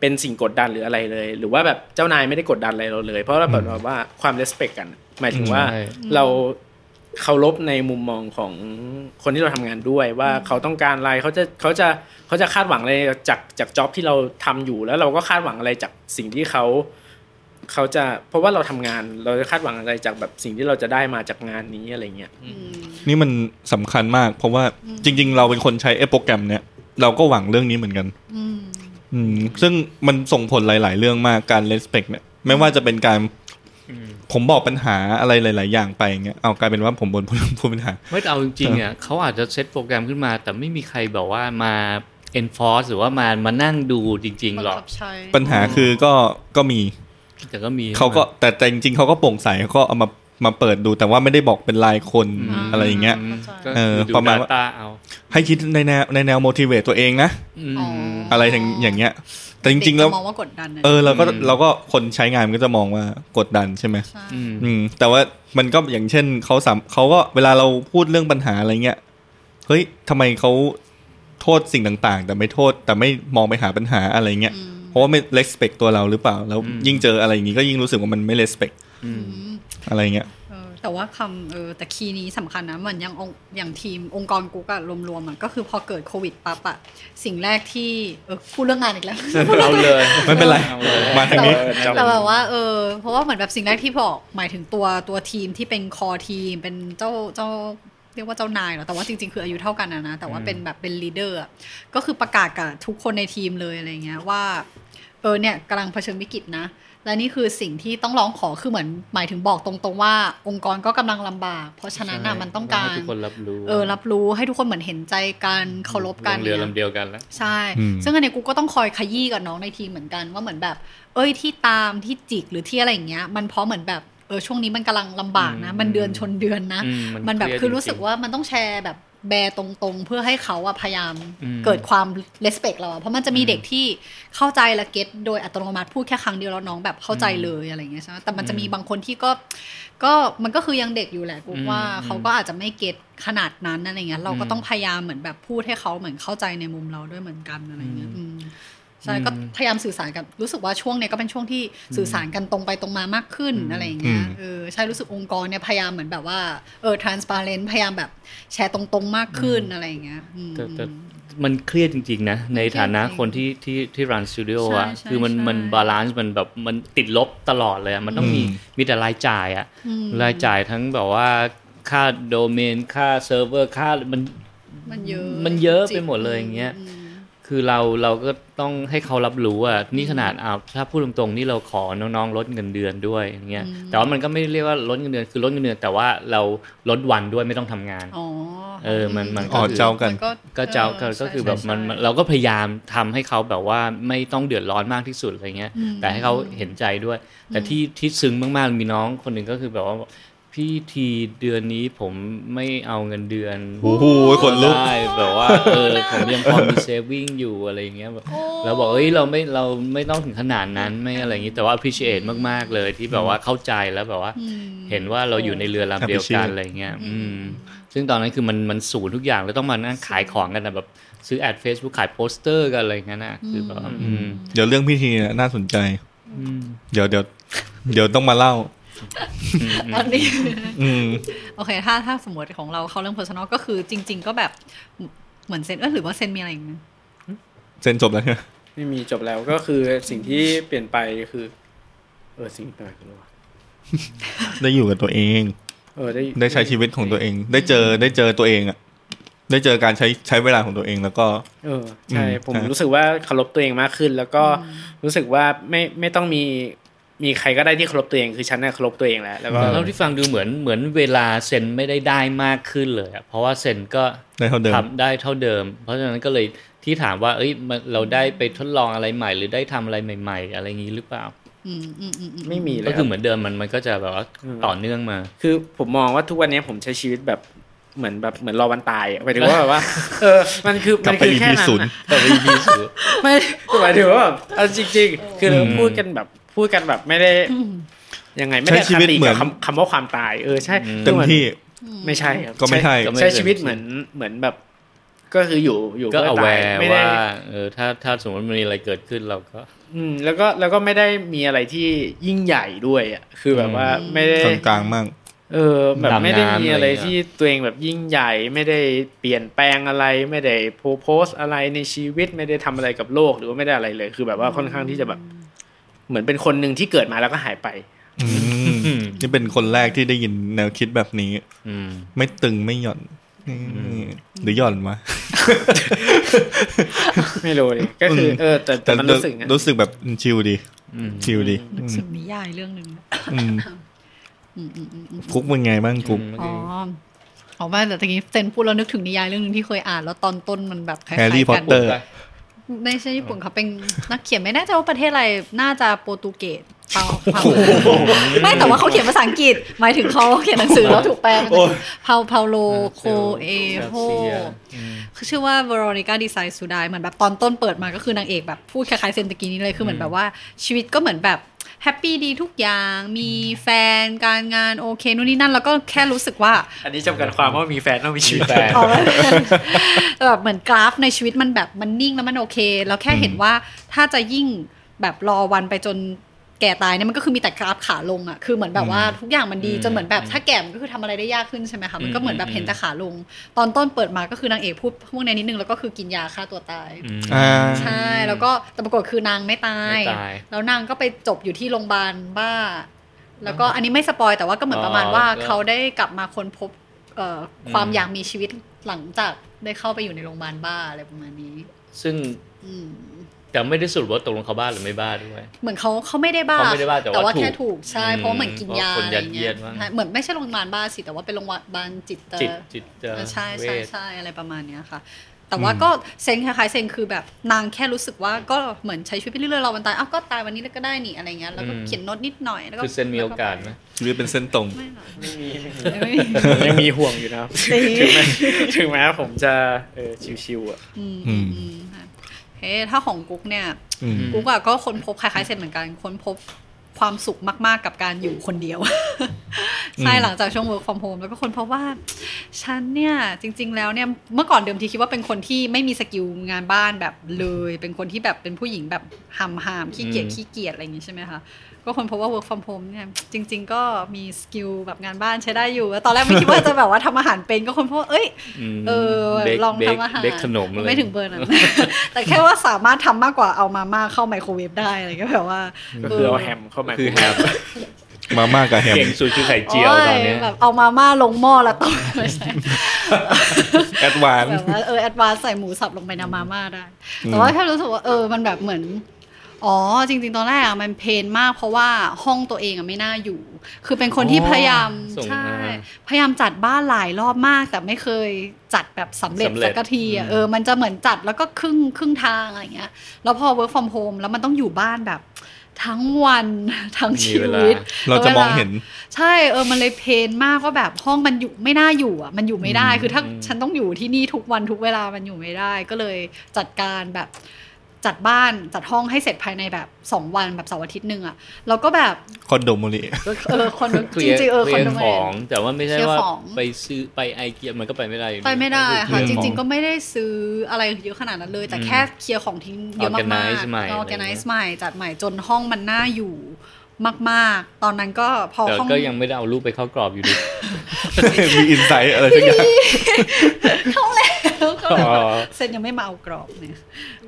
Speaker 4: เป็นสิ่งกดดันหรืออะไรเลย หรือว่าแบบเจ้านายไม่ได้กดดันอะไรเราเลย เพราะเราแบบว่าความเลสเปกกัน หมายถึงว่า
Speaker 2: ใช่
Speaker 4: เราเคารพในมุมมองของคนที่เราทำงานด้วยว่าเขาต้องการอะไรเขาจะเขาจะเขาจะคาดหวังอะไรจากจากจ็อบที่เราทำอยู่แล้วเราก็คาดหวังอะไรจากสิ่งที่เขาเขาจะเพราะว่าเราทำงานเราจะคาดหวังอะไรจากแบบสิ่งที่เราจะได้มาจากงานนี้อะไรเงี้ย
Speaker 1: นี่มันสำคัญมาก เพราะว่าจริง ๆ เราเป็นคนใช้ไอ้โปรแกรมเนี้ยเราก็หวังเรื่องนี้เหมือนกัน
Speaker 3: อืม
Speaker 1: อืมซึ่งมันส่งผลหลาย ๆ เรื่องมากการเลสเปกเนี่ย ไม่ว่าจะเป็นการผมบอกปัญหาอะไรหลาย ๆ อย่างไปอย่างเงี้ยเอากลายเป็นว่าผมบน <laughs> ผู้ปัญหา
Speaker 2: ไม่แต่เอาจริงๆอ่ะเขาอาจจะเซตโปรแกรมขึ้นมา แต่ไม่มีใครแบบว่ามา enforce หรือว่ามามานั่งดูจริง ๆ หรอก
Speaker 3: บังคับใช้
Speaker 1: ปัญหาคือก็ก็มี
Speaker 2: แต่ก็มี
Speaker 1: เขาก็แต่แต่จริง ๆเขาก็โปร่งใสเขาก็เอามามาเปิดดู แต่ว่าไม่ได้บอกเป็นลายคนอะไรอย่างเงี้ย
Speaker 2: ก็
Speaker 1: เออ
Speaker 2: ดู
Speaker 1: ประมาณว่า
Speaker 2: ตาเอา
Speaker 1: ให้คิดในแนวในแนว motivate ตัวเองนะ
Speaker 2: อืม
Speaker 3: อ๋ออ
Speaker 1: อะไรอย่างอย่างเงี้ย แต่จริง ๆ
Speaker 3: เด็
Speaker 1: แล้
Speaker 3: ก
Speaker 1: ว
Speaker 3: มองว่ากดดันนะ
Speaker 1: เออเราก็
Speaker 2: อืม
Speaker 1: เราก็คนใช้งานมันก็จะมองว่ากดดันใช่ไหม
Speaker 3: ใช่
Speaker 2: ม
Speaker 1: อืมแต่ว่ามันก็อย่างเช่นเขาสามเขาก็เวลาเราพูดเรื่องปัญหาอะไรเงี้ยเฮ้ยทำไมเขาโทษสิ่งต่าง ๆ แต่ไม่โทษแต่ไม่มองไปหาปัญหาอะไรเงี้ย
Speaker 3: อืม
Speaker 1: เพราะว่าไม่เลสเปกตัวเราหรือเปล่า แล้วยิ่งเจออะไรอย่างงี้ก็ยิ่งรู้สึกว่ามันไม่เลสเปก
Speaker 2: อืม
Speaker 3: อืม
Speaker 1: อะไรเงี้ย
Speaker 3: เออแต่ว่าคำเออแต่คีย์นี้สำคัญนะเหมือนอย่างองค์อย่างทีมองค์กรกูก็รวมๆอะก็คือพอเกิดโควิดปั๊บอะสิ่งแรกที่เออพูดเรื่องงานอีกแล้ว
Speaker 4: เอาเลย
Speaker 1: ไม่เป็นไร
Speaker 2: เอาเลย
Speaker 1: มาทางนี้
Speaker 4: เออจำ
Speaker 3: แต่แบบว่าเออเพราะว่าเหมือนแบบสิ่งแรกที่บอกหมายถึงตัวตัวทีมที่เป็นคอทีม เป็นเจ้าเจ้าเรียกว่าเจ้านายเหรอแต่ว่าจริงๆคืออายุเท่ากันนะนะ แต่ว่าเป็นแบบเป็นลีดเดอร์ก็คือประกาศกับทุกคนในทีมเลยอะไรเงี้ยว่า เออเนี่ยกำลังเผชิญวิกฤตนะ และนี่คือสิ่งที่ต้องร้องขอคือเหมือนหมายถึงบอกตรงๆว่า องค์กรก็กำลังลำบาก เพราะฉะนั้นน่ะมันต้องการ
Speaker 2: ให้ทุกคนรับรู้
Speaker 3: เออรับรู้ให้ทุกคนเหมือนเห็นใจกันเคารพกัน
Speaker 2: ลงเรือลำเดียวกันแล้ว
Speaker 3: ใช่
Speaker 1: อืม
Speaker 3: ซึ่งอันเนี้ยกูก็ต้องคอยขยี้กับน้องในทีมเหมือนกันว่าเหมือนแบบ เอ้ยที่ตามที่จิกหรือที่อะไรอย่างเงี้ย มันเพราะเหมือนแบบเออช่วงนี้มันกำลังลำบากนะ
Speaker 2: อืม
Speaker 3: มันเดือนชนเดือนนะ
Speaker 2: อืมมัน
Speaker 3: มันแบบ
Speaker 2: เครียด
Speaker 3: คือรู้สึ
Speaker 2: จ
Speaker 3: ก
Speaker 2: ริงๆ
Speaker 3: ว่ามันต้องแชร์แบบแบร์ตรงๆ เพื่อให้เขาอะพยายาม
Speaker 2: อืม
Speaker 3: เกิดความเลสเปกเราอะเพราะมันจะมี
Speaker 2: อืม
Speaker 3: เด็กที่เข้าใจและเก็ตโดยอัตโนมัติพูดแค่ครั้งเดียวแล้วน้องแบบเข้าใจเลยอะไรอย่างเงี้ยใช่ไหมแต่มันจะมี
Speaker 2: อืม
Speaker 3: บางคนที่ก็ก็มันก็คือยังเด็กอยู่แหละกูว่า
Speaker 2: อืม
Speaker 3: เขาก็อาจจะไม่เก็ตขนาดนั้นอะไรเงี้ยเราก็ต้องพยายามเหมือนแบบพูดให้เขาเหมือนเข้าใจในมุมเราด้วยเหมือนกันอะไรเงี้ยอืม ใช่ก็พยายามสื่อสารกันรู้สึกว่าช่วงเนี้ยก็เป็นช่วงที่สื่อสารกันตรงไปตรงมามากขึ้นอะไรอย่างเงี้ย
Speaker 1: อืม
Speaker 3: เออใช่รู้สึกองค์กรเนี่ยพยายามเหมือนแบบว่าเออ transparent พยายามแบบแชร์ตรงๆมากขึ้นอะไรอย่างเงี้ยอืม
Speaker 2: แต่แต่ มันเครียดจริง ๆ นะ ในฐานะคนที่ที่ที่รันสตูดิโออ่ะ
Speaker 3: ใช่ใช่
Speaker 2: คือมัน
Speaker 3: ใช่
Speaker 2: มันบาลานซ์มันแบบมันติดลบตลอดเลยอะมันต้องมี
Speaker 1: อืม
Speaker 2: มีแต่รายจ่ายอ่ะ
Speaker 3: อืม
Speaker 2: รายจ่ายทั้งแบบว่าค่าโดเมน ค่าเซิร์ฟเวอร์ค่ามัน
Speaker 3: มันเยอะ
Speaker 2: มันเยอะไป
Speaker 3: จริง
Speaker 2: หมดเลยอย่างเงี้ย
Speaker 3: อืม
Speaker 2: คือเราเราก็ต้องให้เขารับรู้อ่ะนี่ขนาดอ่าถ้าพูดตรงๆนี่เราขอน้องๆลดเงินเดือนด้วยอย่างเงี้ย
Speaker 3: อืม
Speaker 2: แต่ว่ามันก็ไม่ได้เรียกว่าลดเงินเดือนคือลดเงินเดือน แต่ว่าเราลดวันด้วยไม่ต้องทำงาน
Speaker 3: อ๋อ
Speaker 2: เออมันมัน
Speaker 1: อ๋อเจ้ากัน
Speaker 2: ก็เจ้า
Speaker 3: ออ
Speaker 2: ก็คือ
Speaker 3: ใช่
Speaker 2: แบบ
Speaker 3: ใช่
Speaker 2: มัน
Speaker 3: ใช่
Speaker 2: เราก็พยายามทำให้เขาแบบว่าไม่ต้องเดือดร้อนมากที่สุดอะไรเงี้ย
Speaker 3: อืม
Speaker 2: แต่ให้เขาเห็นใจด้วย แต่ที่ที่ซึ้งมากๆมีน้องคนหนึ่งก็คือแบบว่าพี่ทีเดือนนี้ผมไม่เอาเงินเดือน
Speaker 1: โอ้โหขนลุก
Speaker 2: ได้แบบว่าเออผมยังพอมีเซฟิงอยู่อะไรอย่างเงี้ยแบบเราบอกเอ้ยเราไม่เราไม่ต้องถึงขนาดนั้นไม่อะไรอย่างงี้แต่ว่า appreciate มากๆเลยที่แบบว่าเข้าใจแล้วแบบว่า
Speaker 3: อืม
Speaker 2: เห็นว่าเราอยู่ในเรือลำเดียวกัน
Speaker 1: Appreciate
Speaker 2: อะไรเงี้ย
Speaker 3: อื
Speaker 2: อื
Speaker 3: ม
Speaker 2: ม ซึ่งตอนนั้นคือมันมันศูนย์ทุกอย่างแล้วต้องมานั่งขายของกันนะแบบซื้อแอด Facebook ขายโปสเตอร์กันอะไรเงี้ยนะคือแบบว่าอืม
Speaker 1: เดี๋ยวเรื่องพิธีเนี่ยน่าสนใจ
Speaker 2: อืม
Speaker 1: เดี๋ยวเดี๋ยวเดี๋ยวต้องมาเล่า
Speaker 3: อันนี้
Speaker 1: อืม
Speaker 3: โอเค ถ้าถ้าสมมติของเราเข้าเรื่อง personal ก็คือจริง ๆ ก็แบบเหมือนเซนเออหรือว่าเซนมีอะไรอีกไหม
Speaker 1: เซ็นจบแล้วใช่ไหม
Speaker 4: ไม่มีจบแล้วก็คือสิ่งที่เปลี่ยนไปคือ เออสิ่งเปลี่ยนไปคืออะไรวะ
Speaker 1: ได้อยู่กับตัวเอง
Speaker 4: เออได้
Speaker 1: ได้ใช้ชีวิตของตัวเอง ได้เจอได้เจอตัวเองอ่ะ ได้เจอการใช้ใช้เวลาของตัวเองแล้วก็
Speaker 4: เออใช่
Speaker 1: อืม
Speaker 4: ผม
Speaker 1: ใช่
Speaker 4: รู้สึกว่าเคารพตัวเองมากขึ้น แล้วก็รู้สึกว่าไม่ไม่ต้องมีมีใครก็ได้ที่เคารพตัวเองคือฉันน่ะเคารพตัวเองแล้วแล้วก็
Speaker 2: แต่เท่าที่ฟังดูเหมือนเหมือนเวลาเซ็นไม่ได้ได้มากขึ้นเลยอะเพราะว่าเซ็นก็
Speaker 1: ได้เท่าเดิม
Speaker 2: ทำได้เท่าเดิม เพราะฉะนั้นก็เลยที่ถามว่า เอ้ยมันเราได้ไปทดลองอะไรใหม่ หรือได้ทำอะไรใหม่ ๆ อะไรอย่างนี้หรือเปล่า
Speaker 3: อืมอืมอืมอืม
Speaker 4: ไม่มีเลย
Speaker 2: ก็
Speaker 4: รับ
Speaker 2: คือเหมือนเดิมมันมันก็จะแบบว่า
Speaker 4: อืม
Speaker 2: ต่อเนื่องมา
Speaker 4: คือผมมองว่าทุกวันนี้ผมใช้ชีวิตแบบเหมือนแบบเหมือนรอวันตายอะหมายถึงว่าแบบว่า เออ มันคือก
Speaker 1: ลั
Speaker 4: มั
Speaker 1: บ
Speaker 4: น
Speaker 1: ไป
Speaker 4: คือ
Speaker 1: EP
Speaker 4: แค่นั้น
Speaker 1: ศูนย์
Speaker 4: อะ
Speaker 2: แต่ว่า EP ศูนย์
Speaker 4: ไม่หมายถึงว่าแบบเอาจริง ๆ คือเรา
Speaker 1: อืม
Speaker 4: พูดกันแบบพูดกันแบบไม่ได้
Speaker 3: อืม
Speaker 4: ยังไงไม่ได้
Speaker 1: ใช้ชีวิต
Speaker 4: คติ
Speaker 1: เหมือ
Speaker 4: กั
Speaker 1: น
Speaker 4: บคำคำว่าความตายเออใช่
Speaker 2: อืม
Speaker 1: เต็ม
Speaker 4: คืออน
Speaker 1: ที่
Speaker 4: ไม่ใช่ครับ
Speaker 1: ก็ไม่ใช่
Speaker 4: ใช้ชีวิตเหมือนเหมือนแบบ ก็คืออยู่อยู่
Speaker 2: ก็
Speaker 4: เพื่
Speaker 2: เอา
Speaker 4: อ
Speaker 2: แว
Speaker 4: ตาย
Speaker 2: ร์
Speaker 4: ไม่ได้
Speaker 2: ว่าเออถ้าถ้าสมมติมันมีอะไรเกิดขึ้นเราก็
Speaker 4: อืมแล้วก็แล้วก็ไม่ได้มีอะไรที่ยิ่งใหญ่ด้วยอ่ะคือแบบว่าไม่ได้
Speaker 1: กลางกลางๆมาก
Speaker 4: เออแบบไม่ได้
Speaker 2: ดำน้ำ
Speaker 4: มี
Speaker 2: อะ
Speaker 4: อะไร ไร
Speaker 2: เงี้ย
Speaker 4: ที่ตัวเองแบบยิ่งใหญ่ไม่ได้เปลี่ยนแปลงอะไร ไม่ได้โพสอะไรในชีวิตไม่ได้ทำอะไรกับโลกหรือว่าไม่ได้อะไรเลย คือแบบว่าค่อนข้างที่จะแบบ เหมือนเป็นคนหนึ่งที่เกิดมาแล้วก็หายไป
Speaker 1: อืมนี่เป็นคนแรกที่ได้ยินแนวคิดแบบนี้
Speaker 2: อืม
Speaker 1: ไม่ตึงไม่หย่อนหรือหย่อนวะ
Speaker 4: ไม่รู้เลยก็คือเออ แต่แต่มันรู้สึกนะ
Speaker 1: รู้สึกแบบชิลดีชิลดี
Speaker 3: นึกถึงนิยายเรื่องหนึ่ง
Speaker 1: อืม
Speaker 3: อืมอืมอืมอืม
Speaker 1: กุ๊กเป็นไงบ้างกุ๊ก
Speaker 3: อ๋อออกมาแต่ตะกี้เซนพูดแล้วนึกถึงนิยายเรื่องหนึงที่เคยอ่านแล้วตอนต้นมันแบบคล้ายๆกั
Speaker 1: Harry
Speaker 3: น
Speaker 1: Potter
Speaker 3: ไม่ใช่ญี่ปุ่นเขาเป็นนักเขียนไม่แน่ใจว่าประเทศอะไรน่าจะโปรตุเกสเปล่าเปล่าไม่แต่ว่าเขาเขียนภาษาอังกฤษ หมายถึงเขาเขียนหนังสือแล้วถูกแปลเป็น
Speaker 1: โอ้ย
Speaker 3: เปาเปาโลโคเอ
Speaker 2: เซล
Speaker 3: โฮ
Speaker 2: เซีย
Speaker 3: คือชื่อว่า Veronica Design s u d a i เหมือนแบบตอนต้นเปิดมาก็คือนางเอกแบบพูดคล้ายๆเซนตะกี้นี้เลยคือเหมือนแบบว่าชีวิตก็เหมือนแบบแฮปปี้ดีทุกอย่าง มีแฟนการงานโอเคนู่นนี่นั่น แล้วก็แค่รู้สึกว่า
Speaker 4: อันนี้จำกัดความว่ามีแฟนต้องมีชีวิต
Speaker 2: แฟ
Speaker 4: แฟ
Speaker 2: น
Speaker 4: น
Speaker 3: เอา <laughs> ไว้แบบเหมือนกราฟในชีวิตมันแบบมันนิ่งแล้วมันโอเค แล้วแค่เห็นว่าถ้าจะยิ่งแบบรอวันไปจนแก่ตายเนี่ยมันก็คือมีแต่กราฟขาลงอ่ะคือเหมือนแบบว่าทุกอย่างมันดี
Speaker 2: อืม
Speaker 3: จนเหมือนแบบถ้าแก่มันก็คือทำอะไรได้ยากขึ้นใช่ไหมคะมันก็เหมือนแบบ
Speaker 2: อืม
Speaker 3: เห็นแต่ขาลง ตอนต้นเปิดมาก็คือนางเอกพูดพวกในนิดนึงแล้วก็คือกินยาฆ่าตัวตาย
Speaker 1: อ่า
Speaker 3: ใช่แล้วก็แต่ปรากฏคือนางไม่ตาย
Speaker 2: ไม่ตาย
Speaker 3: แล้วนางก็ไปจบอยู่ที่โรงพยาบาลบ้า แล้วก็อันนี้ไม่สปอยแต่ว่าก็เหมือนประมาณว่า
Speaker 2: อ๋อแล้ว
Speaker 3: เขาได้กลับมาค้นพบเอ่อความ
Speaker 2: อืม
Speaker 3: อยากมีชีวิตหลังจากได้เข้าไปอยู่ในโรงพยาบาลบ้าอะไรประมาณนี้
Speaker 2: ซึ่ง
Speaker 3: อืม
Speaker 2: แต่ไม่ได้สรุปว่าตกลงเขาบ้าหรือไม่บ้าด้วย
Speaker 3: เหมือนเขาเขาไม่ได้บ้า
Speaker 2: เขาไม่ได้บ้าแต่ว่า
Speaker 3: ว่า
Speaker 2: ถูก
Speaker 3: แค่ถูกใช่
Speaker 2: อืม
Speaker 3: เพราะเหมือนกินยา
Speaker 2: เพราะคน
Speaker 3: อะไร
Speaker 2: ยัด
Speaker 3: เงี้
Speaker 2: เยีย
Speaker 3: ย
Speaker 2: ดว่า
Speaker 3: ใช่เหมือนไม่ใช่โรงพยาบาลบ้าสิแต่ว่าเป็นโรงพยาบาลจิตเตอ
Speaker 2: จิต
Speaker 3: ร์
Speaker 2: จิตเจอ
Speaker 3: เออใช่
Speaker 2: เว
Speaker 3: ใช่
Speaker 2: ท
Speaker 3: ใช่อะไรประมาณเนี้ยค่ะ แต่ว่าก็เซนคล้ายๆเซนคือแบบนางแค่รู้สึกว่าก็เหมือนใช้ชีวิตไปเรื่อยๆเราวันตายอ้าวก็ตายวันนี้แล้วก็ได้นี่อะไรเงี้ยแล้วก็
Speaker 2: อืม
Speaker 3: เขียนโน้ตนิดหน่อยแล้วก็
Speaker 2: คือเซนมีโอกาสไหม
Speaker 1: ชีวิตเป็นเส้นตรง
Speaker 3: ไม่หรอก <laughs>
Speaker 4: ไม่มี <laughs> ยังมีห่วงอยู่นะครับถึงแม้ถึงแม้ผมจะเออชิวๆอ่ะ
Speaker 3: อืมอืมอืมค่ะโอเคถ้าของกุ๊กเนี่ย
Speaker 1: อืม
Speaker 3: กุ๊กอะก็ค้นพบคล้ายๆเซนเหมือนกันค้นพบความสุขมากๆกับการอยู่คนเดียว <laughs> ใช่
Speaker 1: อืม
Speaker 3: หลังจากช่วง work from home แล้วก็คนเพราะว่า ฉันเนี่ยจริง ๆ แล้วเนี่ยเมื่อก่อนเดิมทีคิดว่าเป็นคนที่ไม่มีสกิลงานบ้านแบบเลย เป็นคนที่แบบเป็นผู้หญิงแบบหำหามขี้เกียจ
Speaker 2: อืม
Speaker 3: ขี้เกียจอะไรอย่างงี้ใช่ไหมคะก็คนพบว่า work from home เนี่ยจริง ๆ ก็มีสกิลแบบงานบ้านใช้ได้อยู่แล้วตอนแรกไม่คิดว่าจะแบบว่าทำอาหารเป็นก็คนพบว่าเอ้ย
Speaker 2: ม
Speaker 3: เออ
Speaker 2: เบค
Speaker 3: ลอง
Speaker 2: เบค
Speaker 3: ทำอาหาร
Speaker 2: เบคขนมเลย
Speaker 3: ไม่ถึงเบอร์นั้น <laughs> แต่แค่ว่าสามารถทำมากกว่าเอามาม่าเข้าไมโครเวฟได้อะไรก็แบบว่า
Speaker 4: ก็คือเอาแฮมเข้ามา
Speaker 2: คือแฮม
Speaker 1: มาม่ากับแฮม
Speaker 2: เก่งสุดคือไข่เจียว
Speaker 3: โอ้
Speaker 2: ตอนเนี้ย
Speaker 3: แบบเอามาม่าลงหม้อแล้วต้มไม่ใช่
Speaker 1: แอดวานซ์
Speaker 3: แบบว่าเออแอดวานใส่หมูสับลงไปในมาม่าได้
Speaker 1: อืม
Speaker 3: แต่ว่าแค่รู้สึกว่าเออมันแบบเหมือน อ๋อจริง ๆ ตอนแรกอะมันเพนมากเพราะว่าห้องตัวเองอะไม่น่าอยู่ คือเป็นคนที่
Speaker 2: อ๋อ
Speaker 3: พยายาม
Speaker 2: ส่ง
Speaker 3: ใช่
Speaker 2: มา
Speaker 3: พยายามจัดบ้านหลายรอบมาก แต่ไม่เคยจัดแบบสำเร็จ
Speaker 2: สำเร็
Speaker 3: สั
Speaker 2: จ
Speaker 3: กทีอะ
Speaker 2: อืม
Speaker 3: เออมันจะเหมือนจัดแล้วก็ครึ่งครึ่งทางอะไรอย่างเงี้ย แล้วพอ work from home แล้วมันต้องอยู่บ้านแบบทั้งวัน <laughs> ทั้ง
Speaker 2: มี
Speaker 3: ชี
Speaker 2: เวลา
Speaker 3: วิต
Speaker 1: เราจะมองเห็น
Speaker 3: ใช่เออมันเลยเพนมากว่าแบบห้องมันอยู่ไม่น่าอยู่อ่ะมันอยู่ไม่ได้
Speaker 1: อืม
Speaker 3: คือถ้า
Speaker 2: อืม
Speaker 3: ฉันต้องอยู่ที่นี่ทุกวันทุกเวลามันอยู่ไม่ได้ ก็เลยจัดการแบบจัดบ้านจัดห้องให้เสร็จภายในแบบ 2 วันแบบเสาร์อาทิตย์หนึ่งอ่ะแล้วก็แบบ
Speaker 1: คอนโดมูลี
Speaker 3: เออคน
Speaker 2: <laughs> เค
Speaker 3: จ
Speaker 2: ลียร์
Speaker 3: ริงๆเออ
Speaker 2: เค
Speaker 3: ค
Speaker 2: ลี
Speaker 3: น
Speaker 2: ยร์ข
Speaker 3: ทำงา
Speaker 2: อน ง แต่ว่าไม่ใช่
Speaker 3: เคลียร์
Speaker 2: ว่า
Speaker 3: ของ
Speaker 2: ไปซื้อไปไอเกียมันก็ไปไม่ได้อยู่
Speaker 3: ไปไม่ได้
Speaker 2: ก็
Speaker 3: ค่ะ
Speaker 2: อ
Speaker 3: จ
Speaker 2: เคลีย
Speaker 3: ริง
Speaker 2: ข
Speaker 3: ๆ
Speaker 2: อ
Speaker 3: ก็ไม่ได้ซื้ออะไรเยอะขนาดนั้นเลย แต่
Speaker 2: อืม
Speaker 3: แค่เคลียร์ของทิ้งเยอะมากๆ
Speaker 2: Organize ใหม่
Speaker 3: ออแกไน
Speaker 2: อะไร
Speaker 3: ซ์
Speaker 2: เงี้ย
Speaker 3: ใหม่จัดใหม่จนห้องมันน่าอยู่มากๆ ตอนนั้นก็พอ
Speaker 2: แต่
Speaker 3: ห้อง
Speaker 2: ก็ยังไม่ได้เอารูปไปเข้ากรอบอยู่ดี
Speaker 1: <laughs> มีอินไซต์อะไรสัก
Speaker 3: <laughs>
Speaker 1: อย่าง
Speaker 3: แล้วก็แบบว่าเซนยังไม่มาเอากรอบเนี่ย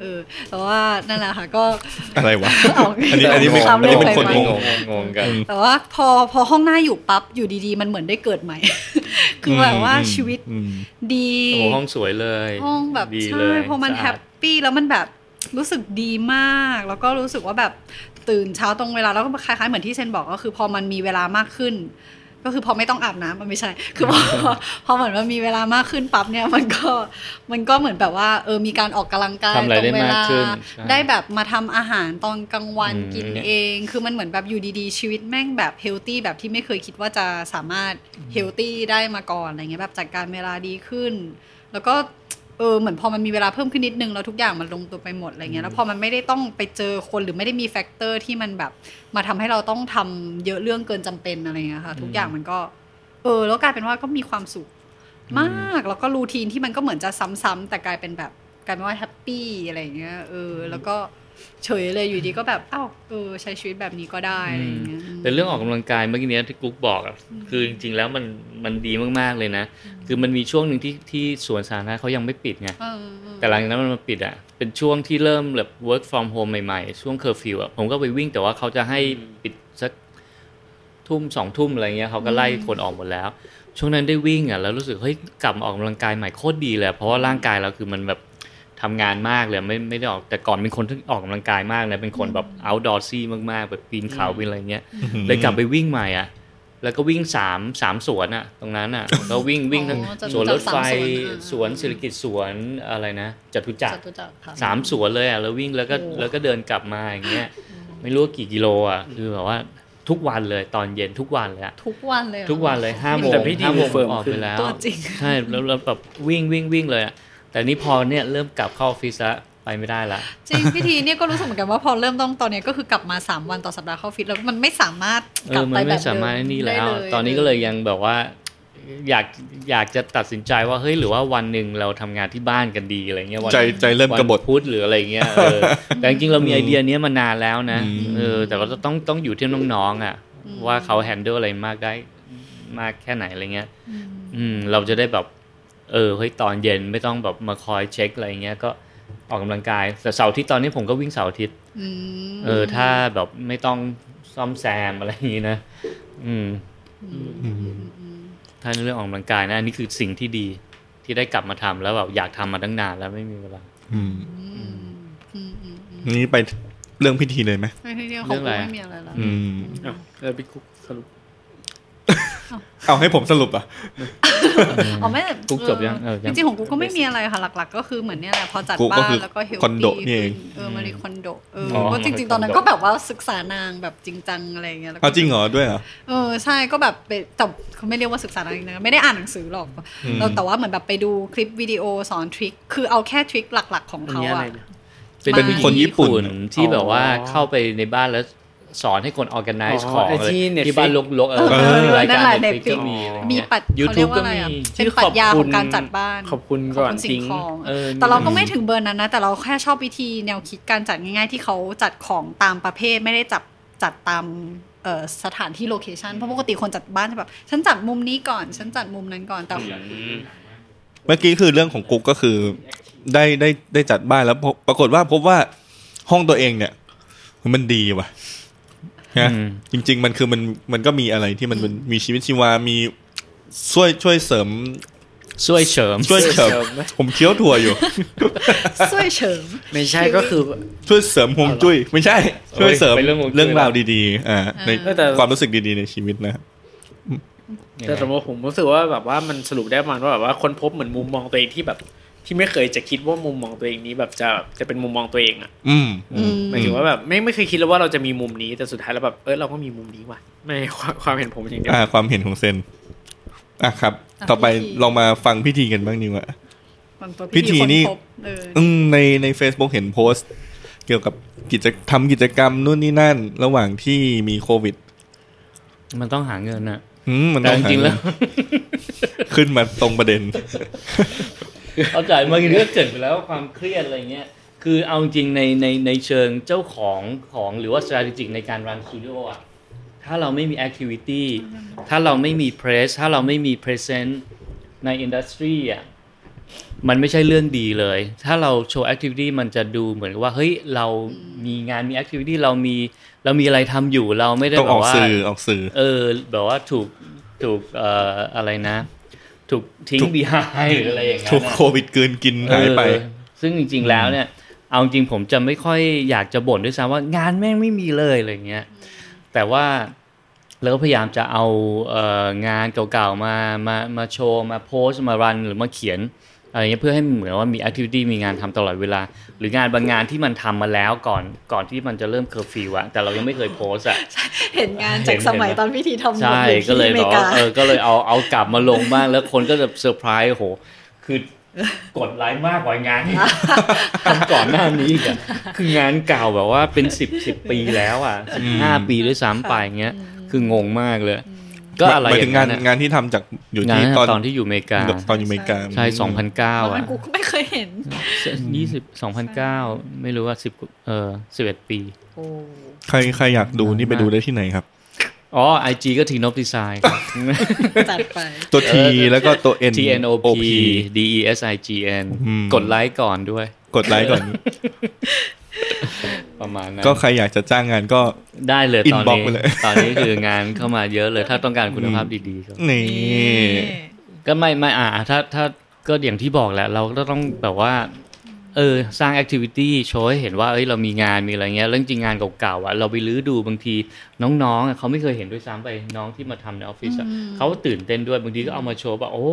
Speaker 3: เออ แต่ว่านั่นแหละค่ะ ก็
Speaker 1: <laughs> อะไรวะ
Speaker 3: เอา
Speaker 1: อันนี้อันนี้ไม่
Speaker 3: <laughs> ข้าม
Speaker 1: อันนี้เป็น
Speaker 3: เรื่
Speaker 1: ค
Speaker 3: อนง
Speaker 1: งง
Speaker 2: งงกัน
Speaker 3: แต่ว่าพอพอห้องหน้าอยู่ปั๊บ อยู่ดีๆ มันเหมือนได้เกิดใหม่ <laughs> คือแบบว่าชีวิต
Speaker 1: อืม
Speaker 3: ดี
Speaker 2: โอ้โหห้องสวยเลย
Speaker 3: ห้องแบบ
Speaker 2: ดีเล
Speaker 3: ใช่
Speaker 2: ย
Speaker 3: พอมัน
Speaker 2: สะ
Speaker 3: แฮ
Speaker 2: อาด
Speaker 3: ปปี้แล้วมันแบบรู้สึกดีมาก แล้วก็รู้สึกว่าแบบตื่นเช้าตรงเวลาแล้วก็คล้ายๆเหมือนที่เซนบอกก็คือ พอมันมีเวลามากขึ้น ก็คือพอไม่ต้องอาบน้ำมันไม่ใช่ <laughs> คือพอพอเหมือนมันมีเวลามากขึ้นปั๊บเนี่ยมันก็มันก็เหมือนแบบว่าเออมีการออกกำลังกาย
Speaker 2: ทำอะไร
Speaker 3: ตรงเวลาม
Speaker 2: ได้ากขึ้นใช่
Speaker 3: ได้แบบมาทำอาหารตอนกลางวัน
Speaker 2: อืม
Speaker 3: กินเอง คือมันเหมือนแบบอยู่ดีๆ ชีวิตแม่งแบบเฮลตี้แบบที่ไม่เคยคิดว่าจะสามารถเฮลตี้ได้มาก่อนอะไรเงี้ยแบบจัดการเวลาดีขึ้น แล้วก็เออเหมือนพอมันมีเวลาเพิ่มขึ้นนิดนึงแล้วทุกอย่างมันลงตัวไปหมดอะไรเงี้ยแล้วพอมันไม่ได้ต้องไปเจอคนหรือไม่ได้มีแฟกเตอร์ที่มันแบบมาทำให้เราต้องทำเยอะเรื่องเกินจำเป็นอะไรเงี้ยค่ะทุกอย่างมันก็ เออ แล้วกลายเป็นว่าก็มีความสุขมากแล้วก็รูทีนที่มันก็เหมือนจะซ้ำๆแต่กลายเป็นแบบกลายเป็นว่าแฮปปี้อะไรเงี้ยเออ แล้วก็เฉยเลยอยู่ดีก็แบบอ้าวเออใช้ชีวิตแบบนี้ก็ได้อะไรเงี้ย
Speaker 2: แต่เรื่องออกกำลังกายเมื่อกี้เนี้ยที่กุ๊กบอกอะคือจริงๆแล้วมันมันดีมากๆเลยนะ คือมันมีช่วงหนึ่งที่ที่สวนสาธารณะเขายังไม่ปิดไง
Speaker 3: เออเออ
Speaker 2: แต่หลังจากนั้นมันมาปิดอ่ะ เป็นช่วงที่เริ่มแบบ work from home ใหม่ๆ ช่วงเคอร์ฟิวอ่ะ ผมก็ไปวิ่งแต่ว่าเขาจะให้ปิดสักทุ่มสองทุ่มอะไรเงี้ยเขาก็ไล่คนออกหมดแล้ว ช่วงนั้นได้วิ่งอ่ะ แล้วรู้สึกเฮ้ยกลับมาออกกำลังกายใหม่โคตรดีเลยอะเพราะว่าร่างกายเราคือมันแบบทำงานมากเลยไม่ไม่ได้ออกแต่ก่อนเป็นคนที่ออกกำลังกายมากนะเป็นคนแบบ outdoorsy มากๆ แบบปีนเขาปีนอะไรเงี้ย เลยกลับไปวิ่งใหม่อ่ะ แล้วก็วิ่งสามสามสวนอ่ะ ตรงนั้น
Speaker 4: <laughs>
Speaker 2: อ่ะ ก็วิ่งวิ่งทั้ง
Speaker 3: อ๋อจตุ
Speaker 2: ส
Speaker 3: จักร
Speaker 2: วนรถไฟ
Speaker 3: สามสวนอ่า
Speaker 2: สวนเศรษฐกิจสวนอะไรนะจตุจัก
Speaker 3: จ
Speaker 2: ร
Speaker 3: ตุจักรค่ะ
Speaker 2: สามสวนเลยอ่ะ แล้ววิ่งแล้วก็
Speaker 3: โอ้
Speaker 2: แล้วก็เดินกลับมาอย่างเงี้ย ไม่รู้ว่ากี่กิโลอ่ะ คือแบบว่าทุกวันเลยตอนเย็นทุกวันเลยอ่ะ
Speaker 3: ทุกวันเลยหรอ
Speaker 2: ทุกวันเลยห้าโมง
Speaker 4: แต่พี่ดิว
Speaker 2: ห้าโมง
Speaker 4: เฟิร์ม
Speaker 2: ออก
Speaker 4: ขึ้
Speaker 2: ไป
Speaker 4: น
Speaker 2: แล้ว
Speaker 3: ตัวจริง
Speaker 2: ใช่แล้วแล้วแบบวิ่งวิ่งวิ่งเลยอ่ะ แต่นี่พอเนี่ยเริ่มกลับเข้าออฟฟิศละไปไม่ได้ละ
Speaker 3: จริงพี่ทีเนี่ยก็รู้สึกเหมือนกันว่าพอเริ่มต้องตอนเนี้ยก็คือกลับมา 3 วันต่อสัปดาห์เข้าออฟฟิตแล้วมันไม่สามารถ
Speaker 2: เอก
Speaker 3: ลั
Speaker 2: อบ มั
Speaker 3: ไป
Speaker 2: น
Speaker 3: แบ
Speaker 2: ไม่
Speaker 3: บ
Speaker 2: สามารถ
Speaker 3: เดิ
Speaker 2: นี่
Speaker 3: ได้
Speaker 2: แล้ว ตอนนี้ก็เลยยังแบบว่าอยากอยากจะตัดสินใจว่าเฮ้ยหรือว่าวันหนึ่งเราทำงานที่บ้านกันดีอะไรเงี้ยวัน
Speaker 1: ใจใจเริ่มกบฏ
Speaker 2: วันพุธหรืออะไรเงี้ยเออแต่จริงๆเรามีไอเดียเนี้ยมานานแล้วนะ
Speaker 1: อืม
Speaker 2: เออแต่เราจะต้องต้องอยู่ที่น้องๆอ่ะ ว่าเขาแฮนเดิลอะไรมากได้มากแค่ไหนอะไรเงี้ย
Speaker 3: อืม
Speaker 2: อืมเราจะได้แบบ เออเฮ้ยตอนเย็นไม่ต้องแบบมาคอยเช็คอะไรเงี้ยก็ออกกำลังกายแต่เสาร์อาทิตย์ตอนนี้ผมก็วิ่งเสาร์อาทิตย์
Speaker 3: อืม
Speaker 2: เออถ้าแบบไม่ต้องซ่อมแซมอะไรอย่างนี้นะ อืม
Speaker 3: อืม
Speaker 1: อืม
Speaker 3: อืม
Speaker 2: ถ้าในเรื่องออกกำลังกายนะอันนี่คือสิ่งที่ดีที่ได้กลับมาทำแล้วแบบอยากทำมาตั้งนานแล้วไม่มีเวลา
Speaker 1: อืม
Speaker 3: อืมอืมอืมอืม
Speaker 1: นี่ไปเรื่องพิธีเลยไหม
Speaker 3: ไม่ใช่เรื่องของกูไม่มีอะไรแล้ว
Speaker 1: อืม
Speaker 4: อ้าวแล้วพี่กุ๊กสรุป
Speaker 1: เอาให้ผมสรุปอ่ะ
Speaker 3: อ๋อไม่
Speaker 2: กุ๊กจบยังเออยั
Speaker 3: จ
Speaker 2: ง
Speaker 3: ริงๆของกูก็ไม่มีอะไรค่ะหลัก ๆ ก็คือเหมือนเนี่ยแหละพอจัด
Speaker 1: กูก็
Speaker 3: บ้าน
Speaker 1: คือ
Speaker 3: แล้วก็เฮล
Speaker 1: คอนโดนี่
Speaker 3: ตี้
Speaker 1: เอง
Speaker 3: เออมารีคอนโดเออ
Speaker 2: อ๋อ
Speaker 3: ก็จริง ๆ ตอนนั้นก็แบบว่าศึกษานางแบบจริงจังอะไรย่ยแล้วก็
Speaker 1: เอาจริงเหรอด้วยเหรอ
Speaker 3: เออใช่ก็แบบไปแต่เขาไม่เรียกว่าศึกษาอะไรนะไม่ได้อ่านหนังสือหรอก
Speaker 1: อืม
Speaker 3: เราแต่ว่าเหมือนแบบไปดูคลิปวิดีโอสอนทริคคือเอาแค่ทริคหลัก ๆ ของเขาอะ
Speaker 2: เป็น
Speaker 3: เป็น
Speaker 2: ผู้หญิง
Speaker 1: คนญี่ปุ่น
Speaker 2: ที่แบบว่าเข้าไปในบ้านแล้ว สอนให้คน organize
Speaker 4: อ๋อ
Speaker 2: ของ
Speaker 4: ไอ้
Speaker 2: เลย
Speaker 4: ที่ Netflix
Speaker 2: ที่บ้านลกๆเออ
Speaker 3: เออ
Speaker 2: ราย
Speaker 3: นั่
Speaker 2: กานร
Speaker 3: แหละ
Speaker 2: Netflix ก็
Speaker 3: Netflix
Speaker 2: มีอะไร
Speaker 3: มี
Speaker 2: เงี้ย
Speaker 3: ปัดเขาเรีย
Speaker 2: YouTube
Speaker 3: กว่าอะไรอ่ะเป็นปรัชญาของการจัดบ้าน
Speaker 4: ขอบคุณ
Speaker 3: ขอบ
Speaker 4: ก่อน
Speaker 3: คุณสิ่
Speaker 4: ทิ้
Speaker 3: ง
Speaker 4: ง
Speaker 3: ของ
Speaker 2: เออ
Speaker 3: แต่เราก็ไม่ถึงเบอร์นั้นนะ แต่เราแค่ชอบวิธีแนวคิดการจัดง่าย ๆ ที่เขาจัดของตามประเภทไม่ได้จับจัดตามเอ่อสถานที่โลเคชันเพราะปกติคนจัดบ้านจะแบบ ฉันจัดมุมนี้ก่อนฉันจัดมุมนั้นก่อนแต่
Speaker 1: เมื่อกี้คือเรื่องของกุ๊กก็คือได้ได้ได้จัดบ้านแล้วพบปรากฏว่าพบว่าห้องตัวเองเนี่ยมันดีว่ะนะ
Speaker 2: อืม
Speaker 1: จริง ๆ มันคือมันมันก็มีอะไรที่มันมันมีชีวิตชีวามีช่วยช่วยเสริม
Speaker 2: ช่วยเฉริม
Speaker 1: ช่วยเสริมผมเคี้ยวถั่วอยู่
Speaker 3: สวยเฉิม
Speaker 4: ไม่ใช่ก็คือ
Speaker 1: ช่วยเสริมฮวงจุ้ยไม่ใช่ ช่วยเสริม
Speaker 2: ไปเรื่องฮวงจุ้ย
Speaker 1: เรื่องราวดีๆอ่าใน
Speaker 4: เออแต่
Speaker 1: ความรู้สึกดีๆในชีวิตนะ
Speaker 4: แต่สมมติผมรู้สึกว่าแบบว่ามันสรุปได้ประมาณว่าแบบว่าคนพบเหมือนมุมมองตัวเองที่แบบ ที่ไม่เคยจะคิดว่ามุมมองตัวเองนี้แบบจะจะเป็นมุมมองตัวเองอะ
Speaker 1: อืม
Speaker 3: อืม
Speaker 4: หมายถึงว่าแบบไม่ไม่เคยคิดเลยว่าเราจะมีมุมนี้แต่สุดท้ายแล้วแบบเออเราก็มีมุมนี้ว่ะไม่ความความเห็นผมอย่างเดียว
Speaker 1: อ่า ความเห็นของเซนอ่ะครับ
Speaker 3: อ่ะ
Speaker 1: ต่อไป
Speaker 3: พิธี
Speaker 1: ลองมาฟังพิธีกันบ้างดีกว่า
Speaker 3: บางตัว
Speaker 1: พิธีนี่
Speaker 3: คพบเออ
Speaker 1: อืมในใน Facebook เห็นโพสต์ เกี่ยวกับกิจทำกิจกรรมนู่นนี่นั่น ระหว่างที่มีโควิด
Speaker 2: มันต้องหาเงินอะ
Speaker 1: อืมมัน
Speaker 2: แต่
Speaker 1: ต้อง
Speaker 2: จ
Speaker 1: หา
Speaker 2: ริงๆแล้ว
Speaker 1: ขึ้นมาตรงประเด็น
Speaker 2: เข้าใจเมื่อกี้ก็เกริดไปแล้วว่าความเครียดอะไรเงี้ย คือเอาจริงในในในเชิงเจ้าของของหรือว่า strategic ในการ run studio อ่ะ ถ้าเราไม่มี activity ถ้าเราไม่มี press ถ้าเราไม่มี present ใน industry อ่ะ มันไม่ใช่เรื่องดีเลย ถ้าเราโชว์ activity มันจะดูเหมือนกับว่า เฮ้ย เรามีงานมี activity เรามีเรามีอะไรทำอยู่เราไม่ได้
Speaker 1: ต้อง
Speaker 2: แบ
Speaker 1: ออบ ก
Speaker 2: ว่า
Speaker 1: สื่อออกสื่อ
Speaker 2: เออแบบว่าถูกถูกเอ่ออะไรนะ ถูกทิ้ง
Speaker 1: ถูก
Speaker 2: behind หรืออะไรอย่างเงี้ย
Speaker 1: ถูกโควิดกลืนกินหายไป
Speaker 2: เออซึ่งจริงๆ แล้วเนี่ย เอาจริงผมจะไม่ค่อยอยากจะบ่นด้วยซ้ำว่างานแม่งไม่มีเลยอะไรเงี้ย แต่ว่าเราก็พยายามจะเอาเอ่องานเก่าๆ มามามาโชว์ มาโพสต์มารันหรือมาเขียนอะไรเงี้ยเพื่อให้เหมือนว่ามีแอคทิวิตี้มีงานทำตลอดเวลา หรืองานบางงานที่มันทำมาแล้วก่อนก่อนที่มันจะเริ่มเคอร์ฟิวอะแต่เรายังไม่เคยโพสต์อะ
Speaker 3: เห็นงานจากสมัยตอนพิธีทำบุญ
Speaker 2: ใช่
Speaker 3: อยู่
Speaker 2: ก็เลย
Speaker 3: ที่อเม
Speaker 2: แบอก
Speaker 3: ริกา
Speaker 2: ว่าเออก็เลยเอาเอากลับมาลงบ้างแล้วคนก็จะเซอร์ไพรส์โอ้โห คือกดไลค์มากกว่างาน <laughs> ที่ ทำก่อนหน้านี้อีกอะคืองานเก่าแบบว่าเป็นสิบสิบปีแล้วอ่ะสิบห้าปีด้วยซ้ำไปอย่างเงี้ย คืองงมากเลย ก็อะไร
Speaker 1: หมาย
Speaker 2: อ
Speaker 1: ถึ
Speaker 2: ย่าง ง
Speaker 1: งา
Speaker 2: นั้น นอะ
Speaker 1: งานที่ทำจากอยู่
Speaker 2: งาน
Speaker 1: ที่
Speaker 2: นั้น
Speaker 1: ตอน
Speaker 2: ตอนที่อยู่อเมริกา
Speaker 1: ตอนอยู่อเมริกา
Speaker 2: ใช่สองพันเก้า
Speaker 3: ตอนนั้
Speaker 2: อ่ะ
Speaker 3: นกูก็ไม่เคยเห็น
Speaker 2: ยี่สิบสองพันเก้าไม่รู้ว่าสิบเออสิบเอ็ดปี
Speaker 3: โอ้
Speaker 1: ใครใครอยากดูนี่ไปดูได้ที่ไหนครับ
Speaker 2: อ๋อไอจีก็ทีนบดีไซ <laughs> น์
Speaker 3: จัดไป
Speaker 1: ตัวทีแล้วก็ตัว N
Speaker 2: T N O P D E S I G N
Speaker 1: อืม
Speaker 2: กดไลค์ก่อนด้วย
Speaker 1: กดไล
Speaker 2: <laughs>
Speaker 1: ค์ก่อน
Speaker 2: ประมาณนั้น
Speaker 1: ก็ใครอยากจะจ้างงานก็
Speaker 2: ได้เลยตอน
Speaker 1: inbox
Speaker 2: นี้
Speaker 1: ไปเลย
Speaker 2: ตอนนี้คืองานเข้ามาเยอะเลย ถ้าต้องการคุณภาพดีๆก็
Speaker 1: นี่
Speaker 2: ก็ไม่ไม่อ่าถ้าถ้าก็อย่างที่บอกแหละ เราก็ต้องแบบว่า เออ สร้างแอคทิวิตี้โชว์ให้เห็นว่าเอ้ยเรามีงานมีอะไรเงี้ยเรื่องจริงงานเก่าๆอ่ะเราไปรื้อดูบางทีน้องๆอ่ะเขาไม่เคยเห็นด้วยซ้ำไปน้องที่มาทำในออฟฟิศอ่ะ
Speaker 3: อืม
Speaker 2: เขาตื่นเต้นด้วยบางทีก็เอามาโชว์ว่าโอ้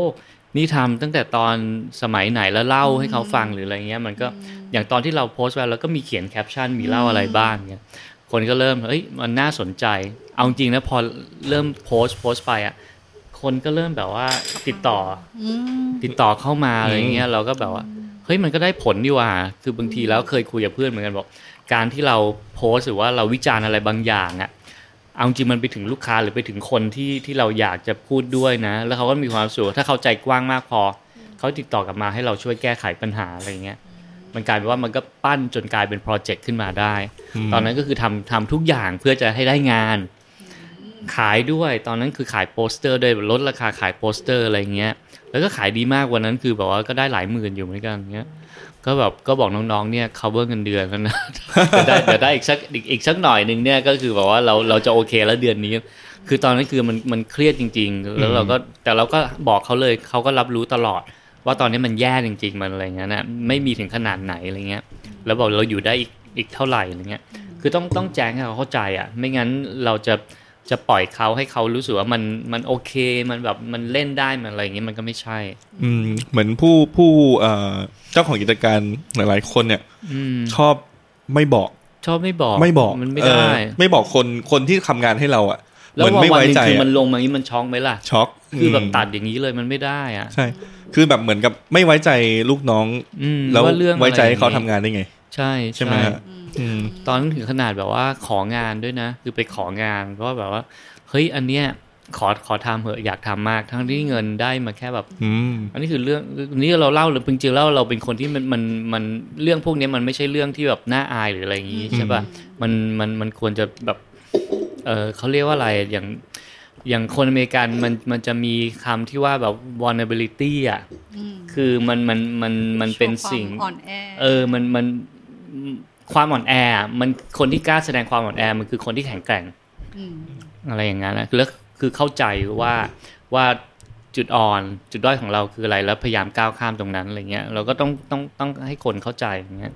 Speaker 2: นี่ทำตั้งแต่ตอนสมัยไหนแล้วเล่าให้เขาฟังหรืออะไรเงี้ย มันก็อย่างตอนที่เราโพสต์ไว้แล้วก็มีเขียนแคปชั่นมีเล่าอะไรบ้างเงี้ยคนก็เริ่มเอ้ยมันน่าสนใจ เอาจริงนะพอเริ่มโพสต์โพสต์ไปอ่ะคนก็เริ่มแบบว่าติดต่อ
Speaker 3: อืม
Speaker 2: ติดต่อเข้ามาอะไรเงี้ยเราก็แบบว่าเฮ้ยมันก็ได้ผลดีว่ะคือบางทีแล้วเคยคุยกับเพื่อนเหมือนกันบอก การที่เราโพสต์หรือว่าเราวิจารณ์อะไรบางอย่างอ่ะ เอาจริงมันไปถึงลูกค้าหรือไปถึงคนที่ที่เราอยากจะพูดด้วยนะ แล้วเขาก็มีความสุขถ้าเขาใจกว้างมากพอ เขาติดต่อกลับมาให้เราช่วยแก้ไขปัญหาอะไรเงี้ยมันกลายเป็นว่ามันก็ปั้นจนกลายเป็นโปรเจกต์ขึ้นมาได้
Speaker 1: อืม
Speaker 2: ตอนนั้นก็คือทำทำทุกอย่างเพื่อจะให้ได้งาน ขายด้วยตอนนั้นคือขายโปสเตอร์ด้วยลดราคาขายโปสเตอร์อะไรเงี้ย แล้วก็ขายดีมากวันนั้นคือแบบว่าก็ได้หลายหมื่นอยู่เหมือนกันเงี้ย ก็แบบก็บอกน้องๆเนี่ย cover เงินเดือนแล้วนะ <laughs> เดี๋ยวได้เดี๋ยวได้อีกสักอีกอีกสักหน่อยหนึ่งเนี่ยก็คือแบบว่าเราเราจะโอเคแล้วเดือนนี้ คือตอนนั้นคือมันมันเครียดจริง ๆ แล้วเราก็แต่เราก็บอกเขาเลยเขาก็รับรู้ตลอด ว่าตอนนี้มันแย่จริง ๆ มันอะไรเงี้ยนะไม่มีถึงขนาดไหนอะไรเงี้ย แล้วบอกเราอยู่ได้อีกอีกเท่าไหร่อะไรเงี้ย คือต้องต้องแจ้งให้เขาเข้าใจอ่ะ ไม่งั้นเราจะจะปล่อยเขาให้เขารู้สึกว่ามันมันโอเคมันแบบมันเล่นได้มันอะไรอย่างเงี้ยมันก็ไม่ใช่
Speaker 1: อืมเหมือนผู้ผู้เอ่อเจ้าของกิจการหลายๆ คนเนี่ย
Speaker 2: อืม
Speaker 1: ชอบไม่บอก
Speaker 2: ชอบไม่บอก
Speaker 1: ไม่บอก
Speaker 2: มันไม่
Speaker 1: เอ
Speaker 2: ได
Speaker 1: อ
Speaker 2: ้
Speaker 1: ไม่บอกคนคนที่ทำงานให้เราอ่ะเห
Speaker 2: แล้ว
Speaker 1: มือน
Speaker 2: วัน
Speaker 1: ไม่
Speaker 2: วัน
Speaker 1: ไว้
Speaker 2: หนึง
Speaker 1: ใจ
Speaker 2: คือ
Speaker 1: อะ
Speaker 2: มันลงมาอย่างนี้มันช็อกไหมล่ะ
Speaker 1: ช็อก
Speaker 2: คือแบบ
Speaker 1: ม
Speaker 2: ตัดอย่างนี้เลยมันไม่ได้อ่ะ
Speaker 1: ใช่ คือแบบเหมือนกับไม่ไว้ใจลูกน้อง
Speaker 2: อืม
Speaker 1: แล้ว
Speaker 2: ว่าเรื่อง
Speaker 1: ไว้ใจ
Speaker 2: อะไร
Speaker 1: ให้เขาทำงานได้ไง
Speaker 2: ใช่
Speaker 1: ใช่ไหมฮะ อืม
Speaker 2: ตอนนั้นถึงขนาดแบบว่าของานด้วยนะ คือไปของานเพราะว่าแบบว่าเฮ้ยอันเนี้ยขอขอทำเหอะอยากทำมาก ทั้งที่เงินได้มาแค่แบบ
Speaker 1: อืม
Speaker 2: อันนี้คือเรื่องอันนี้เราเล่าหรือจริงๆแล้วเราเป็นคนที่มันมันมันเรื่องพวกนี้มันไม่ใช่เรื่องที่แบบน่าอายหรืออะไรอย่างนี้ใช่ป่ะมันมันมันควรจะแบบเออเขาเรียกว่าอะไรอย่างอย่างคนอเมริกันมันมันจะมีคำที่ว่าแบบ vulnerability อ่ะ
Speaker 3: อืม
Speaker 2: คือมันมันมันมันเป็นสิ่ง
Speaker 3: ช่วความอ่อนแอ
Speaker 2: เออ มัน มัน ความอ่อนแออะมัน คนที่กล้าแสดงความอ่อนแอ มันคือคนที่แข็งแกร่ง
Speaker 3: ม
Speaker 2: อะไรอย่างนั้นนะแล้วคือเข้าใจว่า ว่าจุดอ่อน จุดด้อยของเราคืออะไร แล้วพยายามก้าวข้ามตรงนั้นอะไรเงี้ย เราก็ต้อง ต้อง ต้องให้คนเข้าใจอย่างเงี้ย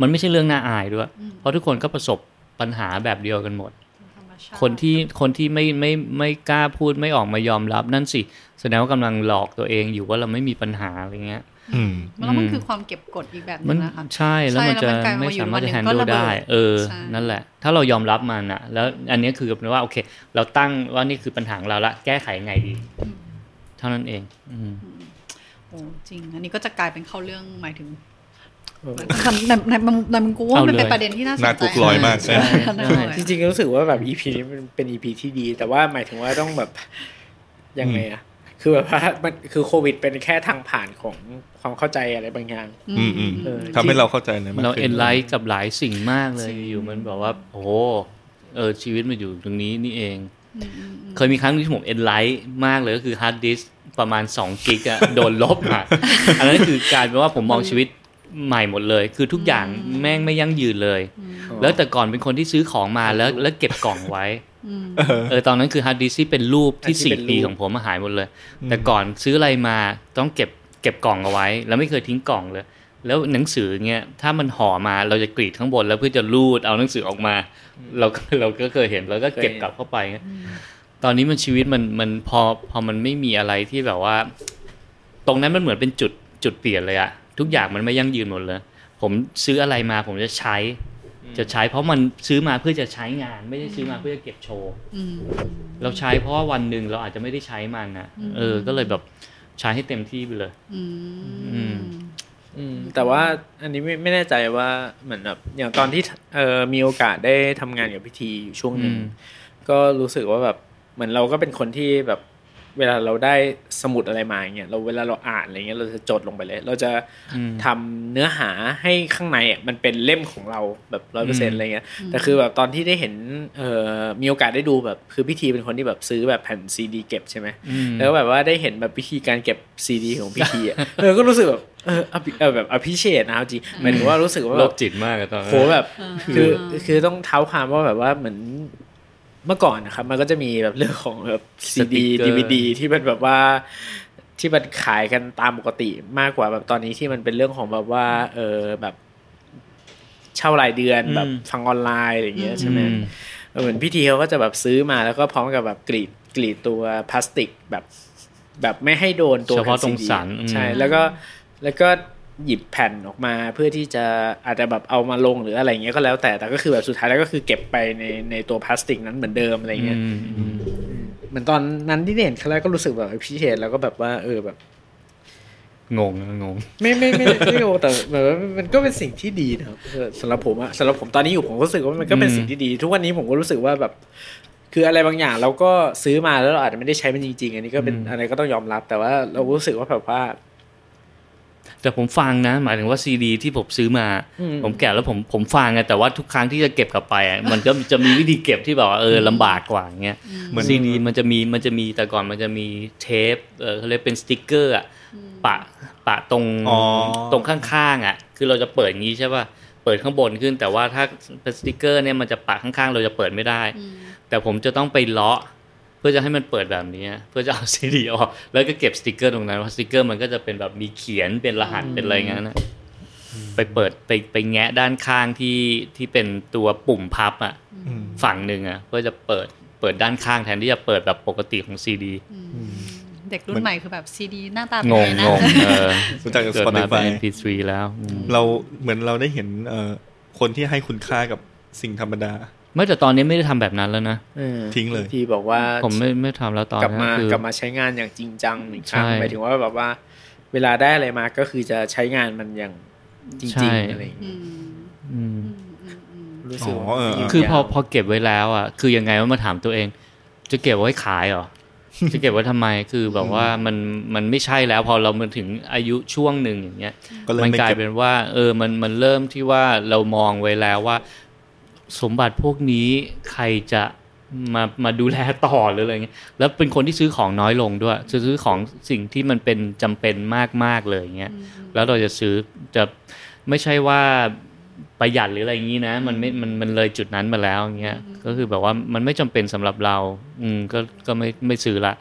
Speaker 2: มันไม่ใช่เรื่องน่าอายด้วย เพราะทุกคนก็ประสบปัญหาแบบเดียวกันหมด
Speaker 3: ธรรมชาติ
Speaker 2: คนที่ คนที่ไม่ ไม่ ไม่กล้าพูด ไม่ออกมายอมรับ นั่นสิ แสดงว่ากำลังหลอกตัวเองอยู่ว่าเราไม่มีปัญหาอะไรเงี้ย
Speaker 1: อืม
Speaker 3: แล้วมัน
Speaker 2: อืม
Speaker 3: คือความเก็บกดอีกแบบหนึ
Speaker 2: มัน
Speaker 3: งนะคะ
Speaker 2: ใช่แล้ว
Speaker 3: ใช่
Speaker 2: มันจะ
Speaker 3: แล้วมันกลายเป็น
Speaker 2: ไม่
Speaker 3: ว่าอยู่
Speaker 2: สามารถจะ
Speaker 3: วันห
Speaker 2: แฮน
Speaker 3: นึ่ง
Speaker 2: ดู
Speaker 3: ก็ระเบิด
Speaker 2: ได้ เออ
Speaker 3: ใช่
Speaker 2: นั่นแหละ ถ้าเรายอมรับมันอะแล้วอันนี้คือกับว่าโอเค เราตั้งว่านี่คือปัญหาของเราละแก้ไขยังไงดี เท่านั้นเอง อืม
Speaker 3: โอ้จริง อันนี้ก็จะกลายเป็นเข้าเรื่องหมายถึงในในในในมุมกูว่า
Speaker 2: เอาเลย
Speaker 3: มันเป็นประเด็นที่น่าสนใจ
Speaker 1: น่ากลุกลอยมาก
Speaker 3: ใช่
Speaker 2: ใช่
Speaker 3: น่าลอย
Speaker 4: จริงๆรู้สึกว่าแบบ EP นี้มันเป็น EP ที่ดี แต่ว่าหมายถึงว่าต้องแบบ ยังไงอะคือแบบว่ามันคือโควิดเป็นแค่ทางผ่านของความเข้าใจอะไรบางอย่าง
Speaker 1: อืมอืม
Speaker 4: เออ
Speaker 1: ทำให้เราเข้าใจนะมก
Speaker 2: เรา
Speaker 1: ขึ้
Speaker 2: เอ็นไลท์กับหลายสิ่งมากเลยอยู่มันแบบว่า โอ้โหเออชีวิตมันอยู่ตรงนี้นี่เอง
Speaker 3: อืมอืมอืม
Speaker 2: เคยมีครั้งหนึงที่ผมเอ็นไลท์มากเลยก็คือฮาร์ดดิสประมาณ2กิกอะ โดนลบอะ <laughs> อันนั้นคือการแปลว่าผมมองชีวิตใหม่หมดเลย คือทุกอย่างแม่งไม่ยั่งยืนเลย แล้วแต่ก่อนเป็นคนที่ซื้อของมาแล้วแล้วเก็บกล่องไว้
Speaker 3: อืม
Speaker 1: เออ
Speaker 2: เออตอนนั้นคือฮาร์ดดิสที่เป็นรูปที่
Speaker 4: ที่
Speaker 2: สี่
Speaker 4: เป็นรูป
Speaker 2: ปีของผมมาหายหมดเลย แต่ก่อนซื้ออะไรมาต้องเก็บเก็บกล่องเอาไว้ แล้วไม่เคยทิ้งกล่องเลย แล้วหนังสือเงี้ยถ้ามันห่อมาเราจะกรีดข้างบนแล้วเพื่อจะรูดเอาหนังสือออกมา เราก็เราก็เคยเห็นแล้วก็เก็บกลับเข้าไปเงี้ยตอนนี้มันชีวิตมันมันพอพอมันไม่มีอะไรที่แบบว่า ตรงนั้นมันเหมือนเป็นจุดจุดเปลี่ยนเลยอะทุกอย่างมันไม่ยั่งยืนหมดเลย ผมซื้ออะไรมาผมจะใช้ จะใช้เพราะมันซื้อมาเพื่อจะใช้งาน ไม่ได้ซื้อมาเพื่อจะเก็บโชว์
Speaker 3: อืม
Speaker 2: เราใช้เพราะว่าวันหนึ่งเราอาจจะไม่ได้ใช้มันนะ
Speaker 3: อืม
Speaker 2: เออ ก็เลยแบบใช้ให้เต็มที่ไปเลย
Speaker 3: อืม
Speaker 4: อืมแต่ว่าอันนี้ไม่ไม่แน่ใจว่าเหมือนแบบอย่างตอนที่เออมีโอกาสได้ทำงานกับพิธีอยู่ช่วงหนึ่ง
Speaker 2: อืม
Speaker 4: ก็รู้สึกว่าแบบเหมือนเราก็เป็นคนที่แบบเวลาเราได้สมุดอะไรมาอย่างเงี้ยเราเวลาเราอ่านอะไรเงี้ยเราจะจดลงไปเลย เราจะ
Speaker 2: อืม
Speaker 4: ทำเนื้อหาให้ข้างในอ่ะมันเป็นเล่มของเราแบบร้อยเปอร์เซ็น
Speaker 2: อื
Speaker 4: ต์
Speaker 2: ม
Speaker 4: อะไรเงี้ยแต่คือแบบตอนที่ได้เห็นเออมีโอกาสได้ดูแบบคือพิธีเป็นคนที่แบบซื้อแบบแผ่นซีดีเก็บใช่ไหม
Speaker 2: อืม
Speaker 4: แล้วแบบว่าได้เห็นแบบวิธีการเก็บซีดีของพี่ทีอ่ะ <laughs> เออก็รู้สึกแบบเออ appre- เออแบบอภิเชษนะเอาจริงหมายถึงว่ารู้สึกว่า
Speaker 2: โล
Speaker 4: แบบ
Speaker 2: กจิตมากอะตอนนั้น
Speaker 4: โหแบบ
Speaker 3: เออ
Speaker 4: คือ
Speaker 3: เออ
Speaker 4: คือต้องเท้าความว่าแบบว่าเหมือนเมื่อก่อนนะครับ มันก็จะมีแบบเรื่องของแบบซีดีดีวดีที่มันแบบว่าที่มันขายกันตามปกติมากกว่าแบบตอนนี้ที่มันเป็นเรื่องของแบบว่า เออแบบเช่ารายเดือนแบบฟังออนไลน์อะไรอย่างเงี้ยใช่ไหม
Speaker 2: อืม
Speaker 4: เออเหมือนพี่ทีเขาก็จะแบบซื้อมาแล้วก็พร้อมกับแบบกรีดกรีดตัวพลาสติกแบบ แบบไม่ให้โดนตัว
Speaker 2: เฉพาะตรง
Speaker 4: แผ่ CD
Speaker 2: สันอืม
Speaker 4: ใช่แล้วก็แล้วก็หยิบแผ่นออกมาเพื่อที่จะอาจจะแบบเอามาลงหรืออะไรเงี้ยก็แล้วแต่แต่ก็คือแบบสุดท้ายแล้วก็คือเก็บไปในในตัวพลาสติกนั้นเหมือนเดิมอะไร
Speaker 2: อื
Speaker 4: เงี้ย
Speaker 2: มอืม
Speaker 4: เหมือนตอนนั้นที่เห็นครั้งแรกก็รู้สึกแบบพิเศษแล้วก็แบบว่าเออแบบ
Speaker 2: งงงง
Speaker 4: ไม่ไม่ไม่ไม่ไม่โอแต่แบบว่ามันก็เป็นสิ่งที่ดีนะครับสำหรับผมอะสำหรับผมตอนนี้อยู่ผมก็รู้สึกว่ามันก็เป็น
Speaker 2: อืม
Speaker 4: สิ่งที่ดี ทุกวันนี้ผมก็รู้สึกว่าแบบ คืออะไรบางอย่างเราก็ซื้อมาแล้วเราอาจจะไม่ได้ใช้มันจริงๆ อันนี้ก็เป็นอะไรก็ต้องยอมรับ แต่ว่าเรารู้สึกว่าแบบว่า
Speaker 2: แต่ผมฟังนะ หมายถึงว่าซีดีที่ผมซื้อมา
Speaker 4: อืม
Speaker 2: ผมแกะแล้วผมผมฟังไงแต่ว่าทุกครั้งที่จะเก็บกลับไปอะมันก็จะมีวิธีเก็บที่แบบว่าเออลำบากกว่าอย่างเงี้ย
Speaker 1: เหมือน
Speaker 2: ซีดีมันจะมีมันจะมีแต่ก่อนมันจะมีเทปเออเขาเรียกเป็นสติกเกอร์อะปะปะตรง
Speaker 1: อ๋อ
Speaker 2: ตรงข้างๆอ่ะ คือเราจะเปิดอย่างงี้ใช่ป่ะเปิดข้างบนขึ้น แต่ว่าถ้าเป็นสติกเกอร์เนี่ยมันจะปะข้างๆ เราจะเปิดไม่ได้
Speaker 3: อืม
Speaker 2: แต่ผมจะต้องไปเลาะเพื่อจะให้มันเปิดแบบนี้ เพื่อจะเอา <laughs> ซีดีออกแล้วก็เก็บสติกเกอร์ตรงนั้นว่าะสติกเกอร์มันก็จะเป็นแบบมีเขียนเป็นรหัสเป็นอะไรอย่างนั้นนะไปเปิดไปไปแงะด้านข้างที่ที่เป็นตัวปุ่มพับอ่ะ
Speaker 1: อืม
Speaker 2: ฝั่งหนึ่งอ่ะเพื่อจะเปิดเปิดด้านข้างแทนที่จะเปิดแบบปกติของซีดี
Speaker 3: เด็กรุ่นใหม่คือแบบซีดีหน้าตาเป็
Speaker 2: ง
Speaker 3: น
Speaker 2: ง
Speaker 3: ไงนะ
Speaker 2: งงเออ
Speaker 1: รู้จักจาก
Speaker 2: เกิดมาเป็น
Speaker 1: Spotify
Speaker 2: MP3 แล้วอืม
Speaker 1: เราเหมือนเราได้เห็นเอ่อคนที่ให้คุณค่ากับสิ่งธรรมดา
Speaker 2: ไม่แต่ตอนนี้ไม่ได้ทำแบบนั้นแล้วนะ
Speaker 4: เออ
Speaker 1: ทิ้งเลย
Speaker 4: ที่บอกว่า
Speaker 2: ผมไม่ไม่ทำแล้วตอน
Speaker 4: กลับ
Speaker 2: นี้
Speaker 4: มาน
Speaker 2: คือ
Speaker 4: กลับมาใช้งานอย่างจริงจังอีกครั้ง
Speaker 2: ใช่
Speaker 4: หมายถึงว่าแบบว่า เวลาได้อะไรมาก็คือจะใช้งานมันอย่างจริงๆอะไรอย่างเงี้ย
Speaker 3: อืม
Speaker 2: อืม
Speaker 3: อืมอื
Speaker 4: รู้สึกว่า
Speaker 1: อ๋อเออ
Speaker 4: ยู่
Speaker 2: คือพอย
Speaker 4: าว
Speaker 2: พอเก็บไว้แล้วอ่ะคือยังไงว่ามาถามตัวเอง จะเก็บไว้ขายเหรอ จะเก็บไว้ทำไมคือแบบว่ามันมันไม่ใช่แล้วพอเรามันถึงอายุช่วงหนึ่งอย่างเงี้ย
Speaker 1: ก็เลย
Speaker 2: มัน
Speaker 1: ไม่
Speaker 2: กลาย
Speaker 1: เก็บ
Speaker 2: เป็นว่า เออมันมันเริ่มที่ว่าเรามองไว้แล้วว่า สมบัติพวกนี้ใครจะมามาดูแลต่อหรืออะไรเงี้ยแล้วเป็นคนที่ซื้อของน้อยลงด้วยจะซื้อของสิ่งที่มันเป็นจำเป็นมากๆเลยอย่างเงี้ย แล้วเราจะซื้อจะไม่ใช่ว่าประหยัดหรืออะไรอย่างนี้นะ มันไม่มันมันเลยจุดนั้นมาแล้วอย่างเงี้ยก็คือแบบว่ามันไม่จำเป็นสำหรับเรา อืมก็ก็ไม่ไม่ซื้อละ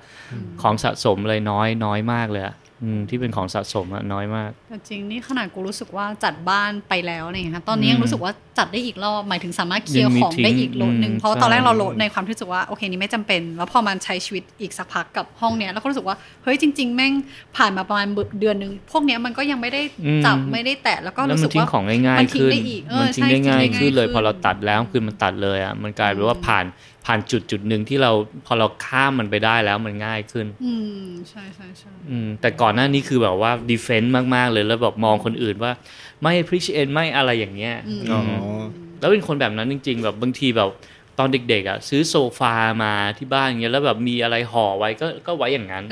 Speaker 2: ของสะสมเลยน้อยน้อยมากเลยอะอืมที่เป็นของสะสมอะน้อยมาก
Speaker 3: แต่จริงนี่ขนาดกูรู้สึกว่าจัดบ้านไปแล้วอะไรอย่างเนี่ยค่ะตอนนี้ยังรู้สึกว่าจัดได้อีกรอบหมายถึงสามารถเคลียร์
Speaker 2: ยังมี
Speaker 3: ของได้อีกโหลดหนึ่ง
Speaker 2: ทิ้ง
Speaker 3: เพราะว่าตอนแรก
Speaker 2: ใช่
Speaker 3: เราโหลดในความที่รู้สึกว่าโอเคนี่ไม่จำเป็น แล้วพอมันใช้ชีวิตอีกสักพักกับห้องเนี้ยแล้วก็รู้สึกว่าเฮ้ยจริง ๆ แม่งผ่านมาประมาณเดือนหนึ่งพวกเนี้ยมันก็ยังไม่ได้จับไม่ได้แตะแล้วก็
Speaker 2: แล้ว
Speaker 3: รู้
Speaker 2: มั
Speaker 3: สึ
Speaker 2: น
Speaker 3: ก
Speaker 2: ทิ้ง
Speaker 3: ว่า
Speaker 2: ของง่าย
Speaker 3: มัน
Speaker 2: ๆ
Speaker 3: ทิ้ง
Speaker 2: ขึ้น
Speaker 3: ได้อีกเออ
Speaker 2: มันทิ้ง
Speaker 3: ใช่
Speaker 2: ได้ง่าย
Speaker 3: ทิ้งได้ง่าย
Speaker 2: ขึ้นเลย
Speaker 3: ขึ้น
Speaker 2: พอเราตัดแล้วคือมันตัดเลยอ่ะมันกลายเป็นว่า
Speaker 3: อืม
Speaker 2: ผ่านผ่านจุดจุดหนึ่งที่เราพอเราข้ามมันไปได้แล้วมันง่ายขึ้น
Speaker 3: อืมใช่ใช่ใช่
Speaker 2: อืมแต่ก่อนหน้านี้คือแบบว่าดีเฟนต์มาก ๆ เลยแล้วแบบมองคนอื่นว่าไม่ appreciate ไม่อะไรอย่างเงี้ย
Speaker 3: อืม
Speaker 1: อ๋อ
Speaker 2: แล้วเป็นคนแบบนั้นจริง ๆ แบบบางทีแบบตอนเด็ก ๆ อ่ะ ซื้อโซฟามาที่บ้านเงี้ยแล้วแบบมีอะไรห่อไว้ก็ก็ไว้อย่าง
Speaker 4: <laughs>
Speaker 2: นั้น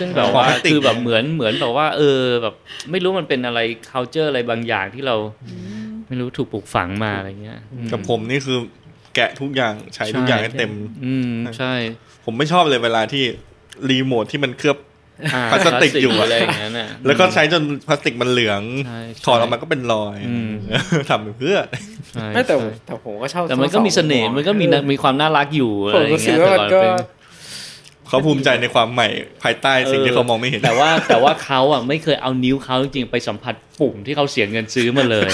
Speaker 2: ซึ่งแบบว่า
Speaker 1: ห่อพลาสติก
Speaker 2: คือแบบเหมือนเหมือนแบบว่า เออแบบไม่รู้มันเป็นอะไร culture อะไรบางอย่างที่เราไม่รู้ถูกปลูกฝังมาอะไรเงี้ยอื
Speaker 1: กับผมนี่คือแกะทุกอย่างใช้ทุกอย่างให้เต็ม
Speaker 2: อืมใช่
Speaker 1: ผมไม่ชอบเลยเวลาที่รีโมทที่มันเคลือบ
Speaker 2: อ่
Speaker 1: พลาสติกอยู่
Speaker 2: อะไรอย่างนั้นน่ะ
Speaker 1: แล้วก็ใช้จนพลาสติกมันเหลือง
Speaker 2: ใช่
Speaker 1: ถอดออกมาก็เป็นรอย
Speaker 2: อืม
Speaker 1: ทำไปเพื่อ <laughs>
Speaker 2: ใช่
Speaker 4: ไม่แต่
Speaker 2: ใช่
Speaker 4: แต่ผมก็ชอบ
Speaker 2: แต่มันก็มีเสน่ห์
Speaker 4: ทั้งอง
Speaker 2: มันก็มีนะมีความน่ารักอยู่อะ
Speaker 4: ผ
Speaker 2: ไรอ
Speaker 4: ม
Speaker 2: ย่าง
Speaker 4: รู้สึก
Speaker 2: เงี้ย
Speaker 4: ว่า
Speaker 2: แต่
Speaker 4: มัน
Speaker 2: ก่อน
Speaker 4: ก็
Speaker 2: เป็น
Speaker 1: เขาภูมิใจในความใหม่ภายใต้สิ่งที่เขามองไม่เห็น
Speaker 2: <laughs> แต่ว่าแต่ว่าเขาอ่ะไม่เคยเอานิ้วเขาจริงๆไปสัมผัสปุ่มที่เขาเสียเงินซื้อมาเลย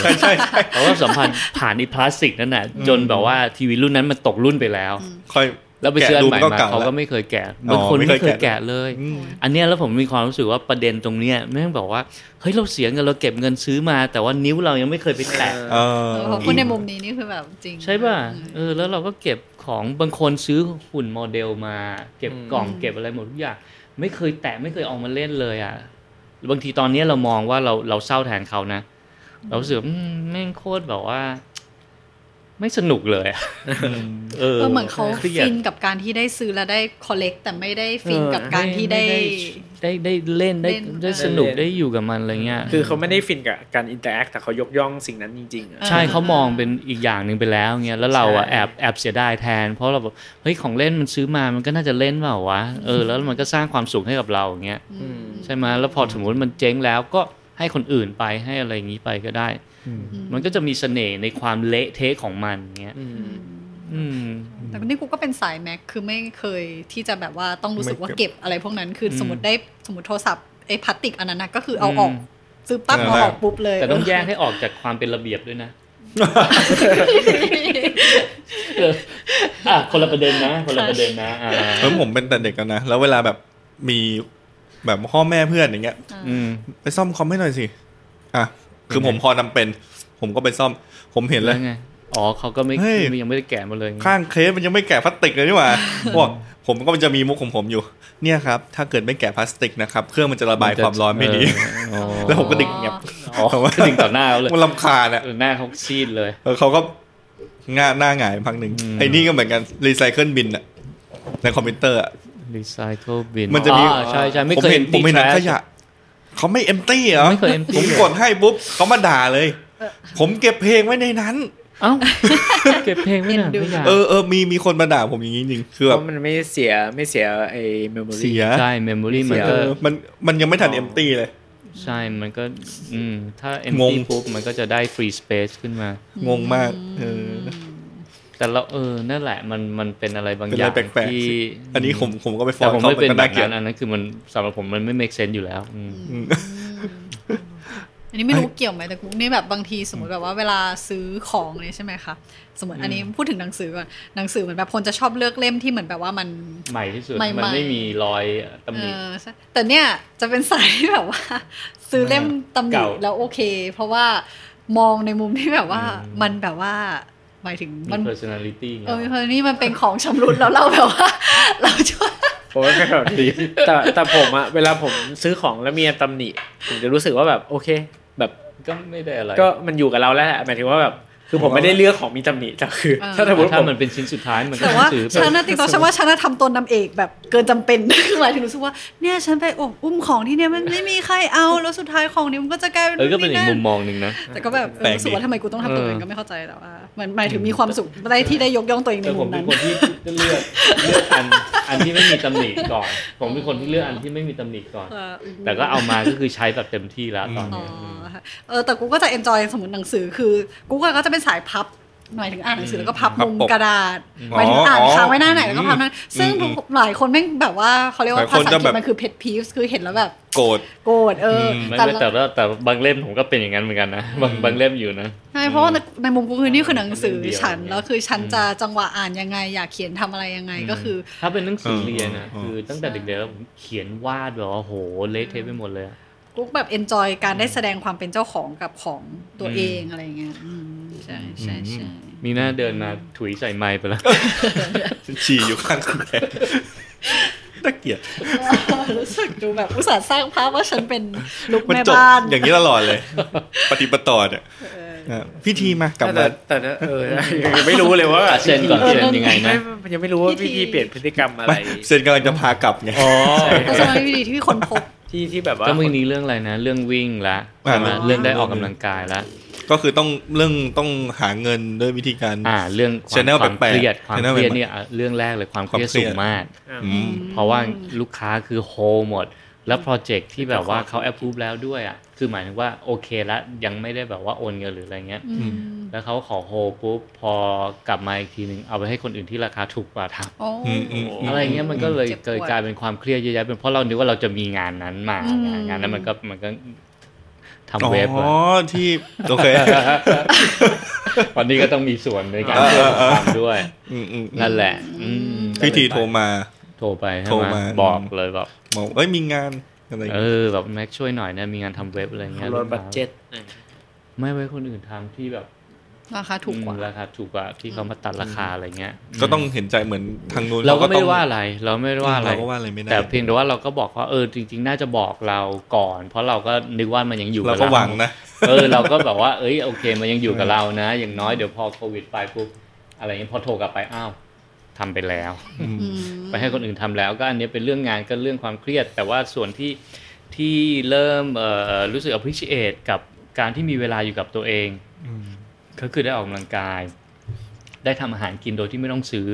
Speaker 2: เขาก็สัมผัสผ่านไอีพลาสติกนั่นน่ะจนแบบว่าทีวีรุ่นนั้นมันตกรุ่นไปแล้ว
Speaker 1: ค่อย
Speaker 2: แล้วไปซื้ออันใหม่
Speaker 1: แกะดูมันก็
Speaker 2: มา
Speaker 1: เก่า
Speaker 2: เขา
Speaker 1: แล้
Speaker 2: ก็
Speaker 1: ว
Speaker 2: ไม่เคยแกะ
Speaker 1: อ๋อบ
Speaker 2: างคน
Speaker 1: ไม่
Speaker 2: ไม่
Speaker 1: เค
Speaker 2: เค
Speaker 1: ย
Speaker 2: ย
Speaker 1: แกะ
Speaker 2: แกะเลย
Speaker 1: อืม
Speaker 2: อันเนี้ยแล้วผมมีความรู้สึกว่าประเด็นตรงเนี้ยแม่งบอกว่าเฮ้ยเราเสียเงินเราเก็บเงินซื้อมา แต่ว่านิ้วเรายังไม่เคยไปแตะ
Speaker 1: เออ
Speaker 3: พอพูดในมุมนี้นี่คือแบบจริง
Speaker 2: ใช่ป่ะ เอ
Speaker 3: อืม
Speaker 2: อ แล้วเราก็เก็บของบางคนซื้อหุ่นโมเดลมา เก็บ
Speaker 4: อืม
Speaker 2: กล่องเก็บอะไรหมดทุกอย่าง ไม่เคยแตะไม่เคยออกมาเล่นเลยอ่ะ บางทีตอนเนี้ยเรามองว่าเราเราเศร้าแทนเขานะ เรารู้สึกว่าอืมแม่งโคตรแบบว่า ไม่สนุกเลยอะเออ
Speaker 3: เออเหมือนเขา
Speaker 2: ครียด
Speaker 3: ฟินกับการที่ได้ซื้อและได้ collect แต่ไม่ได้ฟิน
Speaker 4: เออ
Speaker 3: กับการที่ได้
Speaker 2: ได้ได้ได้เล่นได้
Speaker 3: เล่น
Speaker 2: ได้สนุกได้อยู่กับมันอะไรเงี้ย
Speaker 4: คือเขาไม่ได้ฟินกับการอินเตอร์แอคแต่เขายกย่องสิ่งนั้นจริงๆอะ
Speaker 2: ใช่เขามองเป็นอีกอย่างหนึ่งไปแล้วเงี้ยแล้วเราอ่ะแอบแอบเสียดายแทน เพราะเราแบบเฮ้ยของเล่นมันซื้อมามันก็น่าจะเล่นเปล่าวะเออ
Speaker 1: <laughs>
Speaker 2: แล้วมันก็สร้างความสุขให้กับเราอย่างเงี้ย
Speaker 3: อืม
Speaker 2: ใช่ไหมแล้วพอสมมติมันเจ๊งแล้วก็ให้คนอื่นไปให้อะไรอย่างนี้ไปก็ได้
Speaker 3: อืม
Speaker 2: มันก็จะมีเสน่ห์ในความเละเทะของมันเงี้ย อืม
Speaker 3: แต่นี่กูก็เป็นสายแม็ก คือไม่เคยที่จะแบบว่าต้องรู้สึกว่า
Speaker 1: ไม่เก็
Speaker 3: เก็
Speaker 1: บบ
Speaker 3: อะไรพวกนั้น คืออ
Speaker 2: ม
Speaker 3: สมมติได้สมมติโทรศัพท์ไอ้พลาสติกอันนั้นนะก็คือเอาออก
Speaker 2: อืม
Speaker 3: ซื้อปั๊บ
Speaker 1: เออ
Speaker 3: เอาออกปุ๊บเลย
Speaker 2: แต่ต้องแยกให้ออกจากความเป็นระเบียบด้วยนะเอออ่ะคนละประเด็นนะคนละประเด็นนะอ่า
Speaker 1: เออผมเป็นแต่เด็กกันนะ แล้วเวลาแบบมีแบบพ่อแม่เพื่อนอย่างเงี้ย
Speaker 2: อืม
Speaker 1: ไปซ่อมคอมให้หน่อยสิ อ่ะ คือผมพอนำเป็น ผมก็ไปซ่อม ผมเห็นเล
Speaker 2: แล้
Speaker 1: ย
Speaker 2: วไง อ๋อเขาก็ไม่
Speaker 1: เฮ้ย
Speaker 2: ยังไม่ได้แกะมาเลยไง
Speaker 1: ข้างเคสมันยังไม่แกะพลาสติกเลยนี่หว่าบอกผมก็มันจะมีมุกของผมอยู่ เนี่ยครับ ถ้าเกิดไม่แกะพลาสติกนะครับ เครื่องมันจะระบายความร้อนไม่ดี
Speaker 2: เออ
Speaker 1: แล้วผมก็ดิ่งเงียบ
Speaker 2: อ๋อก็ดิ่งต่อหน้าเขาเลย
Speaker 1: มันลำคาญอ่ะ
Speaker 2: หน้าเขาซีดเลย
Speaker 1: เออเขาก็ง่าหน้าหงายพักหนึ่ง
Speaker 2: อืม
Speaker 1: ไอ้นี่ก็เหมือนกันรีไซเคิลบินอะในคอมพิวเตอร์อะ
Speaker 2: รีไซเคิลบิน
Speaker 1: มันจะมี
Speaker 2: ใช่ใช่ไม่
Speaker 1: ผม
Speaker 2: เคย
Speaker 1: เห็น
Speaker 2: ห็
Speaker 1: ผมเห็นหนัง
Speaker 2: trash
Speaker 1: ขยะเขาไม่เอ็มตี้เหรอ
Speaker 2: ไม่เคย empty
Speaker 1: ผม
Speaker 2: เลย
Speaker 1: กดให้ปุ๊บเขามาด่าเลย ผมเก็บเพลงไว้ในนั้น
Speaker 2: เอ้า เก็บเพลงไม่นาน
Speaker 3: เอ็นดู
Speaker 2: ไม่อยาก
Speaker 1: เออเออมีมีคนมาด่าผมอย่างนี้จริงคือ
Speaker 4: เพ
Speaker 1: แบบ
Speaker 4: ราะมันไม่เสียไม่เสียไอ้เมมโมรี
Speaker 1: เสีย
Speaker 2: ใช่เมมโมรี่มัน
Speaker 1: เอ
Speaker 2: ก็
Speaker 1: อมันมันยังไม่ทัน
Speaker 4: อ๋อ
Speaker 1: เอ็มตี้เลย
Speaker 2: ใช่มันก็อืมถ้าเอ็น
Speaker 1: งง
Speaker 2: ทีปุ๊บมันก็จะได้ฟรีสเปซขึ้นมา
Speaker 1: งงมากเออ
Speaker 2: แต่เราเออนั่นแหละมันมันเป็นอะไรบาง
Speaker 1: เป็น
Speaker 2: อ
Speaker 1: อะไร
Speaker 2: ย่าง
Speaker 1: แปลก
Speaker 2: ที่
Speaker 1: ๆอันนี้ผมผมก็ไปฟ้อ
Speaker 2: แต่
Speaker 1: ง
Speaker 2: ผม
Speaker 1: เขา
Speaker 2: ไม่
Speaker 1: เป็
Speaker 2: เป็น
Speaker 1: น
Speaker 2: แบ
Speaker 1: น่า
Speaker 2: บ
Speaker 1: เกลีย
Speaker 2: นั้
Speaker 1: ด
Speaker 2: นอันนั้นคือมันสำหรับผมมันไม่ make sense อยู่แล้วอืม
Speaker 1: อืม
Speaker 3: อันนี้ไม่รู้เกี่ยวไหมแต่กูนี่แบบบางทีสมมติแบบว่าเวลาซื้อของเนี่ยใช่ไหมคะสมมติอันนี้พูดถึงหนังสือก่อนหนังสือเหมือนแบบคนจะชอบเลือกเล่มที่เหมือนแบบว่ามัน
Speaker 2: ใหม่ที่สุด
Speaker 3: ใหม่
Speaker 2: มัน
Speaker 3: ๆ
Speaker 2: ไม่มีรอยตำหนิ
Speaker 3: เออใช่แต่เนี่ยจะเป็นสายที่แบบว่า <laughs> ซื้อเล่มตำหนิ
Speaker 2: เก่า
Speaker 3: แล้วโอเค เพราะว่ามองในมุมที่แบบว่า
Speaker 2: อืม
Speaker 3: มันแบบว่าหมายถึง
Speaker 2: มี
Speaker 3: มัน
Speaker 2: personality
Speaker 3: เออเพราะนี่มันเป็นของชำรุดแล้วเราแบบว่า <laughs> เราช่วย
Speaker 4: ผมก็แบบดีแต่แต่ผมอะเวลาผมซื้อของแล้วมีอันตำหนิ ผมจะรู้สึกว่าแบบโอเค แบบ
Speaker 2: ก็ไม่ได้อะไร
Speaker 4: ก็มันอยู่กับเราแล้วแหละหมายถึงว่าแบบ คือผมไม่ได้เลือกของมีตำหนิแต่คือ
Speaker 3: เออ
Speaker 4: ถ้าสมมติ
Speaker 2: ถ้า
Speaker 4: ผม
Speaker 2: มันเป็นชิ้นสุดท้ายมันก็
Speaker 3: แต่
Speaker 2: ต้อ
Speaker 3: ว่าง
Speaker 2: ซื้อ
Speaker 3: ฉันนะติ๊กต็อกฉันว่าฉันน่ะทำตัวนำเอกแบบเกินจำเป็น <laughs> คือหมายถึงรู้สึกว่าเนี่ยฉันไปอบอุ้มของ
Speaker 2: <laughs>
Speaker 3: ที่เนี่ยมันไม่มีใครเอาแล้วสุดท้ายของนี้มันก็จะกลายเป็น
Speaker 2: เออก็เป็นอีกมุมมองหนึ่งนะ
Speaker 3: แต่ก็แบบเอ
Speaker 1: แปล
Speaker 3: อก
Speaker 1: ดิ
Speaker 3: รู้สึกว่าทำไมกูต้องทำตัวเองก็ไม่เข้าใจแต่ว่ามันหมายถึงมีความสุขได้ที่ได้ยกย่องตัวเองใน
Speaker 2: แต่ผม
Speaker 3: มุม
Speaker 2: เป็
Speaker 3: นั้น น
Speaker 2: คนที่เลือกเลือกอันอันที่ไม่มีตำหนิก่อน ผมเป็นคนที่เลือกอันที่ไม่มีตำหนิก่อน
Speaker 3: เออ
Speaker 2: แต่ก็เอามาก็คือใช้แบบเต็มที่แล้วตอน
Speaker 3: อ๋อ
Speaker 2: เนี้ย
Speaker 3: ค่ะเออแต่กูก็จะ enjoy สมมติหนังสือคือ กูก็จะเป็นสายพับหมายถึงอ่านหนังสือแล้วก็พับ
Speaker 1: พับ
Speaker 3: มุม
Speaker 1: ปก
Speaker 3: กระดาษ
Speaker 1: อ๋อ
Speaker 3: หมายถึงอ่าน
Speaker 1: อ๋อ
Speaker 3: ค้างไว้หน้าไหนแล้วก็พับนั้น ซึ่ง
Speaker 1: อืม
Speaker 3: หลายคนแม่งแบบว่าเขาเรียก
Speaker 1: ห
Speaker 3: ว่า
Speaker 1: ลาย
Speaker 3: ภา
Speaker 1: คน
Speaker 3: ษา
Speaker 1: จะ
Speaker 3: อังก
Speaker 1: แบ
Speaker 3: ฤ
Speaker 1: บ
Speaker 3: ษมันคือ pet peeves คือเห็นแล้วแบบ
Speaker 1: โกรธ
Speaker 3: โกรธเออ
Speaker 1: ม
Speaker 2: ไม่
Speaker 3: แต่
Speaker 2: ไม่แต่ว่าแต่บางเล่มผมก็เป็นอย่างนั้นเหมือนกันนะบางบางเล่มอยู่นะ
Speaker 3: ใช่เพราะว่าในในมุมกูคือนี่คือหนังสือ
Speaker 2: เล่มเดียว
Speaker 3: ฉัน
Speaker 2: เนี่ย
Speaker 3: แล้วคือฉันจะจังหวะอ่านยังไง อยากเขียนทำอะไรยังไงก็คือ
Speaker 2: ถ้าเป็นหนังสือเรียนนะ
Speaker 1: เออเออ
Speaker 2: คือตั้งแต่เด็กๆแล้วผมเขียนวาดแบบว่าโหเละเทะไปหมดเลยอะ
Speaker 3: กูแบบ enjoy การได้แสดงความเป็นเจ้าของกับของตัวเองอะไรอย่างเงี้ยอืมใช่ใช่ใช่
Speaker 2: มีหน้าเดินมาถุยใส่ไม้ไปแล้ว
Speaker 1: ฉี่อยู่ข้าง <laughs> คุณแกน่าเกลียด
Speaker 3: <laughs> รู้สึกดูแบบอุตส่าห์สร้างภาพว่าฉันเป็นลูก
Speaker 1: มัน
Speaker 3: แม่
Speaker 1: จบ
Speaker 3: บ้าน
Speaker 1: อย่างนี้ตลอดเลย ปฏิปต่อเนี่ย
Speaker 3: เออ
Speaker 1: อ่ะพี่ทีมากลับ
Speaker 4: แต่
Speaker 1: มา
Speaker 4: แต่แต่เออยังไม่รู้เลยว่า
Speaker 2: เซ็นก่อนเซ็นยังไงนะ
Speaker 4: ม่ยังไม่รู้ว่าพี่ทีเปลี่ยนพฤติกรรมอะไร
Speaker 1: ไม่เซนกำลังจะพากลับไง
Speaker 4: อ๋อ
Speaker 3: เพราะฉะนั้นวิธีที่คนพบ
Speaker 4: ที่ที่แบบว่า
Speaker 2: ก็เมื่อนี้เรื่องอะไรนะ เรื่องวิ่งละ
Speaker 1: อ่า
Speaker 2: ใช่ไหมเรื่องได้ออกกำลังกายละ
Speaker 1: ก็คือต้องเรื่องต้องหาเงินด้วยวิธีการ
Speaker 2: อ่า เรื่องความ
Speaker 1: Channel
Speaker 2: ความ
Speaker 1: แปลกๆ
Speaker 2: เครียดความ
Speaker 1: Channel
Speaker 2: เครียด
Speaker 1: แปลกๆ
Speaker 2: เนี่ยอ่ะเรื่องแรกเลยความเครียด
Speaker 1: ความเครี
Speaker 2: สู
Speaker 1: ยด
Speaker 2: งมาก
Speaker 1: อืม
Speaker 2: เพราะว่าลูกค้าคือโฮหมด แล้วโปรเจกต์ที่แบบว่าเขาแอปพูฟแล้วด้วยอ่ะคือหมายถึงว่าโอเคละยังไม่ได้แบบว่าโอนเงินหรืออะไรเงี้ย
Speaker 1: ม
Speaker 2: แล้วเขาขอโฮปุ๊บพอกลับมาอีกทีหนึ่งเอาไปให้คนอื่นที่ราคาถูกกว่าทำ
Speaker 3: โอ้
Speaker 1: อืมอืมม
Speaker 2: อะไรเงี้ยมันก็เลย
Speaker 3: เจ็บปวด
Speaker 2: เกิดกลายเป็นความเครียดเยอะแยะเป็นเพราะเรานึกว่าเราจะมีงานนั้นมา
Speaker 3: อืม
Speaker 2: งานนั้นมันก็มันก็ทำ
Speaker 1: อ๋อ
Speaker 2: เว็บ
Speaker 1: <laughs>
Speaker 2: อะ
Speaker 1: ที่โอ
Speaker 2: <laughs>
Speaker 1: เค
Speaker 2: วันนี้ก็ต้องมีส่วนในการ
Speaker 1: เออเออ
Speaker 2: ช่วยทำด้วย
Speaker 1: อืมอืมอืม
Speaker 2: นั่นแหละ อืม
Speaker 1: พี่ทีโทรมา
Speaker 2: โทรไปใช่
Speaker 1: โทร
Speaker 2: ไหม
Speaker 1: มา
Speaker 2: บอกเลยบอก
Speaker 1: บอกเอ้ยมีงานอะไรอย่าง
Speaker 2: เอ
Speaker 1: เงี้ย
Speaker 2: อแบบแม็กช่วยหน่อยนะมีงานทำเว็บอะไรเงี้ย
Speaker 4: ลดบัตเจ็ตเออ
Speaker 2: ไม่ไว้คนอื่นทำที่แบบ
Speaker 3: ราคาถูกกว่า
Speaker 2: อืมราคาถูกกว่าที่เขามาตัดราคาอะไรเงี้ย
Speaker 1: ก็ต้องเห็นใจเหมือนทางนู้น
Speaker 2: เราก็ไม่
Speaker 1: ต้
Speaker 2: ได้
Speaker 1: อง
Speaker 2: ว่าอะไร เราไม่ได้ว่าอะไร
Speaker 1: เราก็ว่าอะไรไม่ได้
Speaker 2: แต่เพียงแต่ว่าเราก็บอกว่าเออจริง ๆ น่าจะบอกเราก่อน เพราะเราก็นึกว่ามันยังอยู่
Speaker 1: เรา
Speaker 2: กับ
Speaker 1: ก็
Speaker 2: เรา
Speaker 1: หวังนะ
Speaker 2: เออเราก็แบบว่าเอ้ยโอเค มันยังอยู่กับเรานะ อย่างน้อยเดี๋ยวพอโควิดไปปุ๊บอะไรเงี้ยพอโทรกลับไปอ้าวทำไปแล้ว
Speaker 3: อืม
Speaker 2: ไปให้คนอื่นทำแล้ว ก็อันเนี้ยเป็นเรื่องงานก็เรื่องความเครียด แต่ว่าส่วนที่ที่เริ่มเอ่อรู้สึก appreciate กับการที่มีเวลาอยู่กับตัวเอง ก็คือได้ออกกำลังกาย ได้ทำอาหารกินโดยที่ไม่ต้องซื้อ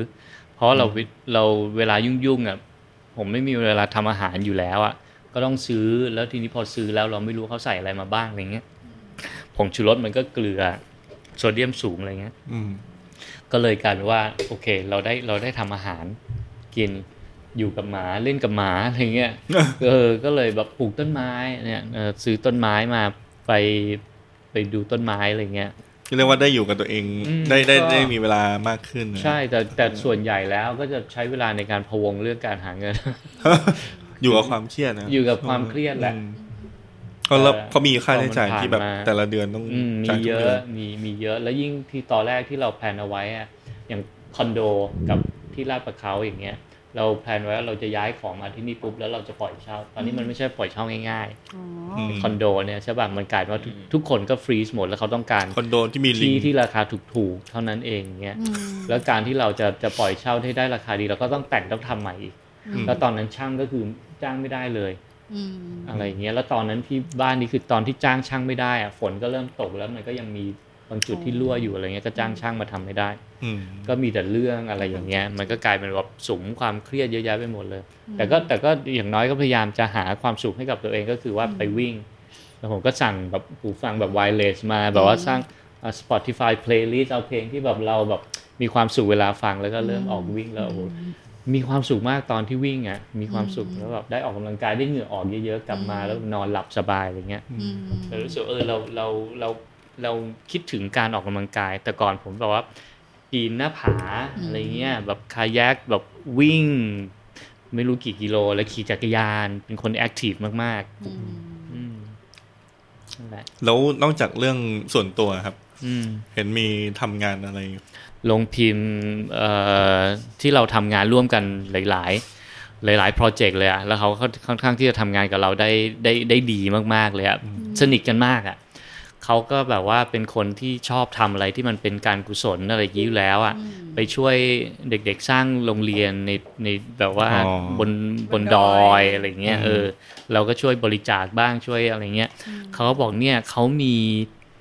Speaker 2: เพราะเราวิเราเวลายุ่งๆอ่ะผมไม่มีเวลาทำอาหารอยู่แล้วอ่ะก็ต้องซื้อแล้วทีนี้พอซื้อแล้วเราไม่รู้เขาใส่อะไรมาบ้างอะไรเงี้ยผงชูรสมันก็เกลือโซเดียมสูงอะไรเงี้ย
Speaker 1: อืม <laughs>
Speaker 2: ก็เลยกลายเป็นว่าโอเค เราได้เราได้ทำอาหารกินอยู่กับหมาเล่นกับหมาอะไรเงี้ย เออก็เลยแบบปลูกต้นไม้เนี่ยเออซื้อต้นไม้มาไปไปดูต้นไม้อะไรเงี้ย
Speaker 1: เรียกว่าได้อยู่กับตัวเอง
Speaker 2: อืม
Speaker 1: ได้ได้
Speaker 2: ก็
Speaker 1: ได้มีเวลามากขึ้นนะ
Speaker 2: ใช่แต่แต่ส่วนใหญ่แล้วก็จะใช้เวลาในการพะวงเรื่องการหาเงิน
Speaker 1: <laughs> อยู่กับความเครียดนะ
Speaker 2: อยู่กับความเครียดแหละ
Speaker 1: อืมเขารับ
Speaker 2: เออ
Speaker 1: เขามีค่าใช้จ่ายที่แบบ
Speaker 2: มันผ่านมา
Speaker 1: แต่ละเดือนต้อง
Speaker 2: อืมมี
Speaker 1: จ่ายทุ
Speaker 2: เย
Speaker 1: ก
Speaker 2: อะ
Speaker 1: เดือน
Speaker 2: มีมีเยอะแล้วยิ่งที่ตอนแรกที่เราแพลนเอาไว้อะอย่างคอนโดกับที่ลาดประเขาอย่างเงี้ย เราแพลนไว้ว่าเราจะย้ายของมาที่นี่ปุ๊บแล้วเราจะปล่อยเช่า ตอนนี้มันไม่ใช่ปล่อยเช่าง่าย
Speaker 3: อ๋อ
Speaker 1: อืม
Speaker 2: ๆคอนโดเนี่ยใช่ป่ะมันกลายเป็นว่าทุกทุกคนก็ฟรีซหมดแล้วเขาต้องการ
Speaker 1: คอนโดที่มีลิง
Speaker 2: ที่
Speaker 1: ก์
Speaker 2: ที่ราคาถูกๆเท่านั้นเองเงี้ย
Speaker 3: อืม
Speaker 2: แล้วการที่เราจะจะปล่อยเช่าให้ได้ราคาดีเราก็ต้องแต่งต้องทำใหม่อีก
Speaker 1: อืม
Speaker 2: แล้วตอนนั้นช่างก็คือจ้างไม่ได้เลย
Speaker 3: อืม
Speaker 2: อะไรอย่างเงี้ยแล้วตอนนั้นที่บ้านนี้คือตอนที่จ้างช่างไม่ได้อะฝนก็เริ่มตกแล้วมันก็ยังมีบางจุดที่รั่วอยู่อะไรเงี้ยก็จ้างช่างมาทำไม่ได้
Speaker 1: อืม
Speaker 2: ก็มีแต่เรื่องอะไรอย่างเงี้ยมันก็กลายเป็นแบบสุมความเครียดเยอะแยะไปหมดเลย แต่ก็แต่ก็อย่างน้อยก็พยายามจะหาความสุขให้กับตัวเองก็คือว่าไปวิ่ง แล้วผมก็สั่งแบบหูฟังแบบไวเลสมาแบบว่าสร้างเอ่อ Spotify playlist เอาเพลงที่แบบเราแบบมีความสุขเวลาฟังแล้วก็เริ่มออกวิ่งแล้วโอ้โห มีความสุขมากตอนที่วิ่งอ่ะ มีความสุขแล้วแบบได้ออกกำลังกายได้เหงื่อออกเยอะๆกลับมาแล้วนอนหลับสบายอะไรเงี้ย
Speaker 3: อืม
Speaker 2: เรารู้สึกว่าเออเราเราเราเราคิดถึงการออกกำลังกาย แต่ก่อนผมแบบว่าปีนหน้าผาอะไรเงี้ยแบบคายักแบบวิ่ง ไม่รู้กี่กิโล แล้วขี่จักรยานเป็นคนแอคทีฟมาก
Speaker 3: อืม
Speaker 2: ๆ อืมนั่นแหละ
Speaker 1: แล้วนอกจากเรื่องส่วนตัวครับ
Speaker 2: อืม
Speaker 1: เห็นมีทำงานอะไร
Speaker 2: ลงพิมพ์เอ่อที่เราทำงานร่วมกันหลาย ๆ หลายๆโปรเจกต์เลยอะแล้วเขาก็ค่อนข้างที่จะทำงานกับเราได้ได้ได้ดีมากๆเลยอะสนิทกันมากอะ เขาก็แบบว่าเป็นคนที่ชอบทำอะไรที่มันเป็นการกุศลอะไรอยางนี้อยู่แล้วอ่ะ ไปช่วยเด็กๆสร้างโรงเรียนในในแบบว่า
Speaker 1: อ๋อบ
Speaker 2: น
Speaker 3: บบ
Speaker 2: น
Speaker 3: น
Speaker 2: ด
Speaker 3: ดอ
Speaker 2: อย ยอะไรเงี้ย
Speaker 1: อืม
Speaker 2: เออ เราก็ช่วยบริจาคบ้างช่วยอะไรเงี้ยเขาก็บอกเนี่ยเขามี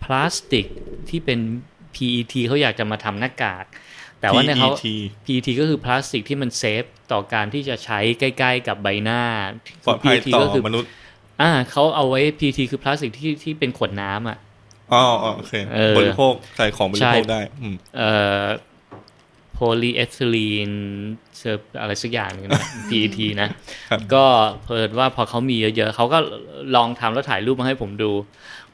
Speaker 2: พลาสติกที่เป็น PET เขาอยากจะมาทำหน้ากาก แต่ว่าเนี่ยเขา
Speaker 1: PET
Speaker 2: PET ก็คือพลาสติกที่มันเซฟต่อการที่จะใช้ใกล้ ๆ กับใบหน้า
Speaker 1: ปลอดภัย
Speaker 2: คื PET
Speaker 1: ต่อ
Speaker 2: ก็คือ
Speaker 1: มนุษย์
Speaker 2: อ่าเขาเอาไว้ PET คือพลาสติกที่ที่เป็นขวดน้ำอ่ะ
Speaker 1: อ๋ออ๋อโอเค
Speaker 2: เออบ
Speaker 1: ริโภคใส่ของบริโภค
Speaker 2: ใช่
Speaker 1: ได้อืม
Speaker 2: เอ่อโพลีเอทิลีนเซอร์อะไรสักอย่างหนึงนะ
Speaker 1: <laughs>
Speaker 2: PET นะ
Speaker 1: ครับ
Speaker 2: ก็เพิดว่าพอเขามีเยอะๆ เขาก็ลองทำแล้วถ่ายรูปมาให้ผมดู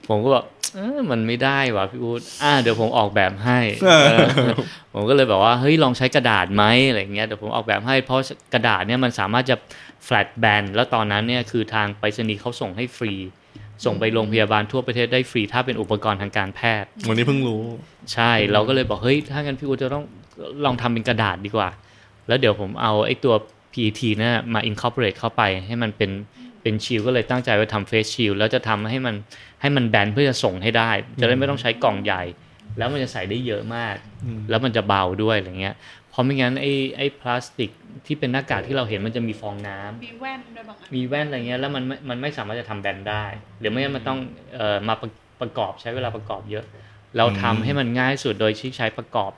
Speaker 2: ผมก็บอกเอ้อมันไม่ได้ว่ะพี่อู๊ดอ่าเดี๋ยวผมออกแบบ
Speaker 1: <laughs>
Speaker 2: ให้เออผมก็เลยแบบว่าเฮ้ยลองใช้กระดาษไหมอะไรเงี้ยเดี๋ยวผมออกแบบให้เพราะกระดาษเนี่ยมันสามารถจะ flat band แล้วตอนนั้นเนี่ยคือทางไปรษณีย์เขาส่งให้ฟรี ส่งไปโรงพยาบาลทั่วประเทศได้ฟรี ถ้าเป็นอุปกรณ์ทางการแพทย์
Speaker 1: วันนี้เพิ่งรู้
Speaker 2: ใช่เราก็เลยบอกเฮ้ยถ้างั้นพี่อูจะต้องลองทำเป็นกระดาษดีกว่า แล้วเดี๋ยวผมเอาไอ้ตัว PET นะ่ะมา incorporate เข้าไป ให้มันเป็นเป็นชิลก็เลยตั้งใจไว้ทำเฟสชิลแล้วจะทำให้มันให้มันแบนเพื่อจะส่งให้ได้ จะได้ไม่ต้องใช้กล่องใหญ่ แล้วมันจะใส่ได้เยอะมาก
Speaker 1: อืม
Speaker 2: แล้วมันจะเบาด้วยอะไรเงี้ยเพราะไม่งั้นไอ้ไอ้พลาสติกที่เป็นหน้ากากที่เราเห็นมันจะมีฟองน้ำ
Speaker 3: มีแว่นด้วยบางอัน
Speaker 2: มีแว่นอะไรเงี้ยแล้วมันไม่มันไม่สามารถจะทำแบนได้ หรือไม่งั้นมันต้องเอ่อมาประประกอบใช้เวลาประกอบเยอะ เราทำ
Speaker 1: อืม
Speaker 2: ให้มันง่ายสุดโดยที่ใช้ประกอบ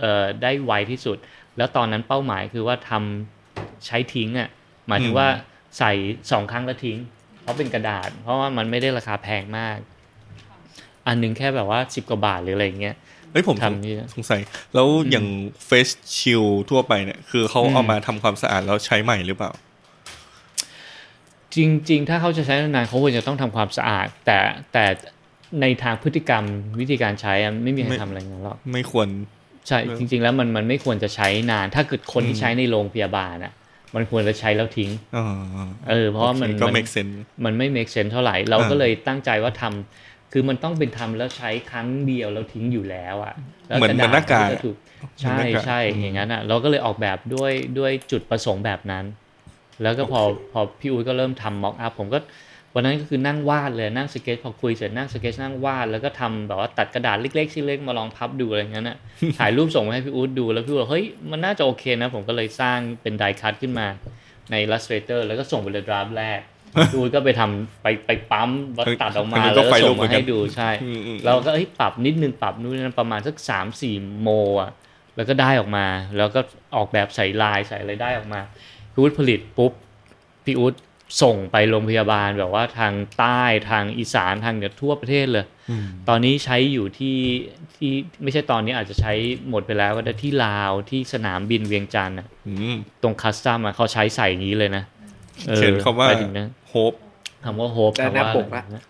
Speaker 2: เอ่อได้ไวที่สุด แล้วตอนนั้นเป้าหมายคือว่าทำใช้ทิ้งอ่ะหมายถึงว่าใส่สองครั้งแล้วทิ้ง เพราะเป็นกระดาษ เพราะว่ามันไม่ได้ราคาแพงมาก อันหนึงแค่แบบว่าสิบกว่าบาทหรืออะไรเงี้ย
Speaker 1: เฮ้ยผมสง
Speaker 2: ทำนี่นะ
Speaker 1: สงสัย แล้วอย่างเฟสชิลทั่วไปเนี่ย คือเขาเอา
Speaker 2: อืม
Speaker 1: มาทำความสะอาดแล้วใช้ใหม่หรือเปล่า
Speaker 2: จริง ๆ ถ้าเขาจะใช้นานๆเขาควรจะต้องทำความสะอาด แต่แต่ในทางพฤติกรรมวิธีการใช้อะไม่มีใคร
Speaker 1: ไม่
Speaker 2: ทำอะไรอย่างนั้นหรอก
Speaker 1: ไม่ควร
Speaker 2: ใช่
Speaker 1: เออ
Speaker 2: จริง ๆ แล้วมันมันไม่ควรจะใช้นาน ถ้าเกิดคน
Speaker 1: อืม
Speaker 2: ที่ใช้ในโรงพยาบาลอ่ะ มันควรจะใช้แล้วทิ้ง
Speaker 1: อ๋อ
Speaker 2: เออเพราะว่ามัน
Speaker 1: โอคก็
Speaker 2: มัน
Speaker 1: make sense
Speaker 2: มันไม่ make sense เท่าไหร่ เราก็
Speaker 1: อ่า
Speaker 2: เลยตั้งใจว่าทำคือมันต้องเป็นทำแล้วใช้ครั้งเดียวแล้วทิ้งอยู่แล้วอ่ะแล้ว
Speaker 1: เหมือน
Speaker 2: ระ
Speaker 1: เหมือน
Speaker 2: ดษ
Speaker 1: หน้ากาก
Speaker 2: จะถูใช่
Speaker 1: เหมือนหน้ากาก
Speaker 2: ใช่
Speaker 1: อืม
Speaker 2: อย่างนั้นอ่ะ เราก็เลยออกแบบด้วยด้วยจุดประสงค์แบบนั้น แล้วก็พอพอพี่อุ้ยก็เริ่มทำ mock up ผมก็วันนั้นก็คือนั่งวาดเลยนั่งสเก็ตพอคุยเสร็จนั่งสเก็ตนั่งวาดแล้วก็ทำแบบว่าตัดกระดาษเล็กๆชิ้นเล็กมาลองพับดูอะไรอย่างนั้นน่ะ <laughs> ถ่ายรูปส่งมาให้พี่อู๊ดดูแล้วพี่อู๊ดบอกเฮ้ยมันน่าจะโอเคนะ ผมก็เลยสร้างเป็นไดคัตขึ้นมาใน Illustrator แล้วก็ส่งไปเลยดราฟแรก พี่อู๊ดก็ไปทำไปไปปั๊มวัดตัดออกมา
Speaker 1: ทางนั้นก็
Speaker 2: แล้วก็
Speaker 1: ไฟ
Speaker 2: ส่ง
Speaker 1: ลุกเหมื
Speaker 2: มา
Speaker 1: อนกัน
Speaker 2: ให้ดูใช่
Speaker 1: อืมอืม
Speaker 2: เราก็เอ้ยปรับนิดนึงปรับนู่นนนั่นประมาณสักสามสี่โมอ่ะแล้วก็ได้ออกมา แล้วก็ออกแบบใส่ลายใส่อะไรได้ออกมาพี่อุ๊ดผลิตปุ๊บพี่อุ๊ดส่งไปโรงพยาบาลแบบว่าทางใต้ทางอีสานทางเหนือทั่วประเทศเลย
Speaker 1: อืม
Speaker 2: ตอนนี้ใช้อยู่ที่ที่ไม่ใช่ตอนนี้อาจจะใช้หมดไปแล้วก็ได้ที่ลาวที่สนามบินเวียงจันทร์อะ
Speaker 1: อืม
Speaker 2: ตรงคัสตัมอะเขาใช้ใส่อย่างนี้เลยนะออ
Speaker 1: เขียนคำว่า
Speaker 2: ไปถึงนะ
Speaker 1: โฮป
Speaker 2: คำว่าโฮป
Speaker 4: ได้หน้าปกละ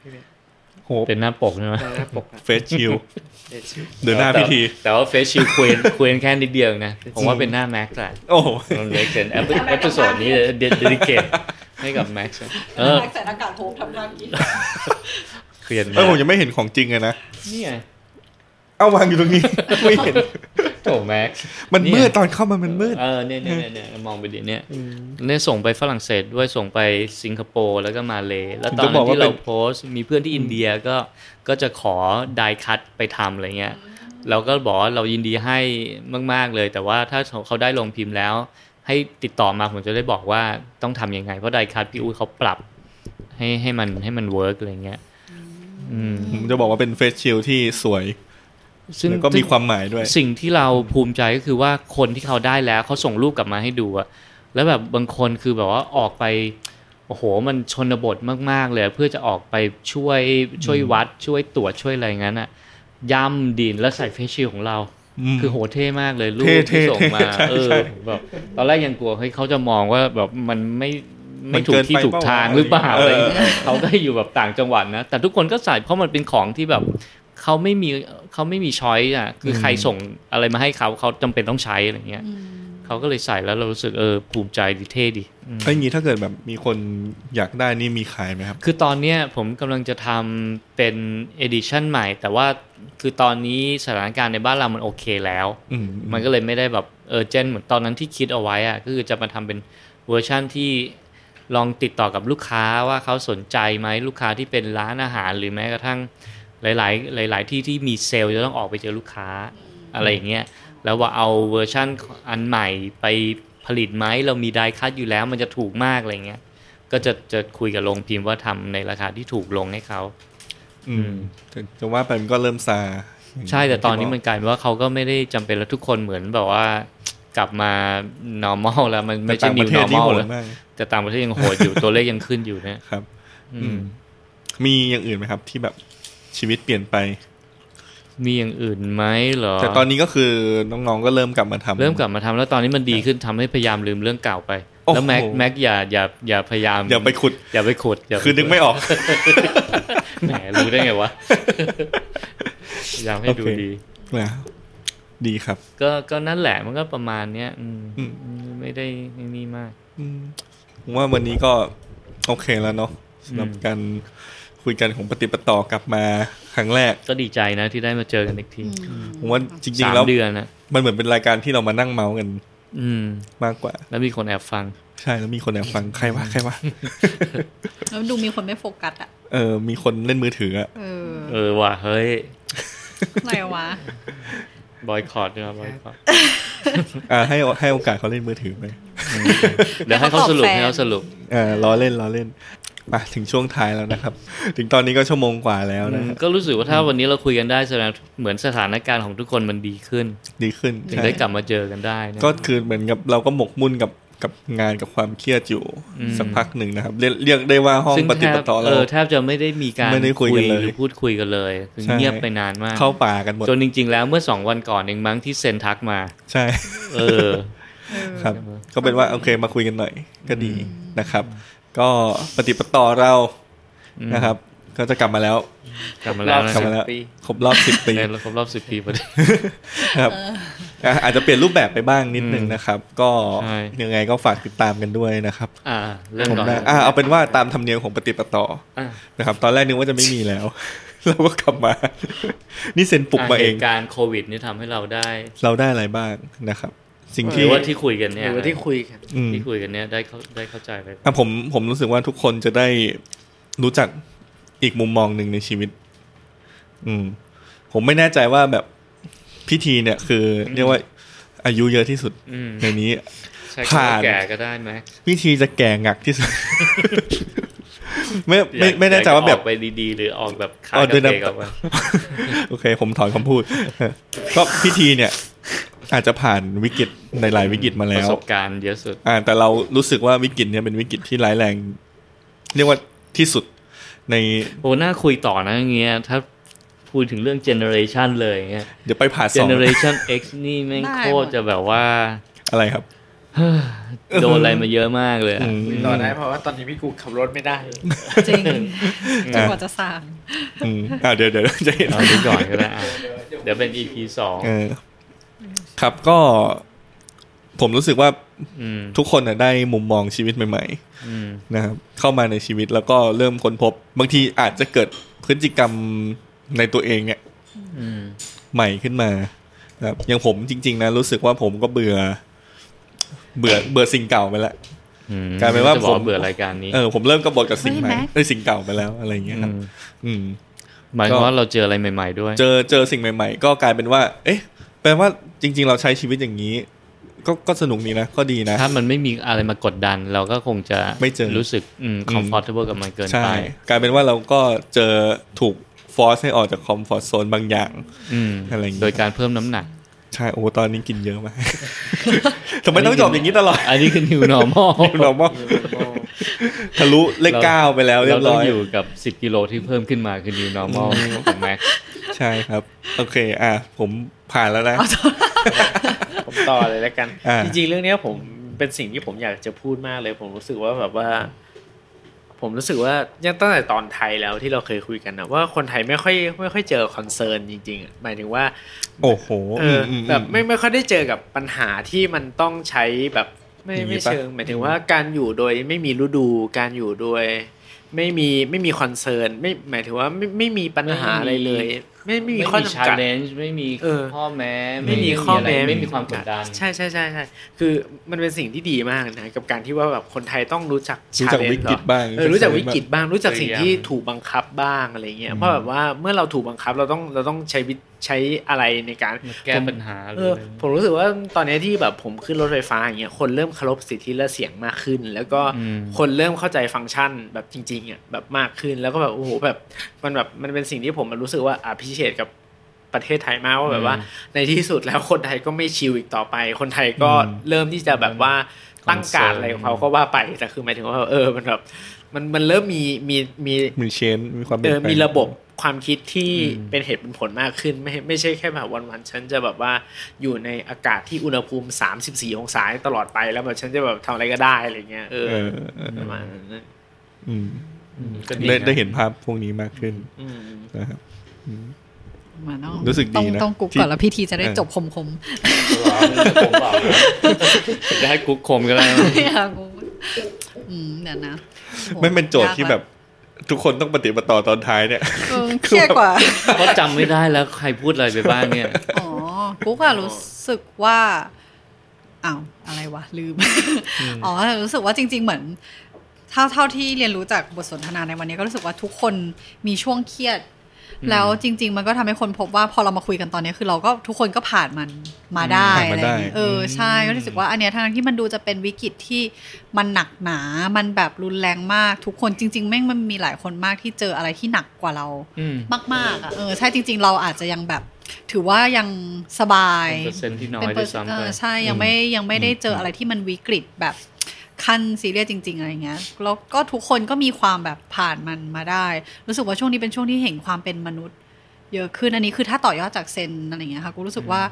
Speaker 1: โฮ
Speaker 2: <laughs>
Speaker 1: ป
Speaker 2: เป็นหน้าปกใช่ไหม
Speaker 4: หน้าปกอะ
Speaker 1: เฟสชิล
Speaker 4: เดี๋ยวชื่อ
Speaker 1: เดินหน้าพิธี
Speaker 2: แต่ว่าเฟซชิล <laughs> ควีนควีนแค่นิดเดียวเองนะ ผมว่าเป็นหน้าแม็ <laughs> กซ์แหละ
Speaker 1: โอ้โห
Speaker 2: มันเล็กเกินเอพิเอพิโซดนี้เดดิเกตให้กับแม็กซ์เออ
Speaker 3: ใส่หน้ากากโฮปทำหน้ากิน
Speaker 2: เคลียน
Speaker 1: <laughs> เออผมยังไม่เห็นของจริงเลยนะ
Speaker 2: นี่ไง
Speaker 1: เอาวางอยู่ตรงนี้ <laughs> ไม่เห็น
Speaker 2: โถแม็กซ์
Speaker 1: มันมืดตอนเข้ามามันมืด
Speaker 2: เออเนี่ยเนี่ยเนี่ยเนี่ยมองไปดิเนี่ยเนี่ยส่งไปฝรั่งเศสด้วยส่งไปสิงคโปร์แล้วก็มาเลย์แล้วตอน
Speaker 1: จะบ
Speaker 2: นั้
Speaker 1: อก
Speaker 2: น
Speaker 1: ว่าเป็
Speaker 2: ที่
Speaker 1: น
Speaker 2: เราโพสต์มีเพื่อนที่อินเดียก็ก็จะขอไดคัตไปทำอะไรเงี้ย เราก็บอกว่าเรายินดีให้มาก ๆ เลย แต่ว่าถ้าเขาได้ลงพิมพ์แล้ว ให้ติดต่อมาผมจะได้บอกว่าต้องทำยังไง เพราะไดคัดพี่อุ้ยเขาปรับ ให้ให้มันให้มันเวิร์กอะไรเงี้ยอืม
Speaker 1: ผมจะบอกว่าเป็นเฟสชิลที่สวย
Speaker 2: ซึ่ง
Speaker 1: แล้วก็มีความหมายด้วย
Speaker 2: สิ่งที่เราภูมิใจก็คือว่าคนที่เขาได้แล้วเขาส่งรูปกลับมาให้ดูอะแล้วแบบบางคนคือแบบว่าออกไป โอ้โห มันชนบทมาก ๆ เลย เพื่อจะออกไปช่วยช่วยวัดช่วยตรวจช่วยอะไรงั้นอะย่ำดินแล้วใส่เฟซชิลของเรา
Speaker 1: ม
Speaker 2: คือโหเท่มากเลยรูป
Speaker 1: เท่
Speaker 2: ที่ส่งมา
Speaker 1: เท่ใช่
Speaker 2: เออ
Speaker 1: ใช่
Speaker 2: ผมแบบตอนแรกยังกลัวเฮ้ยเขาจะมองว่าแบบมันไม่
Speaker 1: มั
Speaker 2: ไม่
Speaker 1: น
Speaker 2: ถู
Speaker 1: เกิ
Speaker 2: ก
Speaker 1: น
Speaker 2: ที่
Speaker 1: ไป
Speaker 2: ถูก
Speaker 1: เปล่า
Speaker 2: ทางหรือเปล่า
Speaker 1: เอออ
Speaker 2: อะไรอย่างเงี้ยเขาก็อยู่แบบต่างจังหวัดนะ แต่ทุกคนก็ใส่เพราะมันเป็นของที่แบบเขาไม่มีเขาไม่มีช้อยอ่ะคือใครส่งอะไรมาให้เขาเขาจำเป็นต้องใช้อะไรเงี้ยเขาก็เลยใส่แล้วเรารู้สึกเออภูมิใจดีเท่ดีอืม
Speaker 1: ถ้าอย่างนี้ถ้าเกิดแบบมีคนอยากได้นี่มีขายไหมครับ
Speaker 2: คือตอนเนี้ยผมกำลังจะทำเป็นเอดิชันใหม่ แต่ว่าคือตอนนี้สถานการณ์ในบ้านเรามันโอเคแล้ว
Speaker 1: อืม
Speaker 2: มันก็เลยไม่ได้แบบเออเจนเหมือนตอนนั้นที่คิดเอาไว้อะก็คือจะมาทำเป็นเวอร์ชั่นที่ลองติดต่อกับลูกค้าว่าเขาสนใจไหมลูกค้าที่เป็นร้านอาหารหรือแม้กระทั่ง หลาย ๆ หลาย ๆ ที่ที่มีเซลล์จะต้องออกไปเจอลูกค้าอะไรอย่างเงี้ยแล้วว่าเอาเวอร์ชั่นอันใหม่ไปผลิตไหมเรามีไดคัตอยู่แล้วมันจะถูกมากอะไรเงี้ยก็จะจะคุยกับโรงพิมพ์ว่าทำในราคาที่ถูกลงให้เขา
Speaker 1: อืมถึงจะว่าไปมันก็เริ่มซา
Speaker 2: ใช่แต่ตอนนี้มันกลายเป็นว่าเขาก็ไม่ได้จำเป็นแล้วทุกคนเหมือนแบบว่ากลับมา normal แล้วมันไม่
Speaker 1: แต่
Speaker 2: ใช่
Speaker 1: ต่างป
Speaker 2: new
Speaker 1: ระเทศนี่
Speaker 2: normal
Speaker 1: โหด
Speaker 2: แล้ว
Speaker 1: มาก
Speaker 2: แต่ต่างประเทศยังโหด
Speaker 1: <laughs>
Speaker 2: อยู่ ตัวเลขยังขึ้นอยู่นะครับ อื
Speaker 1: อื
Speaker 2: ม
Speaker 1: ม มีอย่างอื่นไหมครับ ที่แบบชีวิตเปลี่ยนไป
Speaker 2: มีอย่างอื่นไหมเหรอ
Speaker 1: แต่ตอนนี้ก็คือน้องๆก็เริ่มกลับมาทำ
Speaker 2: เริ่มกลับมาทำแล้วตอนนี้มันดีขึ้นทำให้พยายามลืมเรื่องเก่าไป
Speaker 1: โอ้โห
Speaker 2: แล้วแม็กแม็กอย่าอย่าอย่าพยายาม
Speaker 1: อย่าไปขุด
Speaker 2: อย่าไปขุดอย่าป
Speaker 1: คือนึกไม่ออก
Speaker 2: แหมรู้ได้ไง
Speaker 1: <laughs>
Speaker 2: วะ พยายามให้ดู
Speaker 1: โอเค
Speaker 2: ดี
Speaker 1: นะดีครับ
Speaker 2: ก็ก็นั่นแหละมันก็ประมาณเนี้ยอืม
Speaker 1: อืม
Speaker 2: ไม่ได้ไม่นี่มาก
Speaker 1: อืมผมว่าวันนี้ก็โอเคแล้วเนาะสำหรับ
Speaker 2: อืม
Speaker 1: การคุยกันของปฏิปต่อกลับมาครั้งแรก
Speaker 2: ก็ดีใจนะที่ได้มาเจอกันอีกที
Speaker 1: ผมว่าจริงๆ
Speaker 2: สาม
Speaker 1: แล้ว
Speaker 2: เดือนนะ
Speaker 1: มันเหมือนเป็นรายการที่เรามานั่งเมาส์กัน
Speaker 2: อืม
Speaker 1: มากกว่า
Speaker 2: แล้วมีคนแอบฟัง
Speaker 1: ใช่แล้วมีคนแอบฟังใครวะใครวะ
Speaker 3: แล้วดูมีคนไม่โฟกัสอ่ะ
Speaker 1: เออมีคนเล่นมือถืออะ
Speaker 3: เออ
Speaker 2: เออว่ะเฮ้ย
Speaker 3: อะไรวะ
Speaker 2: บอยคอร์ดนะบอยคอร์ด
Speaker 1: อ่ะให้ให้โอกาสเขาเล่นมือถือไป
Speaker 2: เดี๋ยวให้เขาสรุป
Speaker 3: ให้
Speaker 2: ให้
Speaker 3: เขาตอบแฟน
Speaker 2: เขาสรุป
Speaker 1: อ่าล้อเล่นล้อเล่นมาถึงช่วงท้ายแล้วนะครับ ถึงตอนนี้ก็ชั่วโมงกว่าแล้วนะฮะ
Speaker 2: ก็รู้สึกว่าถ้าวันนี้เราคุยกันได้แสดงเหมือนสถานการณ์ของทุกคนมันดีขึ้น
Speaker 1: ดีขึ้น
Speaker 2: ถึง
Speaker 1: ใช่
Speaker 2: ได้กลับมาเจอกันได้นะ
Speaker 1: ก็คือเหมือนกับเราก็หมกมุ่นกับกับงานกับความเครียดอยู่
Speaker 2: อืม
Speaker 1: สักพักหนึ่งนะครับเรียกเรียกได้ว่าห้อง
Speaker 2: ซึ่ง
Speaker 1: ป
Speaker 2: แท
Speaker 1: ฏิ
Speaker 2: บ
Speaker 1: ปต่อ
Speaker 2: เอ
Speaker 1: เรา
Speaker 2: อแทบจะไม่ได้มีการ
Speaker 1: ไม่ได้คุยกันเลย
Speaker 2: หรือพูดคุยกันเลยคือ
Speaker 1: ใช่
Speaker 2: เงียบไปนานมาก
Speaker 1: เข้าป่ากันหมด
Speaker 2: จนจริง ๆ แล้วเมื่อสองวันก่อนเองมั้งที่เซนทักมา
Speaker 1: ใช่
Speaker 2: เออ
Speaker 3: เออ
Speaker 1: ครับก็เป็นว่าโอเคมาคุยกันหน่อยก็ดีนะครับ ก็ปฏิปต่อเรา
Speaker 2: อืม
Speaker 1: นะครับ ก็จะกลับมาแล้ว
Speaker 2: กลับมาแล้วนะ
Speaker 1: กลับมาแล้ว
Speaker 4: สิบปี
Speaker 1: ครบรอบสิบปี
Speaker 2: ในครบรอบสิบปีพอดี
Speaker 1: นะครับะอาจจะเปลี่ยนรูปแบบไปบ้างนิดนึงนะครับ ก็
Speaker 2: ใช่
Speaker 1: ยังไงก็ฝากติดตามกันด้วยนะครับ
Speaker 2: อ่าเริ่ม
Speaker 1: ผม
Speaker 2: ก่อน
Speaker 1: นะอ่ะเอาเป็นว่าตามธรรมเนียมของปฏิปต่อ
Speaker 2: อ่ะ
Speaker 1: นะครับ ตอนแรกนึกว่าจะไม่มีแล้ว <laughs> เราก็กลับมา <laughs> นี่เซ็นปลุกมาเอง
Speaker 2: หตุการณ์โควิดนี่ทำให้เราได้
Speaker 1: เราได้อะไรบ้างนะครับ สิ่ง
Speaker 2: หรื
Speaker 1: ที่
Speaker 2: อว่าที่คุยกัน
Speaker 4: ห
Speaker 2: เนี่ย
Speaker 4: รือว่าที่คุยกัน
Speaker 1: อืม
Speaker 2: ที่คุยกันเนี่ยได้เข้าได้เข้าใจไป
Speaker 1: อ่ะผมผมรู้สึกว่าทุกคนจะได้รู้จักอีกมุมมองหนึ่งในชีวิต อืม ผมไม่แน่ใจว่าแบบพิธีเนี่ย คือเรียกว่าอายุเยอะที่สุด
Speaker 2: อืม
Speaker 1: ในนี้
Speaker 2: ใช่คำว่
Speaker 1: ผ่าน
Speaker 2: แก่ก็ได้ไหม
Speaker 1: พิธีจะแก่งักที่สุด <laughs> ไม่ไม่ไม่แน่ใจว่าแบบ
Speaker 2: อยกะออกไปดีๆ หรือออกแบบขา
Speaker 1: อ๋อเดิ
Speaker 2: กระ
Speaker 1: น
Speaker 2: เต
Speaker 1: นำ
Speaker 2: งออกมา
Speaker 1: โอเค ผมถอนคำพูด <laughs> เออก็พิธีเนี่ย อาจจะผ่านวิกฤตในหลายวิกฤตมา
Speaker 2: ป
Speaker 1: แล้
Speaker 2: ระ
Speaker 1: ว
Speaker 2: สบการณ์เยอะสุด
Speaker 1: อ่าแต่เรารู้สึกว่าวิกฤตเนี่ยเป็นวิกฤตที่ร้ายแรง เรียกว่าที่สุดใน
Speaker 2: โอ้น่าคุยต่อนะอย่างเงี้ย ถ้าพูดถึงเรื่องเจเนอเรชันเลยอย่างเงี้ย
Speaker 1: เดี๋ยวไปผ่า
Speaker 2: เจ
Speaker 1: สอง
Speaker 2: เนอเรชัน X นี่แม่ง
Speaker 3: ได้
Speaker 2: โค
Speaker 3: หม
Speaker 2: ตร
Speaker 3: ด
Speaker 2: จะแบบว่า
Speaker 1: อะไรครับ
Speaker 2: โดนอะไรมาเยอะมากเลยอะ
Speaker 1: อืม
Speaker 4: ต่อได้เพราะว่าตอนนี้พี่กูขับรถไม่
Speaker 1: <laughs>
Speaker 4: ได้
Speaker 3: จริงจนกว่าจะสร้าง
Speaker 1: อืมอ่าเดี๋ยวเดี๋ยว <laughs> จะเห็น
Speaker 2: เอาไปก่อนก็ได้อะเดี๋ยวเป็น EP สอง
Speaker 1: เออครับก็ ผมรู้สึกว่า
Speaker 2: อืม
Speaker 1: ทุกคนน่ะได้มุมมองชีวิตใหม่
Speaker 2: อืม
Speaker 1: ๆ นะครับ เข้ามาในชีวิตแล้วก็เริ่มค้นพบ บางทีอาจจะเกิดพฤติกรรมในตัวเองเนี่ย
Speaker 2: อืม
Speaker 1: ใหม่ขึ้นมานะครับอย่างผมจริง ๆ นะ รู้สึกว่าผมก็เบื่อ เบื่อเบื่อสิ่งเก่าไปแล้ว
Speaker 2: อืม
Speaker 1: กลายเป็นว่า
Speaker 2: จะบอก
Speaker 1: ผม
Speaker 2: เบื่อรายการนี้
Speaker 1: เออผมเริ่มกบฏกับสิ่งใหม่
Speaker 3: เฮ้ยแม็ก
Speaker 1: ไอ้ยสิ่งเก่าไปแล้วอะไรอย่างเงี้ยครับ
Speaker 2: ม
Speaker 1: อืม
Speaker 2: หมายความว่าเราเจออะไรใหม่ ๆด้วย
Speaker 1: เจอเจอสิ่งใหม่ ๆ ก็กลายเป็นว่า เอ๊ะ แปลว่าจริง ๆ เราใช้ชีวิตอย่างนี้ ก็ก็สนุกดีนะ ก็ดีนะ
Speaker 2: ถ้ามันไม่มีอะไรมากดดัน เราก็คงจะ
Speaker 1: ไม่เจอ
Speaker 2: รู้สึกอืม comfortable กับมันเกิน
Speaker 1: ใช่
Speaker 2: ไป
Speaker 1: กลายเป็นว่าเราก็เจอถูกฟอร์สให้ออกจากคอมฟอร์ z โซนบางอย่าง
Speaker 2: อืม
Speaker 1: อะไรอย่างเงี้ย
Speaker 2: โดยการเพิ่มน้ำหนัก
Speaker 1: ใช่ โอ้ตอนนี้กินเยอะมาก <laughs> ทำไมต้องจบอย่างนี้ตลอด
Speaker 2: อันนี้คือ new normal
Speaker 1: เราบอกทะลุเลข
Speaker 2: เรา
Speaker 1: เก้าไปแล้ว <laughs> เรียบร้อย
Speaker 2: ต้งอยู่กับ 10 กิโลที่เพิ่มขึ้นมาคือ new normal ของแม็ก
Speaker 1: ใช่ครับ โอเค อ่ะ ผมผ่านแล้วนะ
Speaker 4: ผมต่อเลยแล้วกัน
Speaker 1: อ่า
Speaker 4: จริงๆ เรื่องเนี้ยผมเป็นสิ่งที่ผมอยากจะพูดมากเลย ผมรู้สึกว่าแบบว่า ผมรู้สึกว่ายังตั้งแต่ตอนไทยแล้วที่เราเคยคุยกันนะว่าคนไทยไม่ค่อยไม่ค่อยเจอคอนเซิร์นจริงๆอะหมายถึงว่า
Speaker 1: โอ้โห
Speaker 4: เอออ
Speaker 1: ม
Speaker 4: แบบไม่ไม่ค่อยได้เจอกับปัญหาที่มันต้องใช้แบบไม่
Speaker 1: อย่างนี้
Speaker 4: ไม่
Speaker 1: ปะ
Speaker 4: เชิง หมายถึงว่าการอยู่โดยไม่มีฤดูการอยู่โดย ไม่มีไม่มีคอนเซิร์นไม่หมายถึงว่าไม่ไม่มีปัญหาอะไรเลย ไม่ไม่มี
Speaker 2: ไม่
Speaker 4: ข้อ
Speaker 2: มี
Speaker 4: จำกัด
Speaker 2: challenge ไม่มี
Speaker 4: เออ
Speaker 2: ข้อแม้
Speaker 4: ไม่มีข้อแม้
Speaker 2: ะไรไม่มีความกดดัน
Speaker 4: ใช่ใช่ใช่ใช่คือมันเป็นสิ่งที่ดีมากนะกับการที่ว่าแบบคนไทยต้องรู้จัก
Speaker 1: รู้จัก
Speaker 4: challenge
Speaker 1: วิกฤต
Speaker 4: เหอ
Speaker 1: บ้าง
Speaker 4: เออรู้จักวิกฤตบ้างรู้จักสิ่ง
Speaker 2: พยายาม
Speaker 4: ที่ถูกบังคับบ้างอะไรเงี้ยเพราะแบบว่าเมื่อเราถูกบังคับเราต้องเราต้องใช้วิใช้อะไรในการ
Speaker 2: มาแก้ปัญหาห
Speaker 4: เอ
Speaker 2: รือ
Speaker 4: อ
Speaker 2: อะไร
Speaker 4: ผมรู้สึกว่าตอนนี้ที่แบบผมขึ้นรถไฟฟ้าอย่างเงี้ยคนเริ่มเคารพสิทธิและเสียงมากขึ้น แล้วก็
Speaker 2: ม
Speaker 4: คนเริ่มเข้าใจฟังก์ชันแบบจริงๆอ่ะแบบมากขึ้นแล้วก็แบบโอ้โหแบบมันแบบมันเป็นสิ่งที่ผมรู้สึกว่าอภิเชษกับประเทศไทยมากว่าแบบว่า
Speaker 2: อืม
Speaker 4: ในที่สุดแล้วคนไทยก็ไม่ชิลอีกต่อไป คนไทยก็
Speaker 1: อืม
Speaker 4: เริ่มที่จะแบบว่าตั้งการดอะไรของเขาก็ว่าไปแต่คือหมายถึงว่าเออมันแบบมันมันเริ่มมีมีมี
Speaker 1: มีเชนมีความเป
Speaker 4: เอ
Speaker 1: ลี่ย
Speaker 4: อน
Speaker 1: แปลง
Speaker 4: มีระบบความคิดที่
Speaker 2: อืม
Speaker 4: เป็นเหตุเป็นผลมากขึ้น ไม่ไม่ใช่แค่แบบวันๆฉันจะแบบว่าอยู่ในอากาศที่อุณหภูมิ 34 องศาตลอดไปแล้วแบบฉันจะแบบทำอะไรก็ได้อะไรเงี้ยเออ
Speaker 1: เออเออ
Speaker 4: ประมาณนั้น
Speaker 1: อืม
Speaker 2: อืมก็ดี
Speaker 1: ได้
Speaker 2: นะ
Speaker 1: ได้เห็นภาพพวกนี้มากขึ้น
Speaker 4: อืม
Speaker 1: นะครับ
Speaker 3: มาเนอะ
Speaker 1: รู้สึกดี
Speaker 3: ต้อง
Speaker 1: นะ
Speaker 3: ต้องกุ๊ก
Speaker 1: ที่
Speaker 3: ก่อนแล้วพี่ทีจะได้
Speaker 1: เออ
Speaker 3: จบคมคม
Speaker 2: ผมบอกจะให้กุ๊กคม <laughs> ก็ได้นะ
Speaker 3: ๆไม่อยากกุ๊กอืมเดี๋ยวนะโห
Speaker 1: ไม่เป็นโจทย์ที่
Speaker 3: ยาก
Speaker 1: แบ
Speaker 3: ว่ะ
Speaker 1: บทุกคนต้องปฏิบัติต่อตอนท้าย
Speaker 4: <laughs>
Speaker 1: เนี่ย
Speaker 3: เออเครียดกว่า
Speaker 2: เพราะจำไม่ได้แล้วใครพูดอะไรไปบ้างเนี่ย
Speaker 3: อ๋อ กูก็รู้สึกว่า อ้าว อะไรวะ ลืม อ๋อ รู้สึกว่าจริง ๆ เหมือน เท่าเท่าที่เรียนรู้จากบทสนทนาในวันนี้ก็รู้สึกว่าทุกคนมีช่วงเครียด
Speaker 2: อืม
Speaker 3: แล้วจริง ๆ มันก็ทำให้คนพบว่าพอเรามาคุยกันตอนนี้คือเราก็ทุกคนก็ผ่านมันมาได้
Speaker 1: ผ่าน
Speaker 3: อะ
Speaker 1: มา
Speaker 3: ไร
Speaker 1: ได้
Speaker 3: อย่างเงี้ยเออใช่ก็รู้สึกว่าอันเนี้ยทั้งที่มันดูจะเป็นวิกฤตที่มันหนักหนา มันแบบรุนแรงมากทุกคนจริง ๆ แม่งมันมีหลายคนมากที่เจออะไรที่หนักกว่าเรา
Speaker 2: อืม
Speaker 3: มากๆอ่ะเออใช่จริง ๆ เราอาจจะยังแบบ ถือว่ายังสบาย
Speaker 2: เป็นเปอร์เซ็นต์ที่น้อย
Speaker 3: เป็นเป
Speaker 2: ด้
Speaker 3: อ
Speaker 2: วย
Speaker 3: ร์เซ็นต์
Speaker 2: ซ้ำไป
Speaker 3: เออใช่ยังไม่ยังไม่ได้เจออะไรที่มันวิกฤตแบบขั้นซีเรียสจริง ๆ อะไรเงี้ยแล้วก็ทุกคนก็มีความแบบผ่านมันมาได้ รู้สึกว่าช่วงนี้เป็นช่วงที่เห็นความเป็นมนุษย์ เยอะขึ้นอันนี้คือถ้าต่อยอดจากเซนอะไรเงี้ยค่ะกูรู้สึกว่า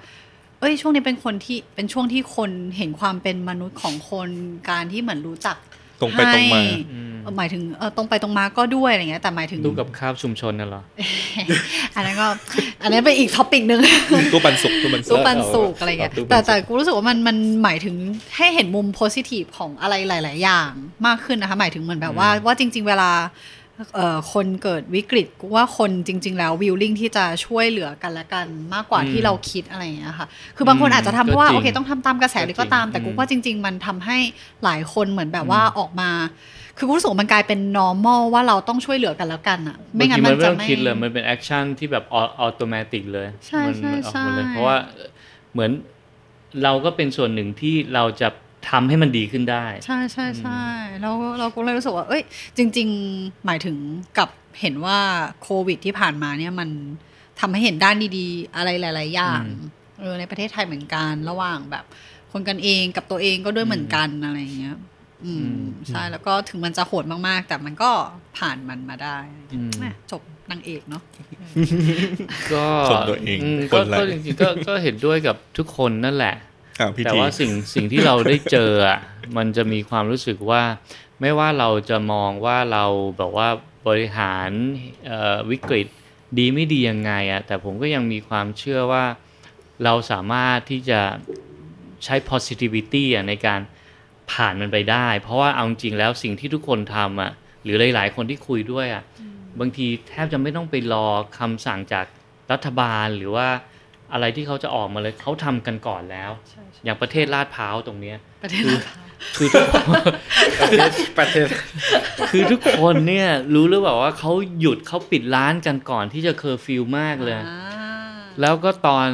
Speaker 3: เอ้ยช่วงนี้เป็นคนที่เป็นช่วงที่คนเห็นความเป็นมนุษย์ของคนการที่เหมือนรู้จัก
Speaker 1: ตรงไปตรงมา
Speaker 3: ให้
Speaker 2: อืม
Speaker 3: เออหมายถึงเออตรงไปตรงมาก็ด้วยอะไรเงี้ยแต่หมายถึง
Speaker 2: ดูกับข้าวชุมชนน่ะเหรอ
Speaker 3: อันนั้นก็ อันนั้นเป็นอีกท็อปิกหนึ่ง
Speaker 1: ตู้ปันสุกตู้ปันสุ
Speaker 3: ซุ
Speaker 1: ก
Speaker 3: ปปันสุกอะไรเงี้ย
Speaker 2: เอาตู้ปันสุก
Speaker 3: แต่แต่กูรู้สึกว่ามันมันหมายถึงให้เห็นมุมโพสิทีฟของอะไรหลาย ๆ อย่างมากขึ้นนะคะ หมายถึงเหมือนแบบว่าว่าจริง ๆ เวลาเอ่อคนเกิดวิกฤตกูว่าคนจริง ๆ แล้ววิลลิ่งที่จะช่วยเหลือกันและกันมากกว่าที่เราคิดอะไรอย่างเงี้ยค่ะคือบางคนอาจจะทำเพราะว่า
Speaker 2: ก็จริ
Speaker 3: โอง เคต้องทำตามกระแสหรือก็ตาม
Speaker 2: ก็จริง
Speaker 3: แต่กูว่าจริง ๆ มันทำให้หลายคนเหมือนแบบว่าออกมา คือกูรู้สึกว่ามันกลายเป็น normal ว่าเราต้องช่วยเหลือกันแล้วกันอะไม่
Speaker 2: ่
Speaker 3: งั้น
Speaker 2: มั
Speaker 3: มัน น
Speaker 2: ไม่
Speaker 3: จะ
Speaker 2: ต้อง
Speaker 3: ไม่
Speaker 2: คิดเลยมันเป็นแอคชั่นที่แบบออโตเมติกเลย
Speaker 3: ใช่
Speaker 2: มั
Speaker 3: ใช่
Speaker 2: มัออกมาเลย
Speaker 3: ใช่
Speaker 2: เพราะว่าเหมือนเราก็เป็นส่วนหนึ่งที่เราจะทำให้มันดีขึ้นได้
Speaker 3: ใช่ใช่ใช่แล้วเราก็เลยรู้สึกว่า เอ้ย จริง ๆ หมายถึงกับเห็นว่าโควิดที่ผ่านมาเนี่ยมันทำให้เห็นด้านดีๆ อะไรหลาย ๆ อย่าง
Speaker 2: อืม
Speaker 3: เออในประเทศไทยเหมือนกันระหว่างแบบ คนกันเองกับตัวเองก็ด้วยเหมือนกันอะไรอย่างเงี้ย อืมใช่แล้วก็ถึงมันจะโหดมากๆ แต่มันก็ผ่านมันมาได้
Speaker 2: อืม
Speaker 3: แหม่จบนางเอกเนาะ
Speaker 2: ก็
Speaker 1: ชมตัวเอง
Speaker 2: ม
Speaker 1: คนละ
Speaker 2: ก็ก็จริงๆก็ก็เห็นด้วยกับทุกคนนั่นแหละ
Speaker 1: อ้าวพี่
Speaker 2: แต่
Speaker 1: ที
Speaker 2: ว่าสิ่งสิ่งที่เราได้เจออ่ะ มันจะมีความรู้สึกว่า ไม่ว่าเราจะมองว่าเราแบบว่าบริหารเอ่อวิกฤตดีไม่ดียังไงอ่ะแต่ผมก็ยังมีความเชื่อว่าเราสามารถที่จะใช้ positivity อ่ะในการผ่านมันไปได้ เพราะว่าเอาจริงๆแล้วสิ่งที่ทุกคนทำอ่ะหรือหลายๆคนที่คุยด้วยอ่ะ บางทีแทบจะไม่ต้องไปรอคำสั่งจากรัฐบาลหรือว่าอะไรที่เขาจะออกมาเลยเขาทำกันก่อนแล้ว
Speaker 3: ใช่ใช่
Speaker 2: อย่างประเทศลาดพร้าวตรงเนี้ย
Speaker 3: ประเทศเราค่ะ
Speaker 2: คือทุกคน
Speaker 4: ประเทศ
Speaker 2: คือทุกคนเนี่ยรู้หรือเปล่าว่าเขาหยุดเขาปิดร้านกันก่อนที่จะเคอร์ฟิวมากเลย
Speaker 3: อ่า
Speaker 2: แล้วก็ตอน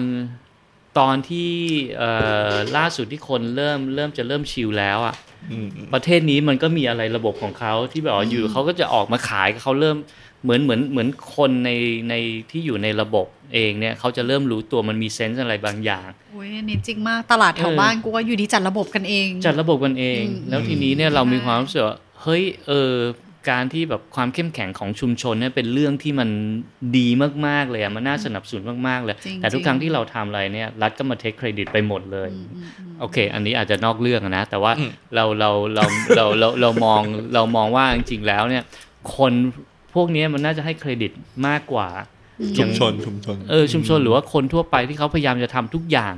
Speaker 2: ตอนที่เอ่อล่าสุดที่คนเริ่มเริ่มจะเริ่มชิลแล้วอ่ะ
Speaker 1: อืม
Speaker 2: ประเทศนี้มันก็มีอะไรระบบของเขาที่แบบว่าอยู่เขาก็จะออกมาขายเขาเริ่มเหมือนเหมือนเหมือนคนในในที่อยู่ในระบบเองเนี่ยเขาจะเริ่มรู้ตัวมันมีเซนส์อะไรบางอย่าง
Speaker 3: อุ้ยอันนี้จริงมากตลาดแถวบ้านกูว่าอยู่ดีจัดระบบกันเอง
Speaker 2: จัดระบบกันเอง
Speaker 3: อืม
Speaker 2: แล้วทีนี้เนี่ยเรา
Speaker 3: ใช่
Speaker 2: มีความรู้สึกว่าเฮ้ยเออการที่แบบความเข้มแข็งของชุมชนเนี่ยเป็นเรื่องที่มันดีมากๆเลยอะมันน่าสนับสนุนมากๆเลย แต่ทุกครั้งที่เราทำอะไรเนี่ยรัฐก็มาเทคเครดิตไปหมดเลย
Speaker 3: อืมอืมอืม
Speaker 2: โอเค อันนี้อาจจะนอกเรื่องนะ แต่ว่า
Speaker 1: อืม
Speaker 2: เราเราเราเราเราเรามองเรามองว่าจริงๆแล้วเนี่ย คนพวกเนี้ยมันน่าจะให้เครดิตมากกว่า
Speaker 1: ๆชุมชนชุมชน
Speaker 2: เออชุมชนหรือว่าคนทั่วไปที่เขาพยายามจะทำทุกอย่าง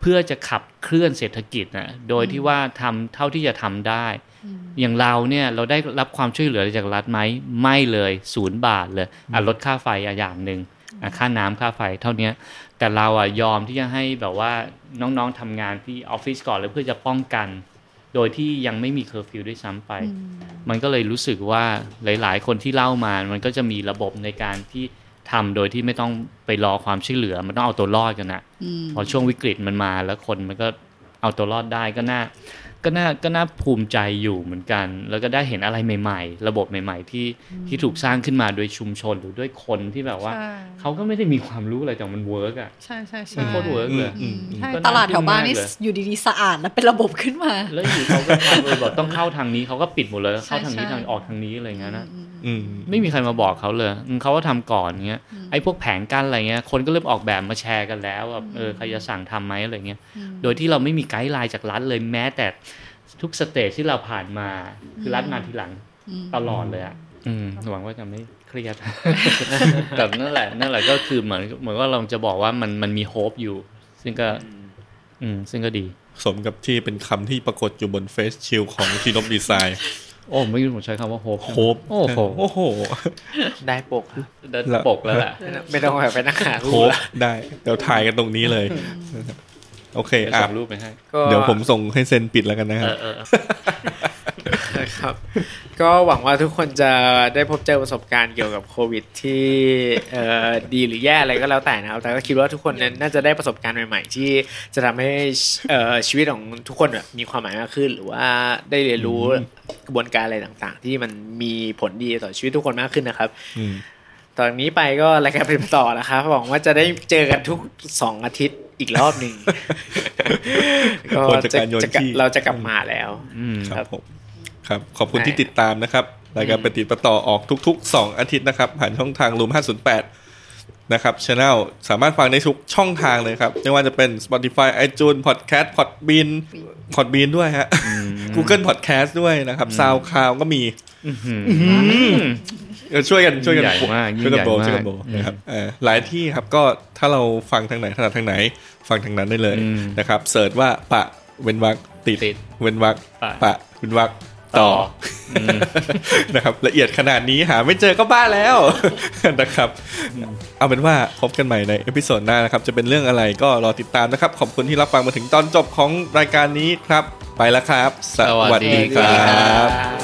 Speaker 2: เพื่อจะขับเคลื่อนเศรษฐกิจนะโดยที่ว่าทำเท่าที่จะทำได้
Speaker 3: อืม
Speaker 2: อย่างเราเนี่ยเราได้รับความช่วยเหลือจากรัฐไหมไม่เลยศูนย์บาทเลยอ่ะลดค่าไฟอ่ะอย่างหนึ่ง อ่ะค่าน้ำค่าไฟเท่าเนี้ยแต่เราอ่ะยอมที่จะให้แบบว่าน้องๆทำงานที่ออฟฟิศก่อนเลยเพื่อจะป้องกัน โดยที่ยังไม่มีเคอร์ฟิวด้วยซ้ำไป
Speaker 3: อืม
Speaker 2: มันก็เลยรู้สึกว่าหลายๆ คนที่เล่ามา มันก็จะมีระบบในการที่ทำโดยที่ไม่ต้องไปรอความช่วยเหลือ มันต้องเอาตัวรอดกันนะ
Speaker 3: อืม
Speaker 2: พอช่วงวิกฤตมันมาแล้วคนมันก็เอาตัวรอดได้ก็น่าก็น่าก็น่าภูมิใจอยู่เหมือนกัน แล้วก็ได้เห็นอะไรใหม่ๆ ระบบใหม่ๆ ที่ที่ถูกสร้างขึ้นมาโดยชุมชนหรือด้วยคนที่แบบว่า
Speaker 3: ใช่
Speaker 2: เขาก็ไม่ได้มีความรู้อะไรแต่มันเวิร์กอ่ะ
Speaker 3: ใช่ใช่
Speaker 2: มั
Speaker 3: ใช่
Speaker 2: นโคตรเวิร์กเลย
Speaker 3: อืมใช่
Speaker 2: ก็น่า
Speaker 3: ตลาดแถวบ้านนี่
Speaker 2: ทึ่งมากเลย
Speaker 3: อยู่ดีๆสะอาดแล้วเป็นระบบขึ้นมา
Speaker 2: แล้วอยู่เขาก็ทำเออแบบต้องเข้าทางนี้เขาก็ปิดหมดเลย
Speaker 3: ใช่
Speaker 2: เข้าทางนี้
Speaker 3: ใช่
Speaker 2: ทางออกทางนี้อะไรอย่างเงี้ยนะ
Speaker 3: อืมอืม
Speaker 1: อืม
Speaker 2: ไม่มีใครมาบอกเขาเลยอืมเขาก็ทำก่อนเงี้ย
Speaker 3: อืม
Speaker 2: ไอ้พวกแผงกั้นอะไรเงี้ย คนก็เริ่มออกแบบมาแชร์กันแล้วแบบเออใครจะสั่งทำไหมอะไรเงี้ย
Speaker 3: อืม
Speaker 2: โดยที่เราไม่มีไกด์ไลน์จากรัฐเลยแม้แต่ทุกสเตจที่เราผ่านมา คือรัฐมาทีหลัง
Speaker 3: อืม
Speaker 2: ตลอดเลยอ่ะอืมหวังว่าจะไม่เครียด <laughs> แต่นั่นแหละนั่นแหละก็คือเหมือนเหมือนว่าเราจะบอกว่ามันมันมีโฮปอยู่ ซึ่งก็ อืมซึ่งก็ดี
Speaker 1: สมกับที่เป็นคำที่ปรากฏอยู่บนเฟซชิลของทีนบดีไซน์
Speaker 2: โอ้ไม่รู้ผมใช้คำว่าโฮป
Speaker 1: โฮป
Speaker 2: โอ้โห
Speaker 1: โอ้โห
Speaker 4: ได้ปก
Speaker 2: เดินปกแล้วแหละ
Speaker 4: ไม่ต้องแบบไปนักหารู
Speaker 1: โฮ
Speaker 4: ป
Speaker 1: ป
Speaker 4: ละ
Speaker 1: ได้ เดี๋ยวถ่ายกันตรงนี้เลย โอเค
Speaker 2: เดี๋ยว
Speaker 1: อ่ะ
Speaker 2: ส่งรูปไปให้
Speaker 4: ก็
Speaker 1: เดี๋ยวผมส่งให้เซ็นปิดแล้วกันนะค
Speaker 2: เอ
Speaker 1: รับ
Speaker 2: อเออเออ
Speaker 4: นะครับ ก็หวังว่าทุกคนจะได้พบเจอประสบการณ์เกี่ยวกับโควิดที่เอ่อดีหรือแย่อะไรก็แล้วแต่นะครับ แต่ก็คิดว่าทุกคนเนี่ยน่าจะได้ประสบการณ์ใหม่ ๆ ที่จะทำให้เอ่อชีวิตของทุกคนแบบมีความหมายมากขึ้น หรือว่าได้เรียนรู้กระบวนการอะไรต่างๆ ที่มันมีผลดีต่อชีวิตทุกคนมากขึ้นนะครับ
Speaker 1: อืม
Speaker 4: ตอนนี้ไปก็รายการเป็นต่อนะครับหวังว่าจะได้เจอกันทุกสองอาทิตย์อีกรอบหนึ่งก็
Speaker 1: คนจากการโยน
Speaker 4: จะกลับ
Speaker 1: ขี้
Speaker 4: เราจะกลับมาแล้ว
Speaker 2: อืม
Speaker 1: ครับ
Speaker 4: ครับ
Speaker 1: ผมครับ ขอบคุณที่
Speaker 4: ได้
Speaker 1: ติดตามนะครับรายการปฏิดประต่อออกทุก ๆ 2 อาทิตย์นะครับ ผ่านช่องทางรูม508 นะครับช anel สามารถฟังได้ทุกช่องทางเลยครับ ไม่ว่าจะเป็น Spotify iTunes Podcast Podbean Podbean ด้วยฮะ Google Podcast ด้วยนะครับ SoundCloud ก็มี เออช่วยกันช่วยกัน
Speaker 2: ยิ่งใหญ่มาก
Speaker 1: ช่วยกันโบ
Speaker 2: ยิ่งใหญ่มาก
Speaker 1: ช่วยกันโบ
Speaker 2: อืม
Speaker 1: นะครับเออหลายที่ครับก็ถ้าเราฟังทางไหนถนัดทางไหน ฟังทางนั้นได้เลย
Speaker 2: อืม
Speaker 1: นะครับเสิร์ชว่าปะเว้นวักติด
Speaker 2: ติด
Speaker 1: เว้นวัก
Speaker 2: ปะ
Speaker 1: ปะเว้นวักต่ออนะครับละเอียดขนาดนี้หาไม่เจอก็บ้าแล้ว นะครับ เอาเป็นว่าพบกันใหม่ในเอพิโซดหน้านะครับ จะเป็นเรื่องอะไรก็รอติดตามนะครับ ขอบคุณที่รับฟังมาถึงตอนจบของรายการนี้ครับ ไปแล้วครับ สวัสดีครับ
Speaker 4: บ